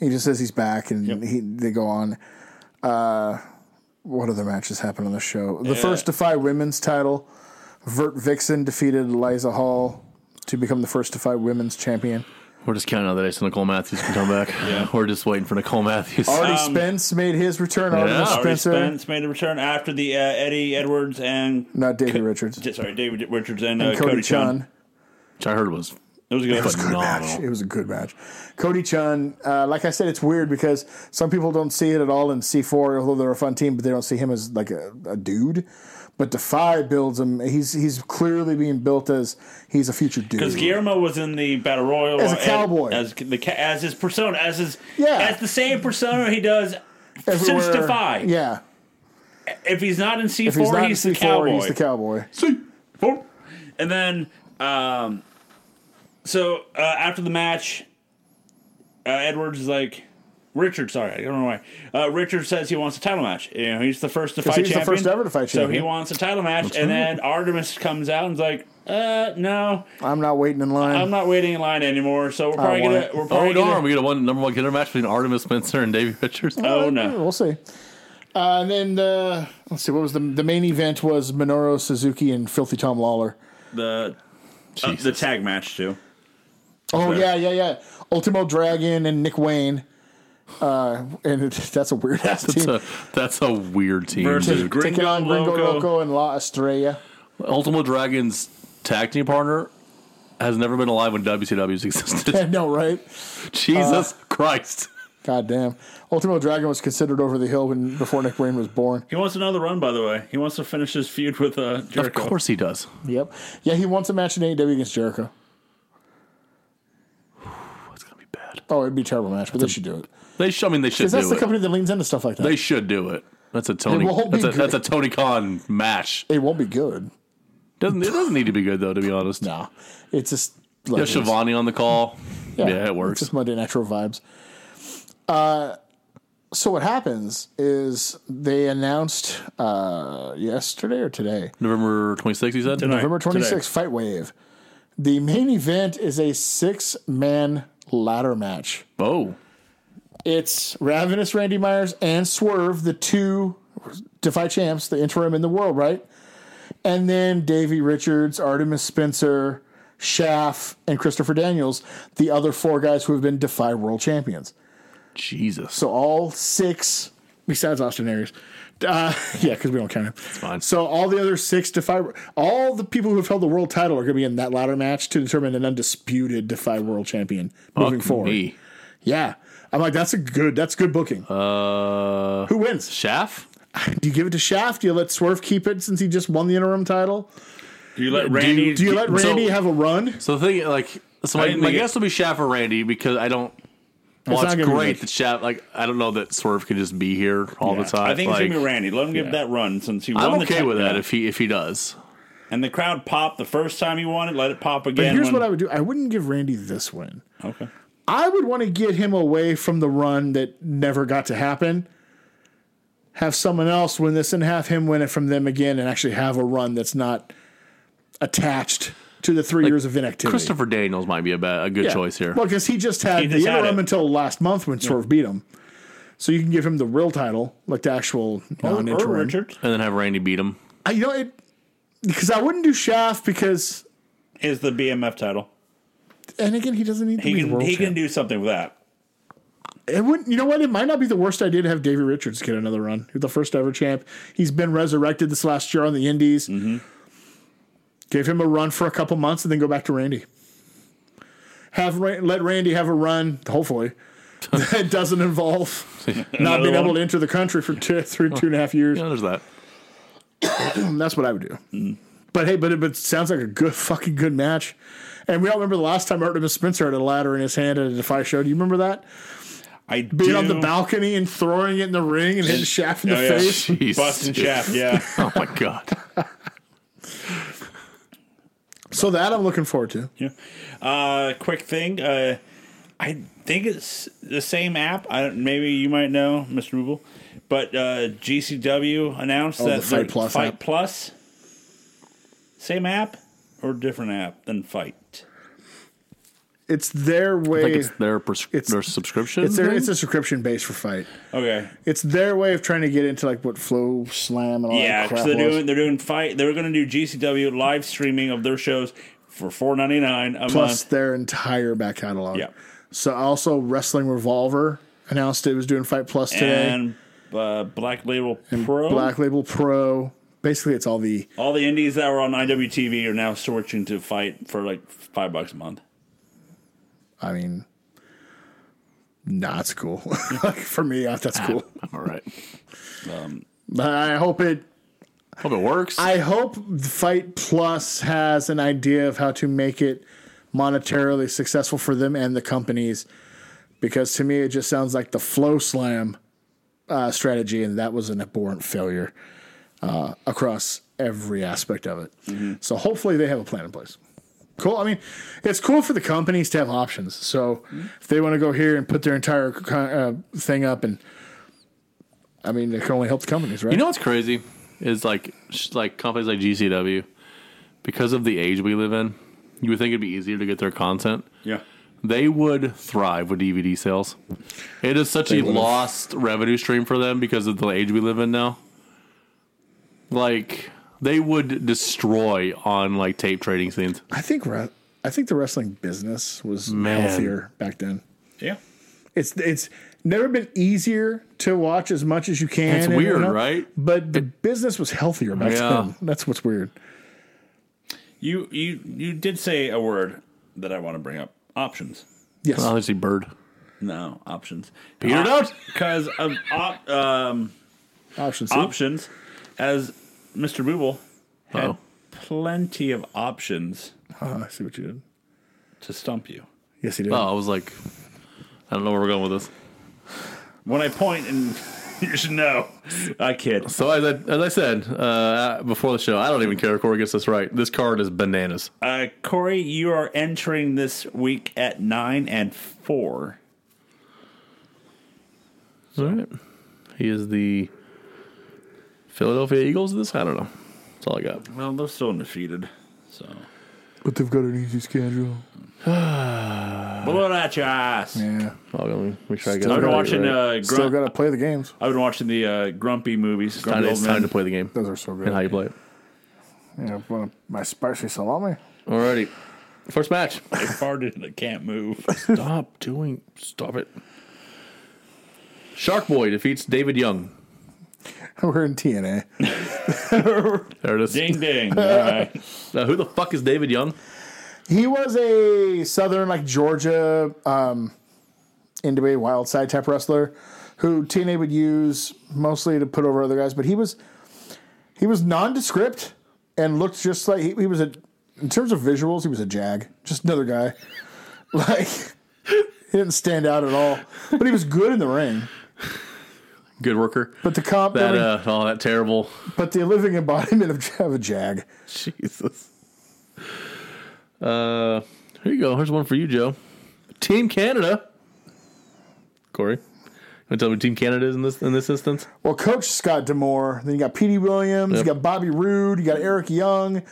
C: he just says he's back, and he they go on. Uh, what other matches happened on the show? The first Defy Women's title. Vert Vixen defeated Liza Hall to become the first Defy Women's champion.
B: We're just counting on the days so Nicole Matthews can come back. We're just waiting for Nicole Matthews.
C: Artie
A: Um,
C: Spence made his return. Artemis
B: Artie
A: Artie
C: Spencer,
A: Spence made a return after the uh, Eddie Edwards and
C: not Davey Richards,
A: J- sorry David Richards and,
C: and
A: uh,
C: Cody,
A: Cody Chun.
C: Chun.
B: Which I heard was
A: It was a good. one.
C: match.
B: phenomenal.
C: It was a good match. Cody Chun, uh, like I said, it's weird because some people don't see it at all in C4, although they're a fun team, but they don't see him as like a, a dude. But Defy builds him. He's he's clearly being built as he's a future
A: Because
C: dude.
A: Guillermo was in the battle royal
C: As a
A: uh,
C: cowboy.
A: as the ca- as his persona, as his
C: Yeah.
A: as the same persona he does since
C: Everywhere-
A: Defy.
C: Yeah.
A: If he's not in C
C: If he's
A: four,
C: not
A: he's,
C: in
A: the
C: C4,
A: cowboy.
C: he's the cowboy.
A: And then, um, so uh, after the match, uh, Edwards is like, Richard, sorry, I don't know why. Uh, Richard says he wants a title match. You know, he's the first to fight
C: he's the
A: champion.
C: first ever to fight
A: So he
C: champion.
A: wants a title match. and then Artemis comes out and's like, uh, no,
C: I'm not waiting in line.
A: I'm not waiting in line anymore. So we're probably
C: want
A: gonna,
C: it.
A: we're probably
B: Oh
A: gonna,
B: darn, we get a one number one contender match between Artemis Spencer and Davey Richards.
A: oh no.
C: We'll see. Uh, and then uh, let's see. What was the the main event? Was Minoru Suzuki and Filthy Tom Lawler?
A: The, uh, the
B: Jesus.
A: tag match too.
C: Oh yeah, yeah, yeah. Ultimo Dragon and Nick Wayne. Uh, and it, that's a weird ass
B: That's
C: team.
B: a that's a weird team.
A: Versus
B: dude.
A: Gringo
C: Taking on Gringo
A: Loco.
C: Loco. and La Estrella.
B: Ultimo Dragon's tag team partner has never been alive when WCW's
C: I
B: existed.
C: know, right? Uh,
B: Jesus Christ.
C: God damn. Ultimo Dragon was considered over the hill when before Nick Wayne was born.
A: He wants another run, by the way. He wants to finish his feud with uh,
B: Of
A: Jericho.
B: course he does.
C: Yep. Yeah, he wants a match in AEW against Jericho.
B: It's gonna be bad.
C: Oh, it'd be a terrible match, but they should do it
B: They should. I mean, they should
C: because
B: do
C: that's the
B: it.
C: company that leans into stuff like that.
B: They should do it. That's a Tony.
C: It won't be
B: That's a,
C: great.
B: that's a Tony Khan match.
C: it won't be good.
B: Doesn't it doesn't need to be good though, to be honest.
C: No, it's just like
B: Yeah, Shivani on the call. Yeah, it
C: It's
B: works.
C: just Monday Night Raw vibes. Uh, so what happens is they announced uh, yesterday or today,
B: November 26th, you said?
C: November
A: Today.
C: 26th, Fight Wave. The main event is a six man ladder match.
B: Oh.
C: It's Ravenous Randy Myers and Swerve, the two Defy champs, the interim and the world, right? And then Davey Richards, Artemis Spencer, Schaff, and Christopher Daniels, the other four guys who have been Defy world champions.
B: Jesus.
C: So all six, besides Austin Aries, uh, yeah, because we don't count him.
B: fine.
C: So all the other six Defy, all the people who have held the world title are going to be in that ladder match to determine an undisputed Defy world champion moving
B: Fuck
C: forward.
B: me.
C: Yeah, I'm like, that's a good, that's good booking.
B: Uh,
C: who wins?
B: Shaft?
C: Do you give it to Shaft? Do you let Swerve keep it since he just won the interim title?
A: Do you let Randy?
C: Do you let
B: So- Oh,
C: Randy have a run?
B: So the thing, like, so my,
A: didn't
B: my
A: think it-
B: guess will be Shaft or Randy because I don't. Well,
C: not
B: it's,
C: gonna be
B: great
C: Randy.
B: that Shaft, like, I don't know that Swerve can just be here all the time.
A: I think it's
B: like,
A: gonna be Randy. Let him give that run since he won
B: I'm
A: the
B: okay
A: tag-
B: with that
A: yeah.
B: if he if he does.
A: and the crowd popped the first time he won it. Let it pop
C: But
A: again.
C: here's
A: when-
C: what I would do. I wouldn't give Randy this win.
A: Okay.
C: I would want to get him away from the run that never got to happen. Have someone else win this and have him win it from them again and actually have a run that's not attached to the three years of inactivity.
B: Christopher Daniels might be a, ba- a good
C: Yeah.
B: choice here.
C: Well, because he just had
A: He just
C: the
A: had
C: interim
A: it.
C: until last month when Swerve beat him. So you can give him the real title, like the actual
A: Or,
C: non
A: or
C: interim.
A: Richard
B: and then have Randy beat him.
C: I- you know it because I wouldn't do Shaft because
A: is the BMF title.
C: and again he doesn't need to
A: He
C: be the
A: can
C: world
A: he
C: champ.
A: can do something with that.
C: It wouldn't you know what? It might not be the worst idea to have Davey Richards get another
A: Mm-hmm.
C: run. He's the first ever champ. He's been resurrected this last year on the Indies. Give him a run for a couple months and then go back to Randy. Have Ra- let Randy have a run, hopefully, that doesn't involve not
A: Another
C: being able
A: one?
C: to enter the country for two, through two and a half years.
B: Yeah, there's that.
C: That's what I would do.
A: Mm.
C: But hey, but it, but it sounds like a good fucking good match. And we all remember the last time Artemis Spencer had a ladder in his hand at a Defy show. Do you remember that?
A: I
C: Being
A: do.
C: on the balcony and throwing it in the ring and hitting Shaft in the
A: Oh, yeah.
C: face.
B: Jeez.
A: Busting shaft, yeah.
B: Oh my god.
C: So that I'm looking forward to.
A: Yeah. Uh, quick thing. Uh, I think it's the same app. I don't, maybe you might know, Mr. Ruble, but uh, GCW announced that
C: Oh, the Fight
A: the
C: Plus
A: Fight
C: app.
A: Plus, same app or different app than Fight.
C: It's their
B: I think
C: way.
B: it's their pres-
C: It's-
B: their subscription.
C: It's their
B: thing?
C: it's a subscription base for fight.
A: Okay.
C: It's their way of trying to get into like what Flow Slam and all
A: Yeah,
C: that
A: 'cause
C: crap.
A: they're
C: was.
A: doing they're doing Fight. They're going to do GCW live streaming of their shows for four ninety nine a
C: plus
A: month.
C: their entire back catalog.
A: Yeah.
C: So also Wrestling Revolver announced it was doing Fight Plus today.
A: And uh, Black Label Pro.
C: Black Label Pro. Basically, it's all the
A: All the indies that were on IWTV are now switching to Fight for like five bucks a month.
C: I mean, nah, it's cool. Like, For me, yeah, that's
A: Ah.
C: cool.
B: All right.
C: But I hope it.
B: Hope it works.
C: I hope Fight Plus has an idea of how to make it monetarily successful for them and the companies, because to me it just sounds like the flow slam uh, strategy, and that was an abhorrent failure uh, across every aspect of it. So hopefully they have a plan in place. cool. I mean, it's cool for the companies to have options. So if they want to go here and put their entire co- uh, thing up, and I mean, it can only help the companies, right?
B: You know what's crazy is like sh- like companies like GCW, because of the age we live in, you would think it'd be easier to get their content.
A: Yeah.
B: They would thrive with DVD sales. It is such a lost revenue stream for them because of the age we live in now. Like they would destroy on like tape trading scenes.
C: I think re- I think the wrestling business was
B: Man.
C: healthier back then.
A: Yeah.
C: It's it's never been easier to watch as much as you can.
B: It's
C: and
B: weird,
C: whatnot,
B: right?
C: But the business was healthier back
B: Yeah.
C: then. That's what's weird.
A: You you you did say a word that I want to bring up. Options.
C: Yes.
B: Obviously, Bird.
A: No, options.
B: Peter out.
A: Because of op, um,
C: Option C.
A: options, as Mr. Booble had
B: Oh.
A: plenty of options
C: Ah, I see what you did.
A: to stump you.
C: Yes, he did.
B: Oh, I was like, I don't know where we're going with this.
A: When I point and you should know. I kid.
B: So as I, as I said uh, before the show, I don't even care if Corey gets this right. This card is bananas.
A: Uh, Corey, you are entering this week at nine and four.
B: All right. He is the Philadelphia Eagles. of This I don't know. That's all I got.
A: Well, they're still undefeated. So
C: But they've got an easy schedule.
A: blow it at your ass.
C: Yeah.
B: I'll go make sure I get.
A: I've
B: it
A: been
B: right,
A: watching
B: right.
A: uh,
C: Still
A: Grunt.
C: got to play the games.
A: I've been watching the uh, Grumpy movies.
B: Time-
A: Grumpy
B: it's
A: Old
B: time
A: Men.
B: to play the game
C: Those are so good.
B: and how you play it.
C: yeah, one of my spicy salami.
B: Alrighty. First match.
A: I farted and I can't move.
B: Stop doing. Stop it. Shark Boy defeats David Young.
C: We're in TNA.
B: There it is.
A: Ding ding. All right.
B: Now, who the fuck is David Young?
C: He was a southern like Georgia um NWA wild side type wrestler who TNA would use mostly to put over other guys, but he was he was nondescript and looked just like he, he was a in terms of visuals, he was a jag. Just another guy. Like he didn't stand out at all. But he was good in the ring.
B: Good worker.
C: But the comp
B: That uh, oh, that terrible.
C: but the living embodiment of, of a jag.
B: Jesus. Uh, here you go. Here's one for you, Joe. Team Canada. Corey, you want to tell me who Team Canada is in this in this instance?
C: Well, Coach Scott Demore. Then you got Petey Williams.
B: Yep.
C: You got Bobby Roode. You got Eric Young,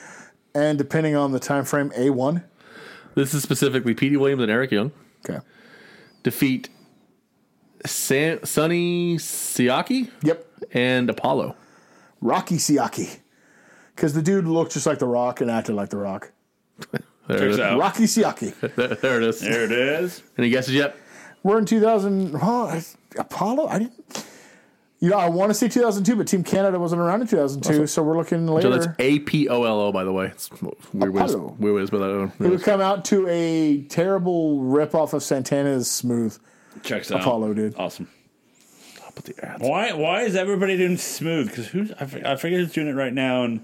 C: and depending on the time frame, a one.
B: This is specifically Petey Williams and Eric Young
C: Okay.
B: defeat Sam, Sonny Siaki
C: Yep.
B: and Apollo.
C: Rocky Siaki, because the dude looked just like The Rock and acted like The Rock.
B: There, it
A: Checks
B: is.
A: out.
C: Rocky Siaki.
B: There- there it is.
A: There it is.
B: Any guesses yet?
C: We're in 2000. Well, I- Apollo. I didn't. You know, I want to see 2002, but Team Canada wasn't around in 2002, so we're looking
B: So
C: later.
B: that's A P O L O, by the way. It's weird way to,
C: Apollo.
B: weird way to spell that.
C: it
B: one.
C: would come out to a terrible ripoff of Santana's Smooth.
A: Checks out.
C: Apollo, dude.
A: Awesome.
B: I'll put the ads.
A: Why Why is everybody doing smooth? Because who's I, f- I forget who's doing it right now in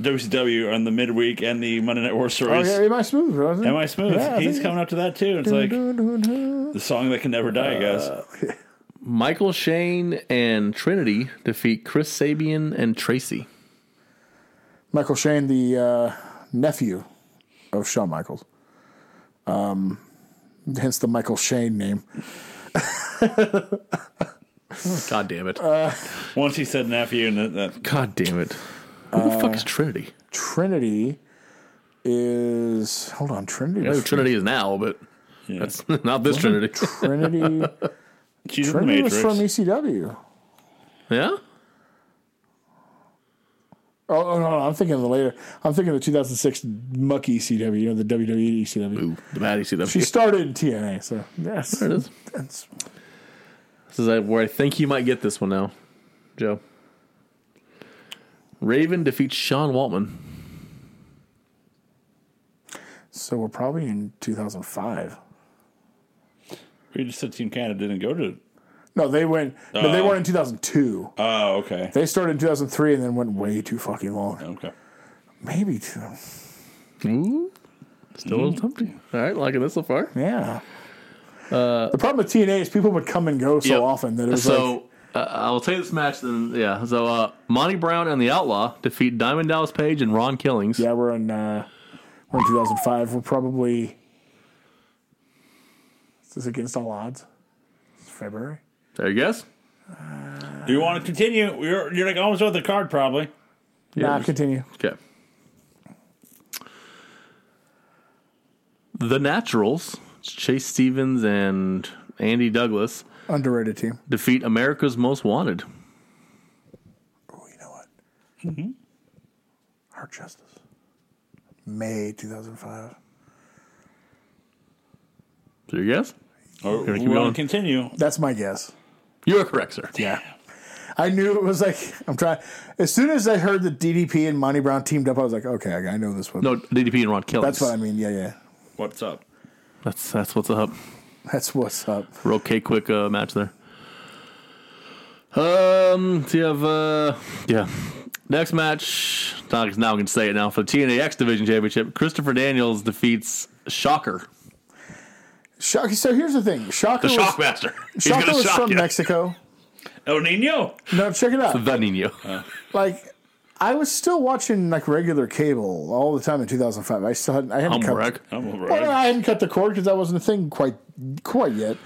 A: WCW on the midweek and the Monday Night War
C: Oh,
A: series.
C: yeah, am I smooth? Wasn't
A: Am I smooth?
C: Yeah, I
A: He's
C: think-
A: coming up to that too. It's like the song that can never die, I guess.
C: Uh,
B: Michael Shane and Trinity defeat Chris Sabian and Tracy.
C: Michael Shane, the uh, nephew of Shawn Michaels. Um, hence the Michael Shane name.
B: God damn it.
A: Once he said nephew, and that, that
B: God damn it. Who the fuck is Trinity?
C: Trinity is hold on, Trinity.
B: I know
C: was-
B: who Trinity is now, but that's not this Trinity.
C: Trinity.
A: she's in the
C: Trinity was
A: Matrix.
C: from E ECW.
B: yeah?
C: Oh, oh, no, no, I'm thinking of the later. I'm thinking of the 2006 muck ECW, you know, the E WWE ECW.
B: Ooh, the bad ECW.
C: She started in TNA, so yes.
B: There it is.
C: That's-
B: This is uh, where I think you might get this one now, Joe. Raven defeats Sean Waltman.
C: So we're probably in 2005.
A: We just said Team Canada didn't go to.
C: No, they went. no,
B: Uh.
C: they
A: Oh.
C: went in 2002.
A: Oh, okay,
C: They started in 2003 and then went way too fucking long.
A: okay.
C: Maybe two.
B: Ooh. Still a little tempting. All right, liking this so far.
C: Yeah. the problem with TNA is people would come and go so
B: Uh, Yep.
C: often that it was like
B: So uh, I will tell you this match. Then yeah. So uh, Monty Brown and the Outlaw defeat Diamond Dallas Page and Ron Killings.
C: Yeah, we're in uh, we're in 2005. We're probably is this against all odds? It's February.
B: There you guess.
A: Do you want to continue? You're you're like almost with the card, probably.
C: Yeah, nah, continue.
B: Okay. The Naturals, Chase Stevens and Andy Douglas
C: Underrated team.
B: defeat America's Most Wanted.
C: Oh, you know what?
B: Mm-hmm.
C: Heart justice. May 2005.
B: There you guess.
A: Or
B: keep
A: we want
B: going.
A: to continue.
C: That's my guess.
B: You are correct, sir.
C: Yeah. I knew it was like I'm trying. As soon as I heard that DDP and Monty Brown teamed up, I was like, okay, I I know this one.
B: No, DDP and Ron Killings.
C: that's what I mean. Yeah, yeah.
A: What's up?
B: That's that's what's up.
C: That's what's up.
B: Real K quick uh, match there. Um, so you have uh, yeah. Next match, now now I can say it now for the TNA X Division Championship. Christopher Daniels defeats Shocker,
C: Shock, so here's the thing. Shocker
B: the
C: was,
B: Shockmaster. He's
C: Shocker
B: gonna
C: was
B: shock
C: from
B: you.
C: Mexico.
A: El Nino.
C: No, check it out.
B: The Nino.
C: like I was still watching like regular cable all the time in 2005. I still hadn't I hadn't cut
B: Humbreck.
A: I'm all right.
C: well, I hadn't cut the cord because that wasn't a thing quite quite yet.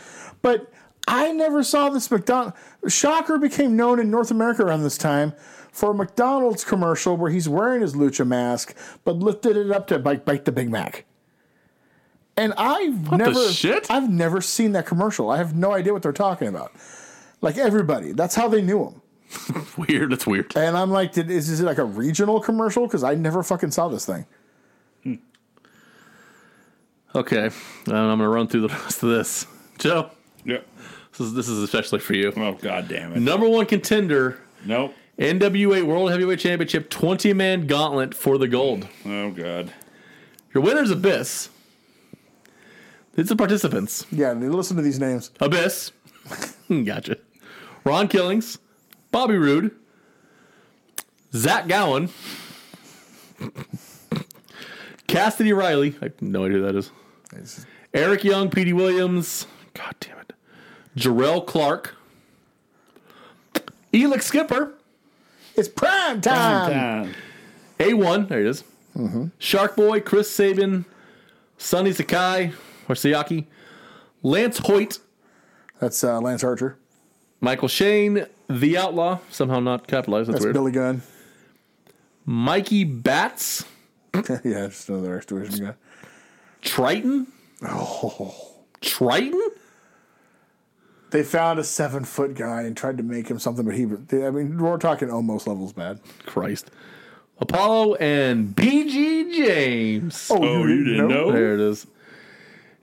C: But I never saw this McDonald Shocker became known in North America around this time for a McDonald's commercial where he's wearing his lucha mask but lifted it up to bite, bite the Big Mac. And I've
B: the
C: never
B: shit?
C: I've never seen that commercial. I have no idea what they're talking about. Like everybody, that's how they knew him.
B: Weird. That's weird.
C: And I'm like, did, is, is it like a regional commercial? Because I never fucking saw this thing.
B: Okay, and I'm gonna run through the rest of this. Joe,
A: Yeah.
B: this is this is especially for you.
A: Oh God damn it.
B: Number one contender,
A: Nope.
B: NWA World Heavyweight Championship, 20 man gauntlet for the gold.
A: Oh God.
B: Your winner's Abyss. It's the participants.
C: Yeah, and listen to these names.
B: Abyss. gotcha. Ron Killings. Bobby Roode. Zach Gowan. Cassidy Riley. I have no idea who that is. Eric Young, Petey Williams. God damn it. Jarrell Clark. Elix Skipper.
C: It's prime time.
A: Time.
B: A1, there it is. Shark Boy, Chris Sabin, Sonny Sakai, or Siaki, Lance Hoyt,
C: That's uh, Lance Archer.
B: Michael Shane, The Outlaw, somehow not capitalized, that's,
C: That's
B: weird.
C: Billy Gunn.
B: Mikey Bats,
C: yeah, just another extortion guy.
B: Triton.
C: Oh.
B: Triton?
C: They found a seven foot guy and tried to make him something, but he, I mean, we're talking almost levels bad.
B: Christ. Apollo and BG James.
A: Oh, you didn't know?
B: There it is.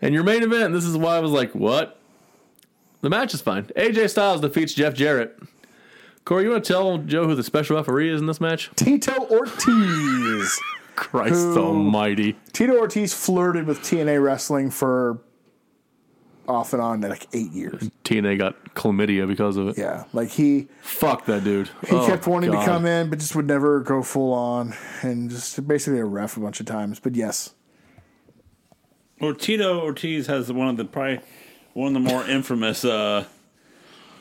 B: And your main event, this is why I was like, what? The match is fine. AJ Styles defeats Jeff Jarrett. Corey, you want to tell Joe who the special referee is in this match?
C: Tito Ortiz.
B: Christ Almighty!
C: Tito Ortiz flirted with TNA wrestling for off and on like eight years.
B: TNA got chlamydia because of it.
C: Yeah, like he
B: Fuck that dude. Oh,
C: he
A: Oh,
C: kept wanting to come in, but just would never go full on, and just basically a ref a bunch of times. But yes,
A: Or Tito Ortiz has one of the probably one of the more infamous uh,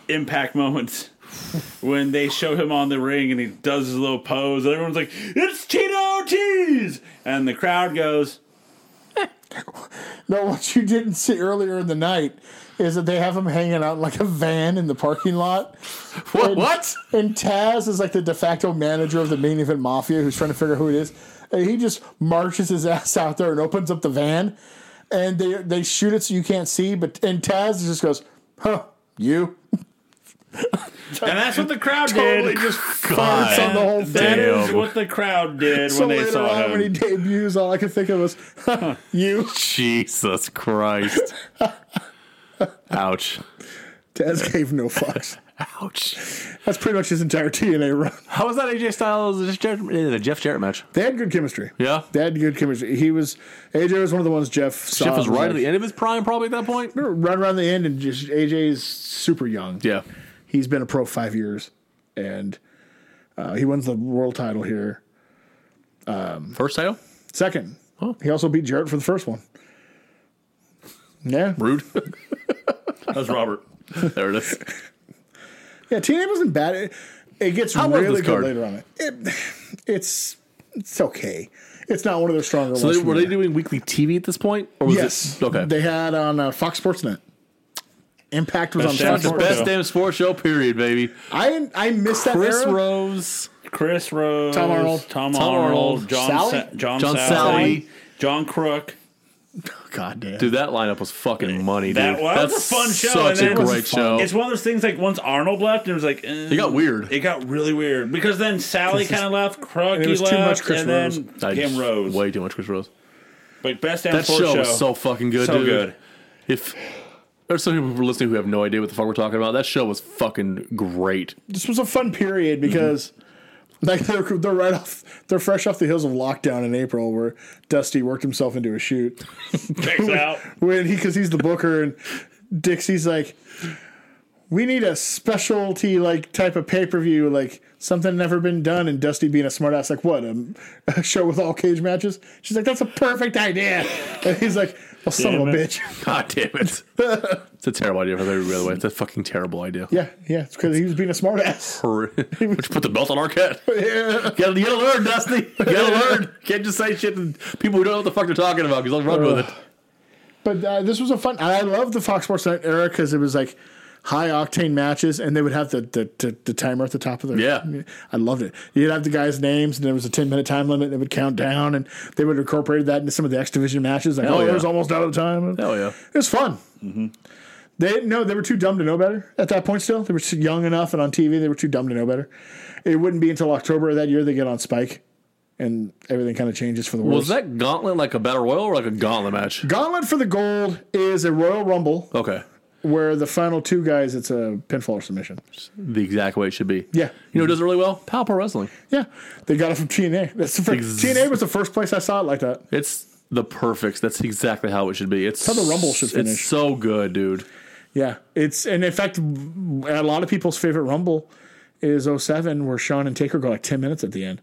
A: impact moments when they show him on the ring and he does his little pose and everyone's like, "It's Tito Ortiz!" and the crowd goes,
C: no. What you didn't see earlier in the night is that they have him hanging out in like a van in the parking lot.
B: What? what?
C: And Taz is like the de facto manager of the main event mafia who's trying to figure out who it is. And he just marches his ass out there and opens up the van. And they they shoot it so you can't see, but and Taz just goes, Huh, you?
A: and that's what the crowd
C: Totally
A: did.
C: just
B: God
C: farts on the whole
A: That
C: thing.
A: is
B: Damn.
A: what the crowd did
C: So
A: when they
C: later
A: saw
C: on
A: him.
C: when he debuts, all I could think of was huh, you.
B: Jesus Christ! Ouch!
C: Taz gave no fucks.
B: Ouch!
C: That's pretty much his entire TNA run.
B: How was that AJ Styles Jeff Jarrett- eh, the Jeff Jarrett match?
C: They had good chemistry.
B: Yeah.
C: They had good chemistry. He was AJ was one of the ones Jeff saw.
B: Jeff was
C: and
B: right at
C: like,
B: the end of his prime, probably at that point.
C: Right around the end, and just AJ's super young.
B: Yeah.
C: he's been a pro five years, and uh, he wins the world title here.
B: First title.
C: Second,
B: Huh.
C: he also beat Jarrett for the first one. Yeah,
B: Rude.
A: That's Robert.
B: there it is.
C: yeah. TNA wasn't bad. It, it gets
B: How was
C: really
B: this
C: good
B: card?
C: later on. It, it's it's okay. It's not one of their stronger
B: So
C: ones.
B: they,
C: from
B: were they
C: there.
B: doing weekly TV at this point, or was
C: yes,
B: it okay?
C: They had on uh, Fox Sports Net. Impact was
A: Best
C: on
A: damn
C: Fox
B: the
A: sports
C: Sports.
B: best
A: show.
B: damn sports show, period, baby.
C: I I missed that
B: Chris
C: era.
B: Rose,
A: Chris Rose,
C: Tom Arnold.
A: Tom,
B: Tom
A: Arnold,
B: Arnold.
A: John,
C: Sally?
A: Sa- John,
B: John
A: Sally,
B: Sally.
A: John Crook.
C: God damn.
B: dude, that lineup was fucking money.
A: That
B: dude.
A: was
B: That's
A: a fun show, and
B: Such
A: then
B: a
A: it was
B: great
C: fun.
B: show.
A: It's one of those things like once Arnold left, it was like eh, it
B: got weird.
A: It got really weird because then Sally kind of left, Crook
C: it
A: he
C: was too much
A: left,
C: Chris
A: and
C: Rose.
A: then
B: I
A: Cam
B: just-
A: Rose.
B: way too much Chris Rose.
A: But best damn
B: That
A: sports
B: show
A: show,
B: was so fucking good,
A: So
B: dude.
A: good.
B: If there's some people who are listening who have no idea what the fuck we're talking about, that show was fucking great.
C: this was a fun period because like they're they're right off they're fresh off the heels of lockdown in April where Dusty worked himself into a shoot
A: Checks out.
C: when he because he's the booker and Dixie's like we need a specialty like type of pay per view like something never been done and Dusty being a smartass like what a, a show with all cage matches she's like that's a perfect idea and he's like well son of a
A: Damn it.
C: bitch
B: God damn it. it's a terrible idea for everybody, by the way. It's a fucking terrible idea.
C: yeah yeah it's because he was being a smartass
B: Hor- Would you put the belt on Arquette?
C: yeah.
B: You gotta, you gotta learn, Dusty. You gotta learn. Can't just say shit to people who don't know what the fuck they're talking about because they'll run with it.
C: But uh, this was a fun. I love the Fox Sports Night era because it was like high octane matches, and they would have the the, the, the timer at the top of their
B: Yeah.
C: I loved it. You'd have the guys' names, and there was a ten minute time limit. And it would count down, and they would incorporate that into some of the X Division matches. Like,
B: Hell
C: oh,
B: yeah.
C: it was almost out of time.
B: Hell yeah. Mm-hmm.
C: It was fun. They didn't know they were too dumb to know better at that point. Still, they were too young enough, and on TV, they were too dumb to know better. It wouldn't be until October of that year they get on Spike, and everything kind of changes for the worse.
B: Was that gauntlet like a battle royal or like a gauntlet match?
C: Gauntlet for the Gold is a Royal Rumble.
B: Okay.
C: where the final two guys, it's a pinfall or submission.
B: The exact way it should be.
C: Yeah.
B: You know who does it really well? Pal Pro Wrestling.
C: Yeah, they got it from TNA. That's the
B: Ex-
C: first, TNA was the first place I saw it like that.
B: It's the perfect. That's exactly how it should be. It's
C: how the Rumble should
B: It's
C: finish.
B: so good, dude.
C: Yeah, it's and in fact, a lot of people's favorite Rumble is 07 where Sean and Taker go like 10 minutes at the end.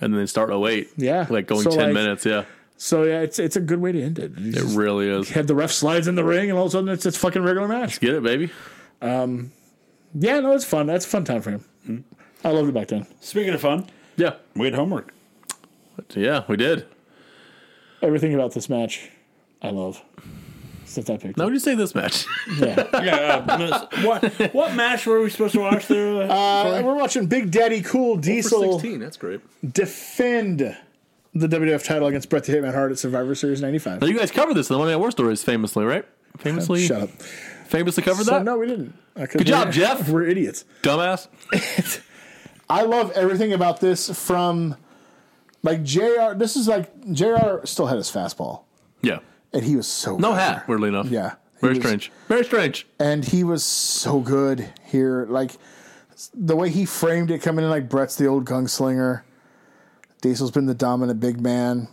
B: And then they start 08.
C: Yeah.
B: Like going
C: So,
B: 10
C: like-
B: minutes. Yeah.
C: So yeah, it's it's a good way to end it. You
B: It
C: just
B: really is.
C: Have the ref slides in the ring, and all of a sudden it's it's fucking regular match.
B: Get it, baby.
C: Yeah, no, it's fun. That's a fun time frame.
B: Mm-hmm.
C: I loved it back then.
A: Speaking of fun,
B: Yeah.
A: we had homework.
B: Yeah, we did.
C: Everything about this match, I love. Except that picture.
B: Now, would you say this match?
C: Yeah.
A: Yeah. uh, miss- what what match were we supposed to watch there? Uh,
C: Uh, we're watching Big Daddy Cool Diesel.
B: That's great.
C: defend the WWF title against Bret the Hitman Hart at Survivor Series
B: Now,
C: '95.
B: you guys covered this in the Monday Night War stories famously, right? Famously,
C: Shut up.
B: famously covered
C: So
B: that.
C: no, we didn't. Uh, 'cause
B: Good job,
C: we're-
B: Jeff.
C: We're idiots.
B: Dumbass.
C: I love everything about this from like JR. This is like JR still had his fastball,
B: Yeah.
C: and he was so
B: No
C: good.
B: hat, weirdly enough.
C: Yeah,
B: Very
C: was-
B: strange. Very strange.
C: and he was so good here. Like the way he framed it, coming in like Brett's the old gunslinger. Diesel's been the dominant big man.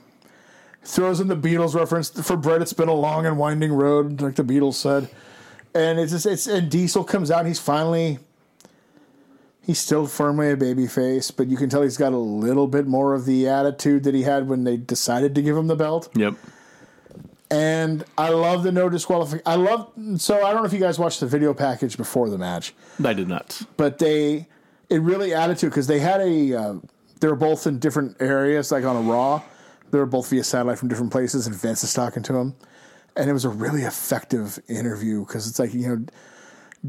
C: Throws in the Beatles reference for Brett. It's been a long and winding road, like the Beatles said. And it's just it's and Diesel comes out. And he's finally he's still firmly a baby face, but you can tell he's got a little bit more of the attitude that he had when they decided to give him the belt
B: Yep.
C: and I love the no disqualification. I love so I don't know if you guys watched the video package before the match,
B: I did not.
C: but they it really added to because they had a uh, they were both in different areas, like on a Raw. They were both via satellite from different places, and Vince is talking to him, and it was a really effective interview because it's like you know.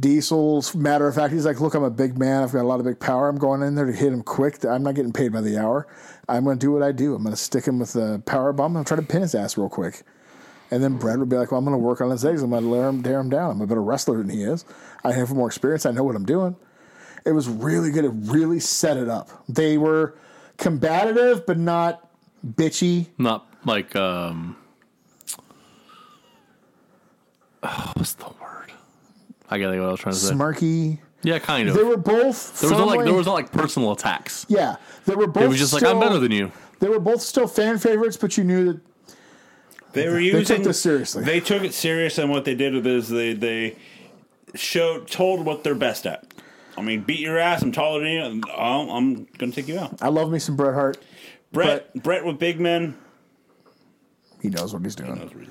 C: Diesel's matter of fact, he's like, Look, I'm a big man. I've got a lot of big power. I'm going in there to hit him quick. I'm not getting paid by the hour. I'm going to do what I do. I'm going to stick him with the power bomb. I'm going to try to pin his ass real quick. And then Brad would be like, Well, I'm going to work on his eggs. I'm going to let him tear him down. I'm a better wrestler than he is. I have more experience. I know what I'm doing. It was really good. It really set it up. They were combative, but not bitchy.
B: Not like um oh, what's the word? I gotta think what I was trying to say.
C: Smirky.
B: Yeah, kind of.
C: They
B: There
C: were both.
B: was no, like
C: firmly-
B: there was no, like personal attacks.
C: yeah, they were both.
B: It was just like I'm
C: still-
B: better than you.
C: They were both still fan favorites, but you knew that
A: They were using
C: this seriously.
A: They took it serious, and what they did with is they they showed told what they're best at. I mean, beat your ass. I'm taller than you. and I'm, I'm gonna take you out.
C: I love me some Bret Hart.
A: Brett, Brett with big men.
C: He knows what he's doing.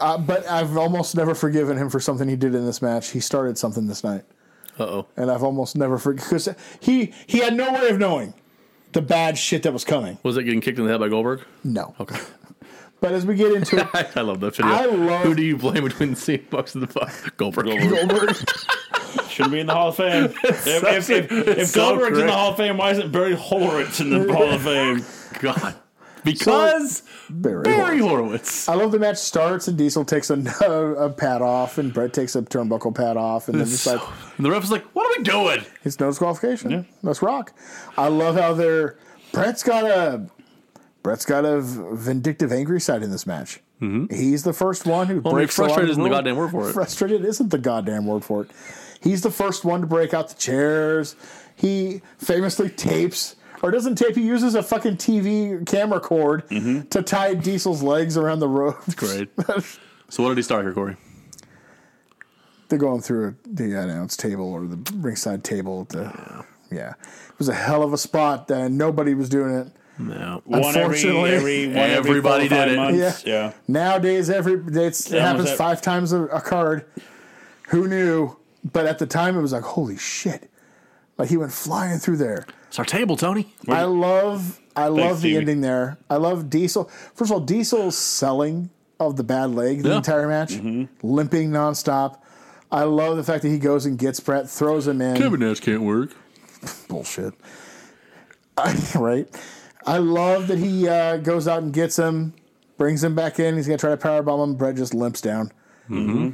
C: Uh, but I've almost never forgiven him for something he did in this match. He started something this night.
B: Uh oh.
C: and I've almost never forgot because he he had no way of knowing the bad shit that was coming.
B: Was it getting kicked in the head by Goldberg?
C: No,
B: Okay.
C: but as we get into it,
B: I love that video.
C: I love-
B: Who do you blame between CM Bucks and the fuck? Goldberg.
C: Goldberg,
A: Shouldn't be in the Hall of Fame. if if, if, if
B: so
A: Goldberg's in
B: correct.
A: the Hall of Fame, why isn't Barry Horowitz in the Hall of Fame?
B: God. Because
C: Barry.
B: Barry
C: Horowitz.
B: Horowitz.
C: I love the match starts and Diesel takes a, a pat off and Brett takes a turnbuckle pat off and then it's like
B: And the ref is like, what are we doing?
C: it's no disqualification. Let's rock. I love how they're Brett's got a Brett's got a vindictive, angry side in this match. He's the first one who
B: Mm-hmm. I mean,
C: breaks. a lot of
B: frustrated isn't the
C: rules.
B: goddamn word for it.
C: Frustrated isn't the goddamn word for it. He's the first one to break out the chairs. He famously tapes or doesn't tape. He uses a fucking TV camera cord to tie Diesel's legs around the ropes.
B: Mm-hmm. Great. so what did he start here, Corey?
C: They're going through the announce table or the ringside table. At the, yeah. It was a hell of a spot, and nobody was doing it.
B: No.
A: One every,
C: Unfortunately.
A: every, one every
B: Everybody
A: four or
B: did
A: five
B: it.
A: months.
C: Yeah.
A: yeah.
C: Nowadays, every it's, it
A: Yeah,
C: happens
A: almost ev-
C: five times a, a card. Who knew? But at the time, it was like, holy shit! Like he went flying through there.
B: It's our table, Tony.
C: I love, I love the
A: Stevie.
C: ending there. I love Diesel. First of all, Diesel's selling of the bad leg the
B: Yeah.
C: entire match, limping nonstop. I love the fact that he goes and gets Brett, throws him in.
B: Nash can't work.
C: bullshit. right? I love that he uh, goes out and gets him, brings him back in. He's going to try to powerbomb him. Brett just limps down.
A: Mm-hmm.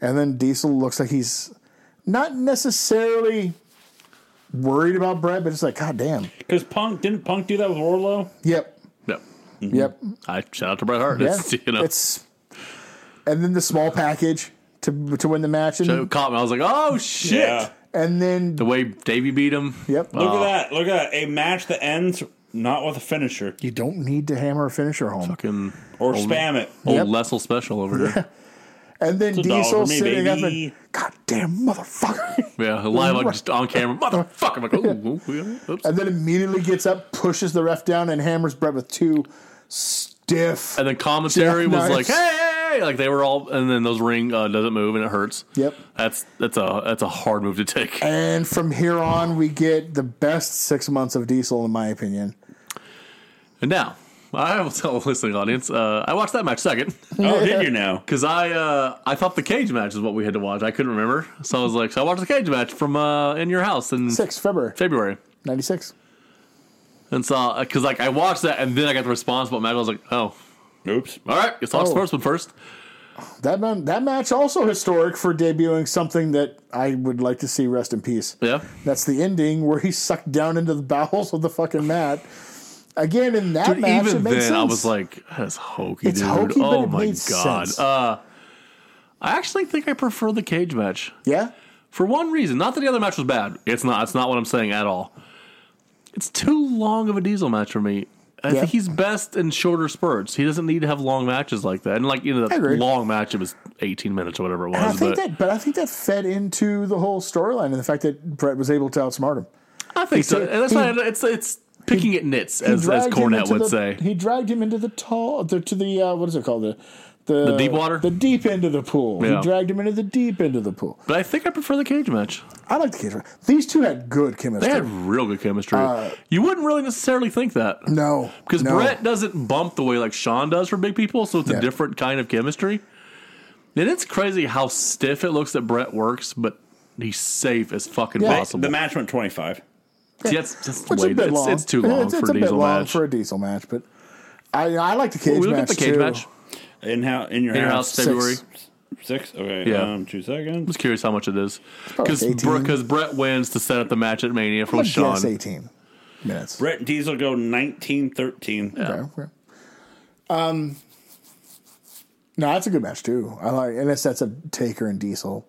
C: And then Diesel looks like he's not necessarily worried about Brett, but it's like, God damn.
A: Because Punk didn't Punk do that with Warlow?
C: Yep.
B: No.
A: Mm-hmm.
C: Yep.
B: I shout out to Bret Hart.
C: Yeah.
B: It's, you know,
C: It's and then the small package to to win the match and,
B: it caught me. I was like, oh shit.
A: Yeah.
C: and then
B: The way Davey beat him.
C: yep.
A: Look at that. Look at that. A match that ends not with a finisher
C: You don't need to hammer a finisher home.
B: Fucking
A: or spam it.
B: old
C: Yep.
B: Lessel special over here.
C: And then
A: a dollar
C: Diesel
A: for me,
C: sitting
A: baby.
C: up and goddamn motherfucker.
B: Yeah, live on, just on camera. Motherfucker. I'm like, ooh, ooh, ooh, oops.
C: and then immediately gets up, pushes the ref down, and hammers Brett with two stiff.
B: And then commentary
C: Yeah,
B: was
C: no,
B: like,
C: it's-
B: hey, like they were all, and then those ring uh, doesn't move and it hurts.
C: Yep.
B: That's that's a that's a hard move to take.
C: And from here on, we get the best six months of Diesel, in my opinion.
B: And now, I will tell the listening audience, uh, I watched that match second
A: Oh, did you now?
B: because I uh, I thought the cage match is what we had to watch. I couldn't remember, so I was like, so I watched the cage match from uh, in your house in
C: Six February
B: February,
C: '96.
B: and so because like I watched that and then I got the response, but Matt was like, oh,
A: Oops.
B: all right, let's watch the
C: Oh.
B: first one first.
C: That man, that match also historic for debuting something that I would like to see rest in peace.
B: Yeah,
C: That's the ending where he's sucked down into the bowels of the fucking mat. Again, in that
B: Dude,
C: match,
B: even
C: it
B: then
C: makes sense.
B: I was like, that's hokey,
C: It's
B: dude.
C: hokey, but
B: oh
C: it
B: my
C: made
B: god.
C: sense.
B: Uh, I actually think I prefer the cage match
C: Yeah.
B: for one reason. Not that the other match was bad. It's not. It's not what I'm saying at all. It's too long of a diesel match for me. I
C: Yeah.
B: think he's best in shorter spurts. He doesn't need to have long matches like that. And like you know, that
C: agree.
B: long match it was 18 minutes or whatever it was.
C: And I
B: but
C: think that, but I think that fed into the whole storyline and the fact that Brett was able to outsmart him.
B: I think so.
C: said-
B: And that's
C: he-
B: why it's it's picking at nits
C: He
B: as, as
C: dragged him
B: Cornette
C: into
B: would
C: the-
B: say.
C: He dragged him into the tall, the, to the uh, what is it called the the,
B: The deep water?
C: the deep end of the pool.
B: Yeah.
C: He dragged him into the deep end of the pool.
B: But I think I prefer the cage match.
C: I like the kids. These two had good
B: They
C: chemistry.
B: had real good chemistry. you wouldn't really necessarily think that.
C: no,
B: Because
C: Uh, no.
B: Brett doesn't bump the way like Sean does for big people, so it's a different kind of chemistry. And it's crazy how stiff it looks that Brett works, but he's safe as fucking
C: Yeah.
B: possible.
A: The match went 25.
B: Yeah, it's, it's,
C: Which
B: way,
C: is a bit
B: it's,
C: long.
B: it's too long
C: It's,
B: for
C: it's
B: a diesel
C: bit long
B: match.
C: for a diesel match, but I I like the cage
B: we look
C: match
B: at the cage
C: too.
B: match
A: In how in your
B: in your house
A: house,
B: February.
A: six. Okay,
B: Yeah.
A: um, two seconds.
B: I'm just curious how much it is
C: probably
B: because
C: like 18.
B: because Brett wins to set up the match at Mania from
C: I'd
B: Sean.
C: guess eighteen minutes.
A: Brett and Diesel go 19 13.
C: Okay, okay. Um, no, that's a good match too. I like, and it's that's a Taker and Diesel.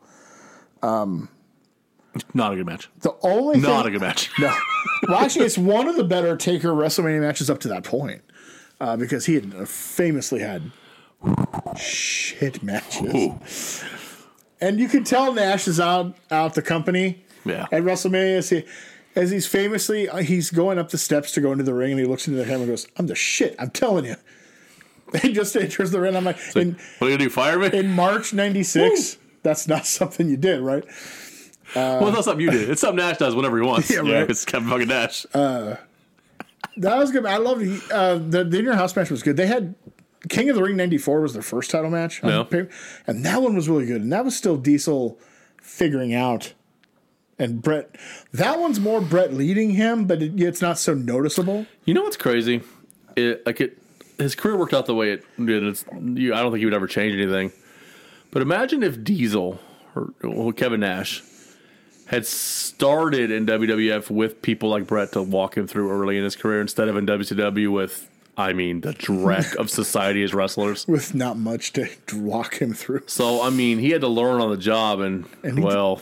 B: Not a good match.
C: The only
B: Not a
C: thing,
B: good match.
C: No. Well, actually, it's one of the better Taker WrestleMania matches up to that point uh, because he had famously had shit matches. And you can tell Nash is out out the company
B: Yeah.
C: at WrestleMania. As, he, as he's famously, uh, he's going up the steps to go into the ring and he looks into the camera and goes, I'm the shit, I'm telling you. He just enters the ring. I'm like,
B: Like,
C: in,
B: what are you gonna do? Fire me?
C: in March 96, that's not something you did, right?
B: well, that's something you do. It's something Nash does whenever he wants. yeah,
A: right.
B: It's Kevin fucking Nash.
C: That was good. I loved uh, the the in your house match was good. They had King of the Ring '94 was their first title match, on
B: Yeah.
C: paper, and that one was really good. And that was still Diesel figuring out and Brett. That one's more Brett leading him, but it, it's not so noticeable.
B: you know what's crazy? It, like it, his career worked out the way it did. It's, you, I don't think he would ever change anything. But imagine if Diesel or well, Kevin Nash had started in WWF with people like Brett to walk him through early in his career instead of in WCW with, I mean, the dreck of society as wrestlers.
C: With not much to walk him through.
B: So I mean, he had to learn on the job, and,
C: he-
B: well,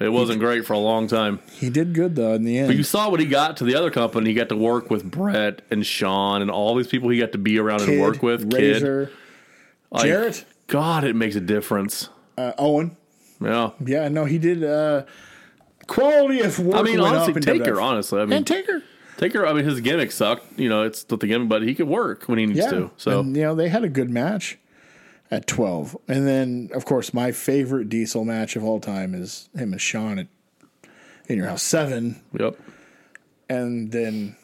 B: it wasn't great for a long time.
C: He did good though in the end.
B: But you saw what he got to the other company. He got to work with Brett and Sean and all these people he got to be around and
C: Kid,
B: work with. Kid,
C: Razor,
B: Like,
C: Jarrett.
B: God, it makes a difference.
C: uh, Owen.
B: Yeah,
C: Yeah, no, he did. Uh, quality of work.
B: I mean,
C: went
B: honestly,
C: up in
B: Taker.
C: WWF.
B: Honestly, I mean,
C: and Taker.
B: Taker. I mean, his gimmick sucked. You know, it's not the gimmick, but he could work when he needs
C: Yeah.
B: to. So
C: and, you know, they had a good match at 12. And then, of course, my favorite diesel match of all time is him and Sean at In Your House 7.
B: yep.
C: And then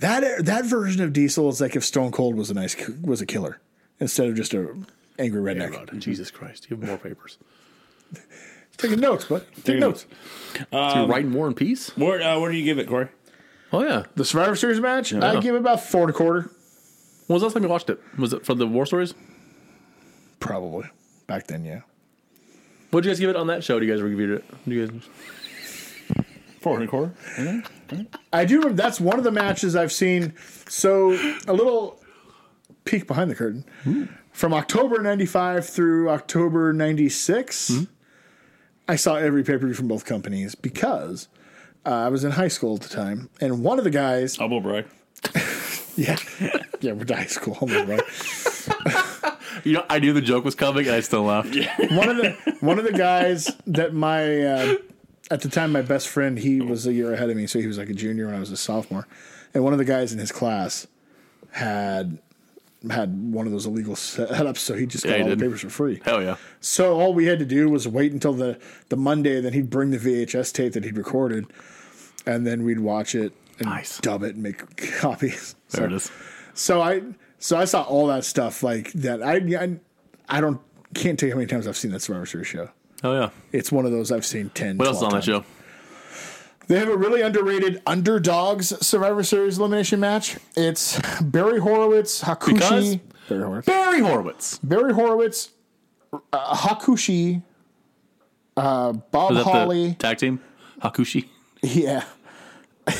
C: that that version of Diesel is like if Stone Cold was a nice was a killer instead of just a angry redneck.
B: Jesus Christ, you have more papers.
C: Taking notes, but
A: Taking
C: taking notes. Um,
B: so you're writing more in peace.
A: What, uh, what do you give it, Corey?
B: Oh yeah.
C: The Survivor Series match, I give it about four and a quarter,
B: When was the last time you watched it? Was it from the War Stories?
C: probably back then. Yeah,
B: What'd you guys give it on that show? Do you guys reviewed it? Do you guys?
A: Four and a quarter.
C: I do remember that's one of the matches I've seen. So a little peek behind the curtain from October '95 through October '96. I saw every pay per view from both companies because uh, I was in high school at the time, and one of the guys
A: Double brag.
C: yeah, yeah, we're in high school, hold on, right?
B: You know, I knew the joke was coming, and I still laughed.
C: one of the one of the guys that my uh, at the time my best friend he was a year ahead of me, so he was like a junior when I was a sophomore, and one of the guys in his class had had one of those illegal setups, so he just got
B: Yeah, he
C: all
B: did.
C: the papers for free.
B: Hell yeah!
C: So all we had to do was wait until the the Monday, and then he'd bring the VHS tape that he'd recorded, and then we'd watch it and
B: Nice.
C: dub it and make copies.
B: There
C: So-
B: it is.
C: so I so I saw all that stuff like that. I I, I don't can't tell you how many times I've seen that Survivor Series show.
B: Hell yeah!
C: It's one of those I've seen ten.
B: What else is
C: 12
B: on that
C: times.
B: show?
C: They have a really underrated underdogs Survivor Series elimination match. It's Barry Horowitz, Hakushi,
B: Because-
C: Barry Horowitz,
B: Barry Horowitz.
C: Barry Horowitz, uh, Hakushi, uh, Bob
B: Was that the
C: Holly,
B: tag team? Hakushi.
C: yeah,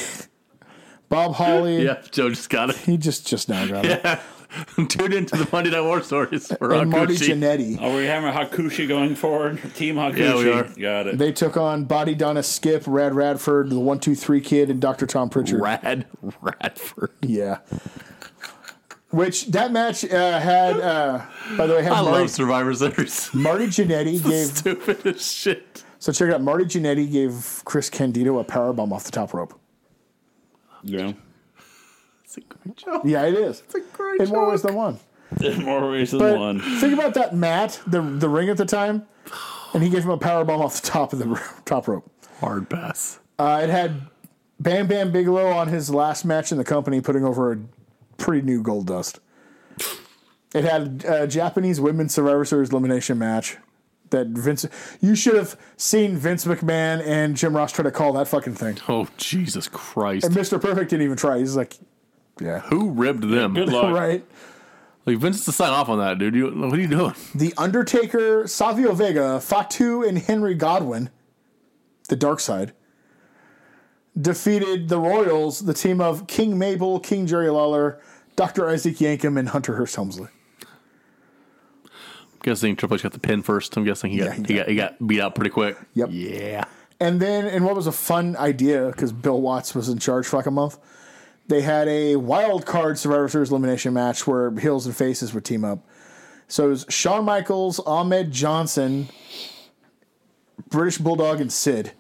C: Bob Holly.
B: Yeah, Joe just got it.
C: He just just now got it.
B: Tune into the Monday Night War Stories for
C: and Marty
B: Akushi.
C: Jannetty.
A: Are we having Hakushi going forward? Team Hakushi.
B: Yeah, we are.
A: Got it.
C: They took on Body Donna Skip, Rad Radford, the One Two Three Kid, and Doctor Tom Pritchard.
B: Rad Radford.
C: Yeah. Which that match uh, had, uh, by the way, had
B: I love
C: Marty,
B: Survivor Series.
C: Marty Jannetty gave.
B: Stupid as shit.
C: So check it out. Marty Jannetty gave Chris Candido a power bomb off the top rope.
A: Yeah.
B: It's a great joke.
C: Yeah, it is.
B: It's a great
C: In more
B: joke.
C: ways than one.
A: More reason
C: But
A: than one.
C: think about that, Matt, the the ring at the time, and he gave him a power bomb off the top of the ro- top rope.
B: Hard pass.
C: Uh, it had Bam Bam Bigelow on his last match in the company, putting over a pretty new gold dust. It had a Japanese women's Survivor Series elimination match that Vince. You should have seen Vince McMahon and Jim Ross try to call that fucking thing.
B: Oh, Jesus Christ.
C: And Mr. Perfect didn't even try. He's like, yeah,
B: Who ribbed them?
A: Good luck.
C: right.
B: Like, Vince to sign off on that, dude. You, what are you doing?
C: The Undertaker, Savio Vega, Fatu, and Henry Godwin, the Dark Side, defeated the Royals, the team of King Mabel, King Jerry Lawler, Dr. Isaac Yankum, and Hunter Hearst Helmsley.
B: I'm guessing Triple H got the pin first. I'm guessing he got,
C: Yeah, he
B: he, got he got beat out pretty quick.
C: Yep.
B: Yeah.
C: And then, and what was a fun idea, because Bill Watts was in charge for like a month, they had a wild card Survivor Series elimination match where heels and faces would team up. So it was Shawn Michaels, Ahmed Johnson, British Bulldog, and Sid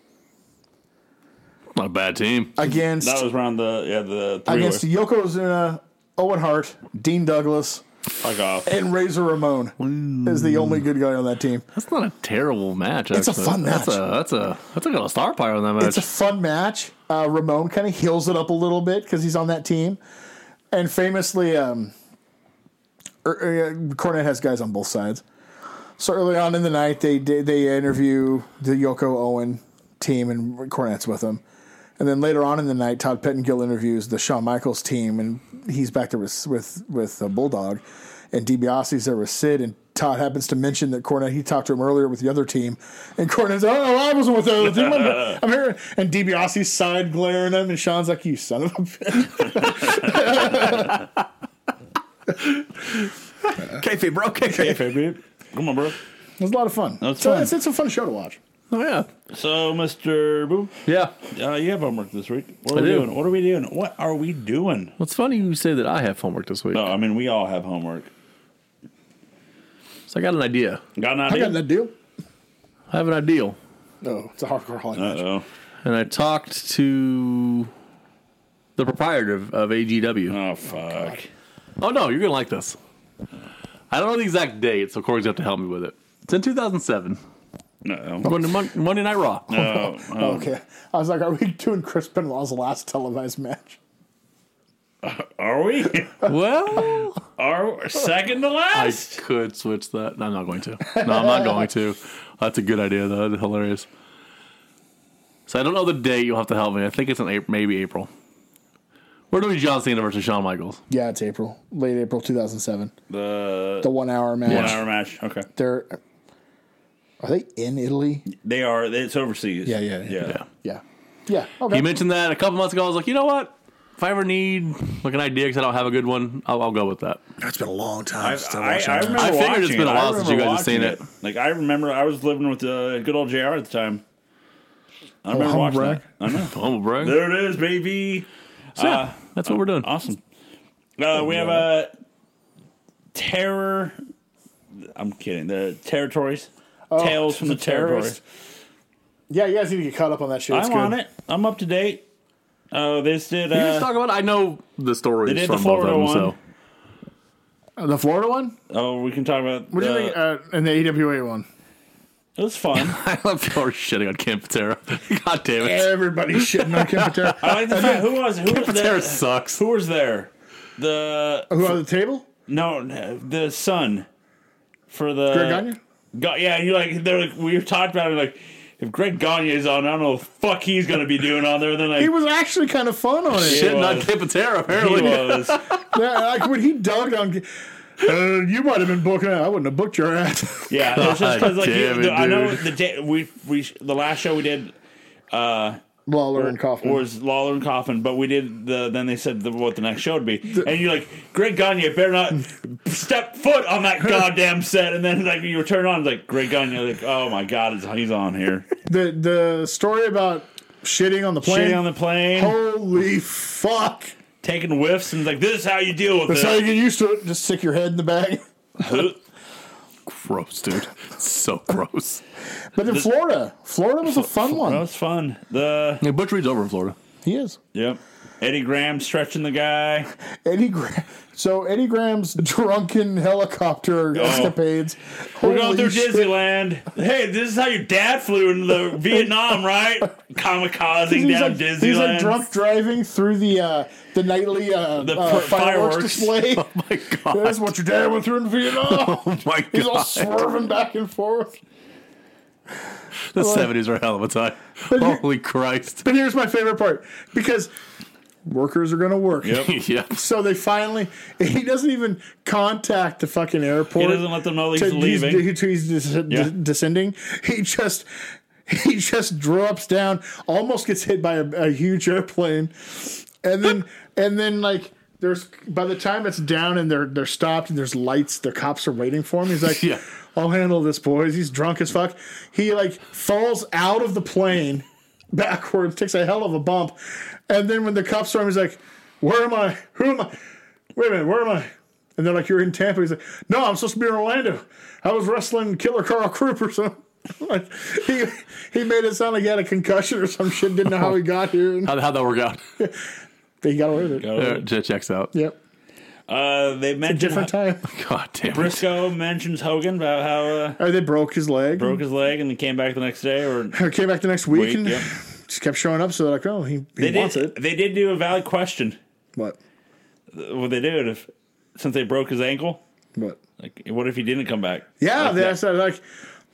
B: Not a bad team.
C: against.
A: That was around the yeah the three
C: against Yokozuna, Owen Hart, Dean Douglas,
A: fuck off.
C: and Razor Ramon is the only good guy on that team.
B: That's not a terrible match.
C: It's a
B: actually.
C: fun
B: That's
C: match.
B: a that's a that's like a star power on that match.
C: It's a fun match. Uh, Ramon kind of heals it up a little bit because he's on that team, and famously, um, er- er, uh, Cornette has guys on both sides. So early on in the night, they did they interview the Yoko Owen team, and Cornette's with them. And then later on in the night, Todd Pettengill interviews the Shawn Michaels team, and he's back there with with with uh, Bulldog, and DiBiase's there with Sid, and Todd happens to mention that Cornette he talked to him earlier with the other team, and Cornette's oh I wasn't with the other team, I'm, I'm here, and DiBiase's side glaring him, and Sean's like you son of a bitch.
B: kayfabe, bro. Kayfabe.
A: Come on, bro.
C: It was a lot of fun.
A: That's
C: so
A: fun.
C: It's, it's a fun show to watch.
B: Oh yeah,
A: So, Mister Boom,
B: yeah.
A: uh, you have homework this week. What are
B: I
A: we
B: do.
A: doing? What are we doing? What are we doing?
B: Well, it's funny you say that I have homework this week.
A: No, I mean we all have homework.
B: So I got an idea.
A: Got an
C: I
A: idea?
C: got that deal.
B: I have an ideal,
C: No, it's a hardcore Hollywood.
A: Uh oh.
B: and I talked to the proprietor of, of AGW.
A: Oh fuck.
B: Oh no, you're gonna like this. I don't know the exact date, so Corey's gonna have to help me with it. It's in 2007.
A: No.
B: Going to Mon- Monday Night Raw.
A: No.
C: Oh, okay. I was like, are we doing Chris Benoit's last televised match?
A: Are we?
B: Well,
A: Are second to
B: I
A: last?
B: could switch that. No, I'm not going to. No, I'm not going to. That's a good idea though. That's hilarious. So I don't know the date. You'll have to help me. I think it's in April, maybe April. We're doing John Cena versus Shawn Michaels.
C: Yeah, it's April, late April 2007.
A: The
C: The one hour match.
A: one hour match. Okay.
C: They're are they in Italy?
A: They are. It's overseas.
C: Yeah, yeah, yeah.
A: yeah.
B: Yeah.
C: Yeah, yeah.
B: He
C: Okay.
B: mentioned that a couple months ago. I was like, you know what? If I ever need like an idea because I don't have a good one, I'll, I'll go with that.
F: That's been a long
A: I,
F: time since I,
A: I,
F: watched
A: I
F: that.
A: remember
B: I figured it's
A: watching
B: been a
A: it.
B: while
A: I
B: since you
A: remember
B: guys have seen
A: watching Like I remember, I was living with uh, good old Jr. at the time. I remember
C: humble
A: watching
C: brag.
A: that. I know.
B: Humble brag.
A: There it is, baby.
B: So, yeah,
A: Uh,
B: that's what we're doing.
A: Awesome. Uh, we have a terror. I'm kidding. The territories.
C: Oh,
A: Tales from the, terrorists.
C: Yeah, you guys need to get caught up on that shit. It's
A: I'm on
C: good.
A: it. I'm up to date. Oh, they just did.
B: You just
A: Uh,
B: talk about. I know the stories
A: they did
B: from
A: the
B: both of them.
A: Florida
B: So
A: one.
C: Uh, The Florida one.
A: oh, we can talk about.
C: What do you
A: uh,
C: think? Uh, and the AWA one.
A: It was fun.
B: I love Florida shitting on Kim Patera. God damn it,
C: Everybody's shitting on Kim Patera.
A: I like the fact. Who was who was
B: Patera
A: there?
B: sucks.
A: Who was there? The
C: Who on the table?
A: no, no, the son for the
C: Greg
F: Uh,
C: Gagne?
A: Ga- yeah, you like they're like we talked about it like if Greg Gagne is on, I don't know what the fuck he's gonna be doing on there. Then like
C: He was actually kind of fun on it.
B: Shitting on
A: was.
B: Kim Patera
A: he
B: apparently.
A: was.
C: yeah, like when he dogged on. Uh, you might have been booking. I wouldn't have booked your ass.
A: Yeah, it was just because like
B: God
A: you-
B: damn it,
A: the- I know
B: dude.
A: the day we we the last show we did, uh,
C: Lawler and Kaufman.
A: Or is Lawler and Coffin? But we did the. Then they said the, what the next show would be, and you're like, Greg Gagne, better not step foot on that goddamn set. And then like you turn on, it's like Greg Gagne, like, oh my god, it's, he's on here.
C: the the story about shitting on the plane.
A: Shitting on the plane,
C: Holy fuck!
A: taking whiffs, and it's like, this is how you deal with
C: That's how
A: it.
C: you get used to it. Just stick your head in the bag.
B: Gross, dude. so gross.
C: But in Florida, Florida was a fun
A: that
C: one.
A: was fun. The
B: Yeah, Butch Reed's over in Florida.
C: He is
A: yep, Eddie Graham stretching the guy.
C: Eddie. Gra- so Eddie Graham's drunken helicopter escapades.
A: We're going
C: Holy
A: through
C: shit.
A: Disneyland. Hey, this is how your dad flew into the Vietnam, right? Kamikazing
C: He's
A: down
C: like,
A: Disneyland.
C: he's like drunk driving through the uh, the nightly uh,
A: The
C: uh,
A: fi-
C: fireworks,
A: fireworks.
C: display.
B: Oh my god.
C: That's what your dad went through in Vietnam.
B: Oh my
C: He's all
B: god.
C: swerving back and forth.
B: The seventies were a hell of a time.
C: here-
B: Holy Christ.
C: But here's my favorite part because workers are going to work.
B: yep.
C: So they finally, he doesn't even contact the fucking airport.
A: He doesn't let them know he's
C: to-
A: leaving.
C: He's, he's des-
A: Yeah.
C: de- descending. He just. He just drops down, almost gets hit by a, a huge airplane, and then and then like there's by the time it's down and they're they're stopped and there's lights, the cops are waiting for him. He's like,
B: Yeah.
C: "I'll handle this, boys." He's drunk as fuck. He like falls out of the plane backwards, takes a hell of a bump, and then when the cops are him, he's like, "Where am I? Who am I? Wait a minute, where am I?" And they're like, "You're in Tampa." He's like, "No, I'm supposed to be in Orlando. I was wrestling Killer Carl Krupp or something." like he he made it sound like he had a concussion or some shit. Didn't know how he got here, and
B: How'd, how'd that work out?
C: he got away with it.
B: Uh, che- checks out.
C: Yep,
A: Uh, they mentioned
C: different time.
B: God damn it.
A: Briscoe mentions Hogan about how uh,
C: Or they broke his leg.
A: broke his leg and he came back the next day. Or
C: Came back the next week
A: Week,
C: and
A: yep.
C: just kept showing up. So they're like, oh, he, he
A: they
C: wants
A: did.
C: it.
A: They did do a valid question.
C: What?
A: Would they do it if since they broke his ankle?
C: What?
A: Like, what if he didn't come back?
C: Yeah,
A: Like
C: they
A: that.
C: asked that, like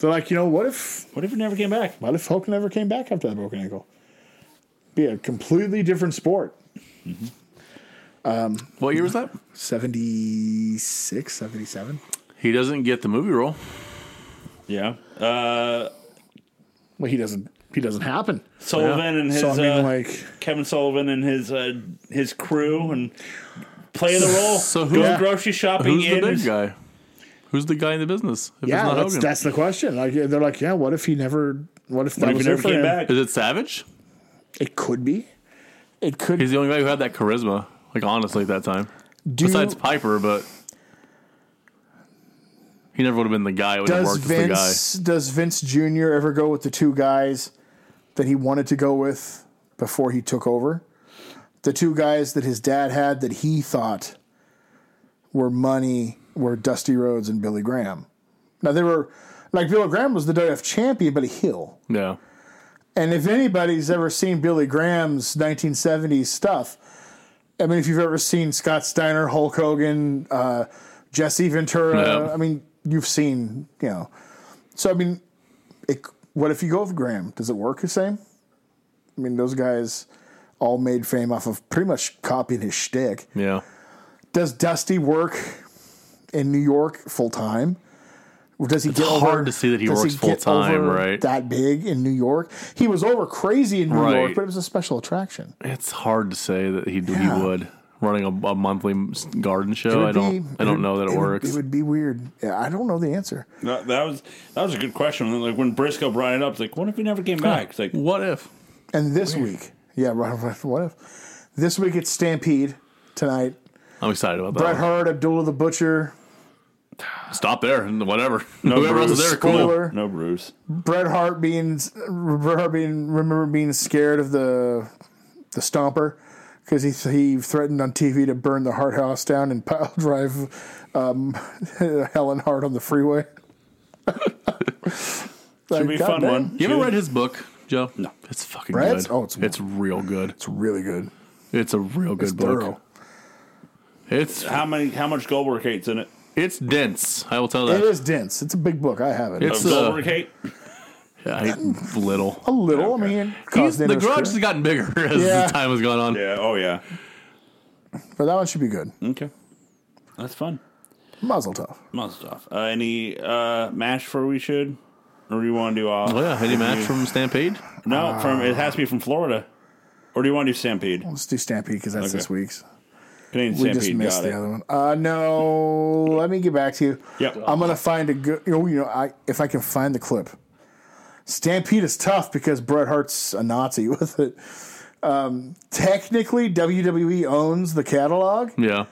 C: they're like, you know, what if
A: What if he never came back?
C: what if Hulk never came back after that broken ankle? Be a completely different sport.
B: What year was that?
C: 76, 77.
B: He doesn't get the movie role.
A: Yeah. Uh,
C: Well, he doesn't. He doesn't happen.
A: Sullivan and his
C: so I mean,
A: uh,
C: like,
A: Kevin Sullivan and his uh, his crew and play the role.
B: So
A: go
B: who- Yeah.
A: grocery shopping
B: Who's the
A: in.
B: big guy? Who's the guy in the business? If it's
C: yeah,
B: not
C: that's,
B: Hogan.
C: that's the question. Like, they're like, yeah, what if he never? What if that
A: What if he
C: was
A: never
C: it for
A: came
C: him?
A: back?
B: Is it Savage?
C: It could be. It could.
B: He's the only guy who had that charisma, like honestly, at that time.
C: Do-
B: Besides Piper, but he never would have been the guy. Would have
C: does
B: worked as
C: Vince does Vince Jr. ever go with the two guys that he wanted to go with before he took over? The two guys that his dad had that he thought were money were Dusty Rhodes and Billy Graham. Now they were like Billy Graham was the WF champion, but a heel.
B: the guy. Yeah.
C: And if anybody's ever seen Billy Graham's 1970s stuff, I mean, if you've ever seen Scott Steiner, Hulk Hogan, uh, Jesse Ventura,
B: Yeah.
C: I mean, you've seen, you know. So, I mean, it, what if you go with Graham? Does it work the same? I mean, those guys all made fame off of pretty much copying his shtick.
B: Yeah.
C: Does Dusty work in New York full time? Or does he get over?
B: hard to see that he
C: does
B: works
C: get
B: full-time,
C: over
B: right?
C: That big in New York, he was over crazy in New York,
B: Right.
C: but it was a special attraction.
B: It's hard to say that he
C: Yeah.
B: he would running a, a monthly garden show. I
C: would
B: don't.
C: be-
B: I
C: would-
B: don't know that it,
C: would-
B: works.
C: it would be weird. Yeah, I don't know the answer.
A: That, that was that was a good question. Like when Briscoe brought it up, it's like, what if he never came back? It's like,
B: what if?
C: And this week, yeah, right, right, what if this week it's Stampede tonight?
B: I'm excited about
C: Bret
B: that. one.
C: Hart, Abdullah the Butcher,
B: Stop there and whatever. Whoever else is Oh, there, cool.
C: spoiler.
A: no Bruce.
C: Bret Hart being Bret Hart being remember being scared of the the Stomper because he he threatened on TV to burn the Hart house down and pile drive um, Helen Hart on the freeway.
A: Should be a fun one.
B: You ever read his book, Joe? No, it's fucking
C: Brad's?
B: good.
C: Oh, it's-
B: real good. It's,
C: Really good.
B: a real good book.
C: Thorough.
B: It's
A: How many? How much Goldberg hates in it?
B: it's dense. I will tell
C: It
B: that.
C: is dense. It's a big book. I have it.
B: It's-
A: Of
B: So-
A: Goldberg hate.
B: I, little.
C: a little. I mean,
B: He's,
C: caused
B: the
C: interest
B: garage
C: to
B: has
C: it.
B: gotten bigger as
C: Yeah.
B: the time has gone on.
A: Yeah. Oh yeah.
C: but that one should be good.
A: Okay. That's fun.
C: Mazel tov.
A: Muzzle off. Uh, any uh, match for we should or do you want to do off?
B: Oh yeah, any match from Stampede?
A: No, from
C: Ah.
A: it has to be from Florida. Or do you want to do Stampede?
C: Let's do Stampede because that's
A: Okay.
C: this week's.
A: Canadian
C: We just
A: Stampede.
C: missed
A: Got
C: the
A: it.
C: other one. Uh, no, let me get back to you.
A: Yep.
C: I'm gonna find a good. You know, you know, I if I can find the clip. Stampede is tough because Bret Hart's a Nazi with it. Um, technically, WWE owns the catalog,
B: Yeah.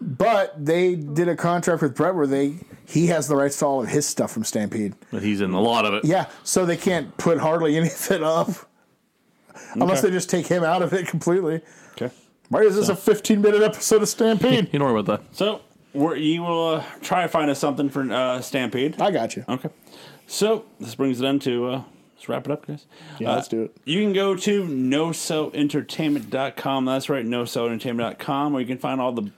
C: but they did a contract with Bret where they he has the rights to all of his stuff from Stampede.
B: But he's in a lot of it.
C: Yeah, so they can't put hardly anything up unless
A: Okay.
C: they just take him out of it completely.
A: Okay.
C: Why is this a 15 minute episode of Stampede?
B: You don't worry about that.
A: So we're, you will uh, try to find us something for uh, Stampede.
C: I got you.
A: Okay. So this brings it into uh, let's wrap it up, guys. Uh,
C: Yeah, let's do it.
A: You can go to nosoentertainment.com. That's right, nosoentertainment.com, where you can find all the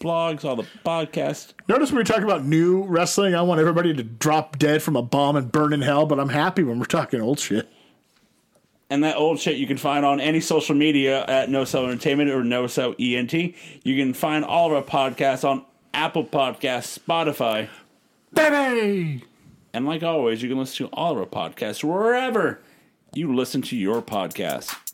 A: blogs, all the podcasts.
C: Notice we were talking about new wrestling. I want everybody to drop dead from a bomb and burn in hell, but I'm happy when we're talking old shit.
A: And that old shit you can find on any social media at No So Entertainment or No So ENT. You can find all of our podcasts on Apple Podcasts, Spotify,
B: Baby!
A: and like always, you can listen to all of our podcasts wherever you listen to your podcasts.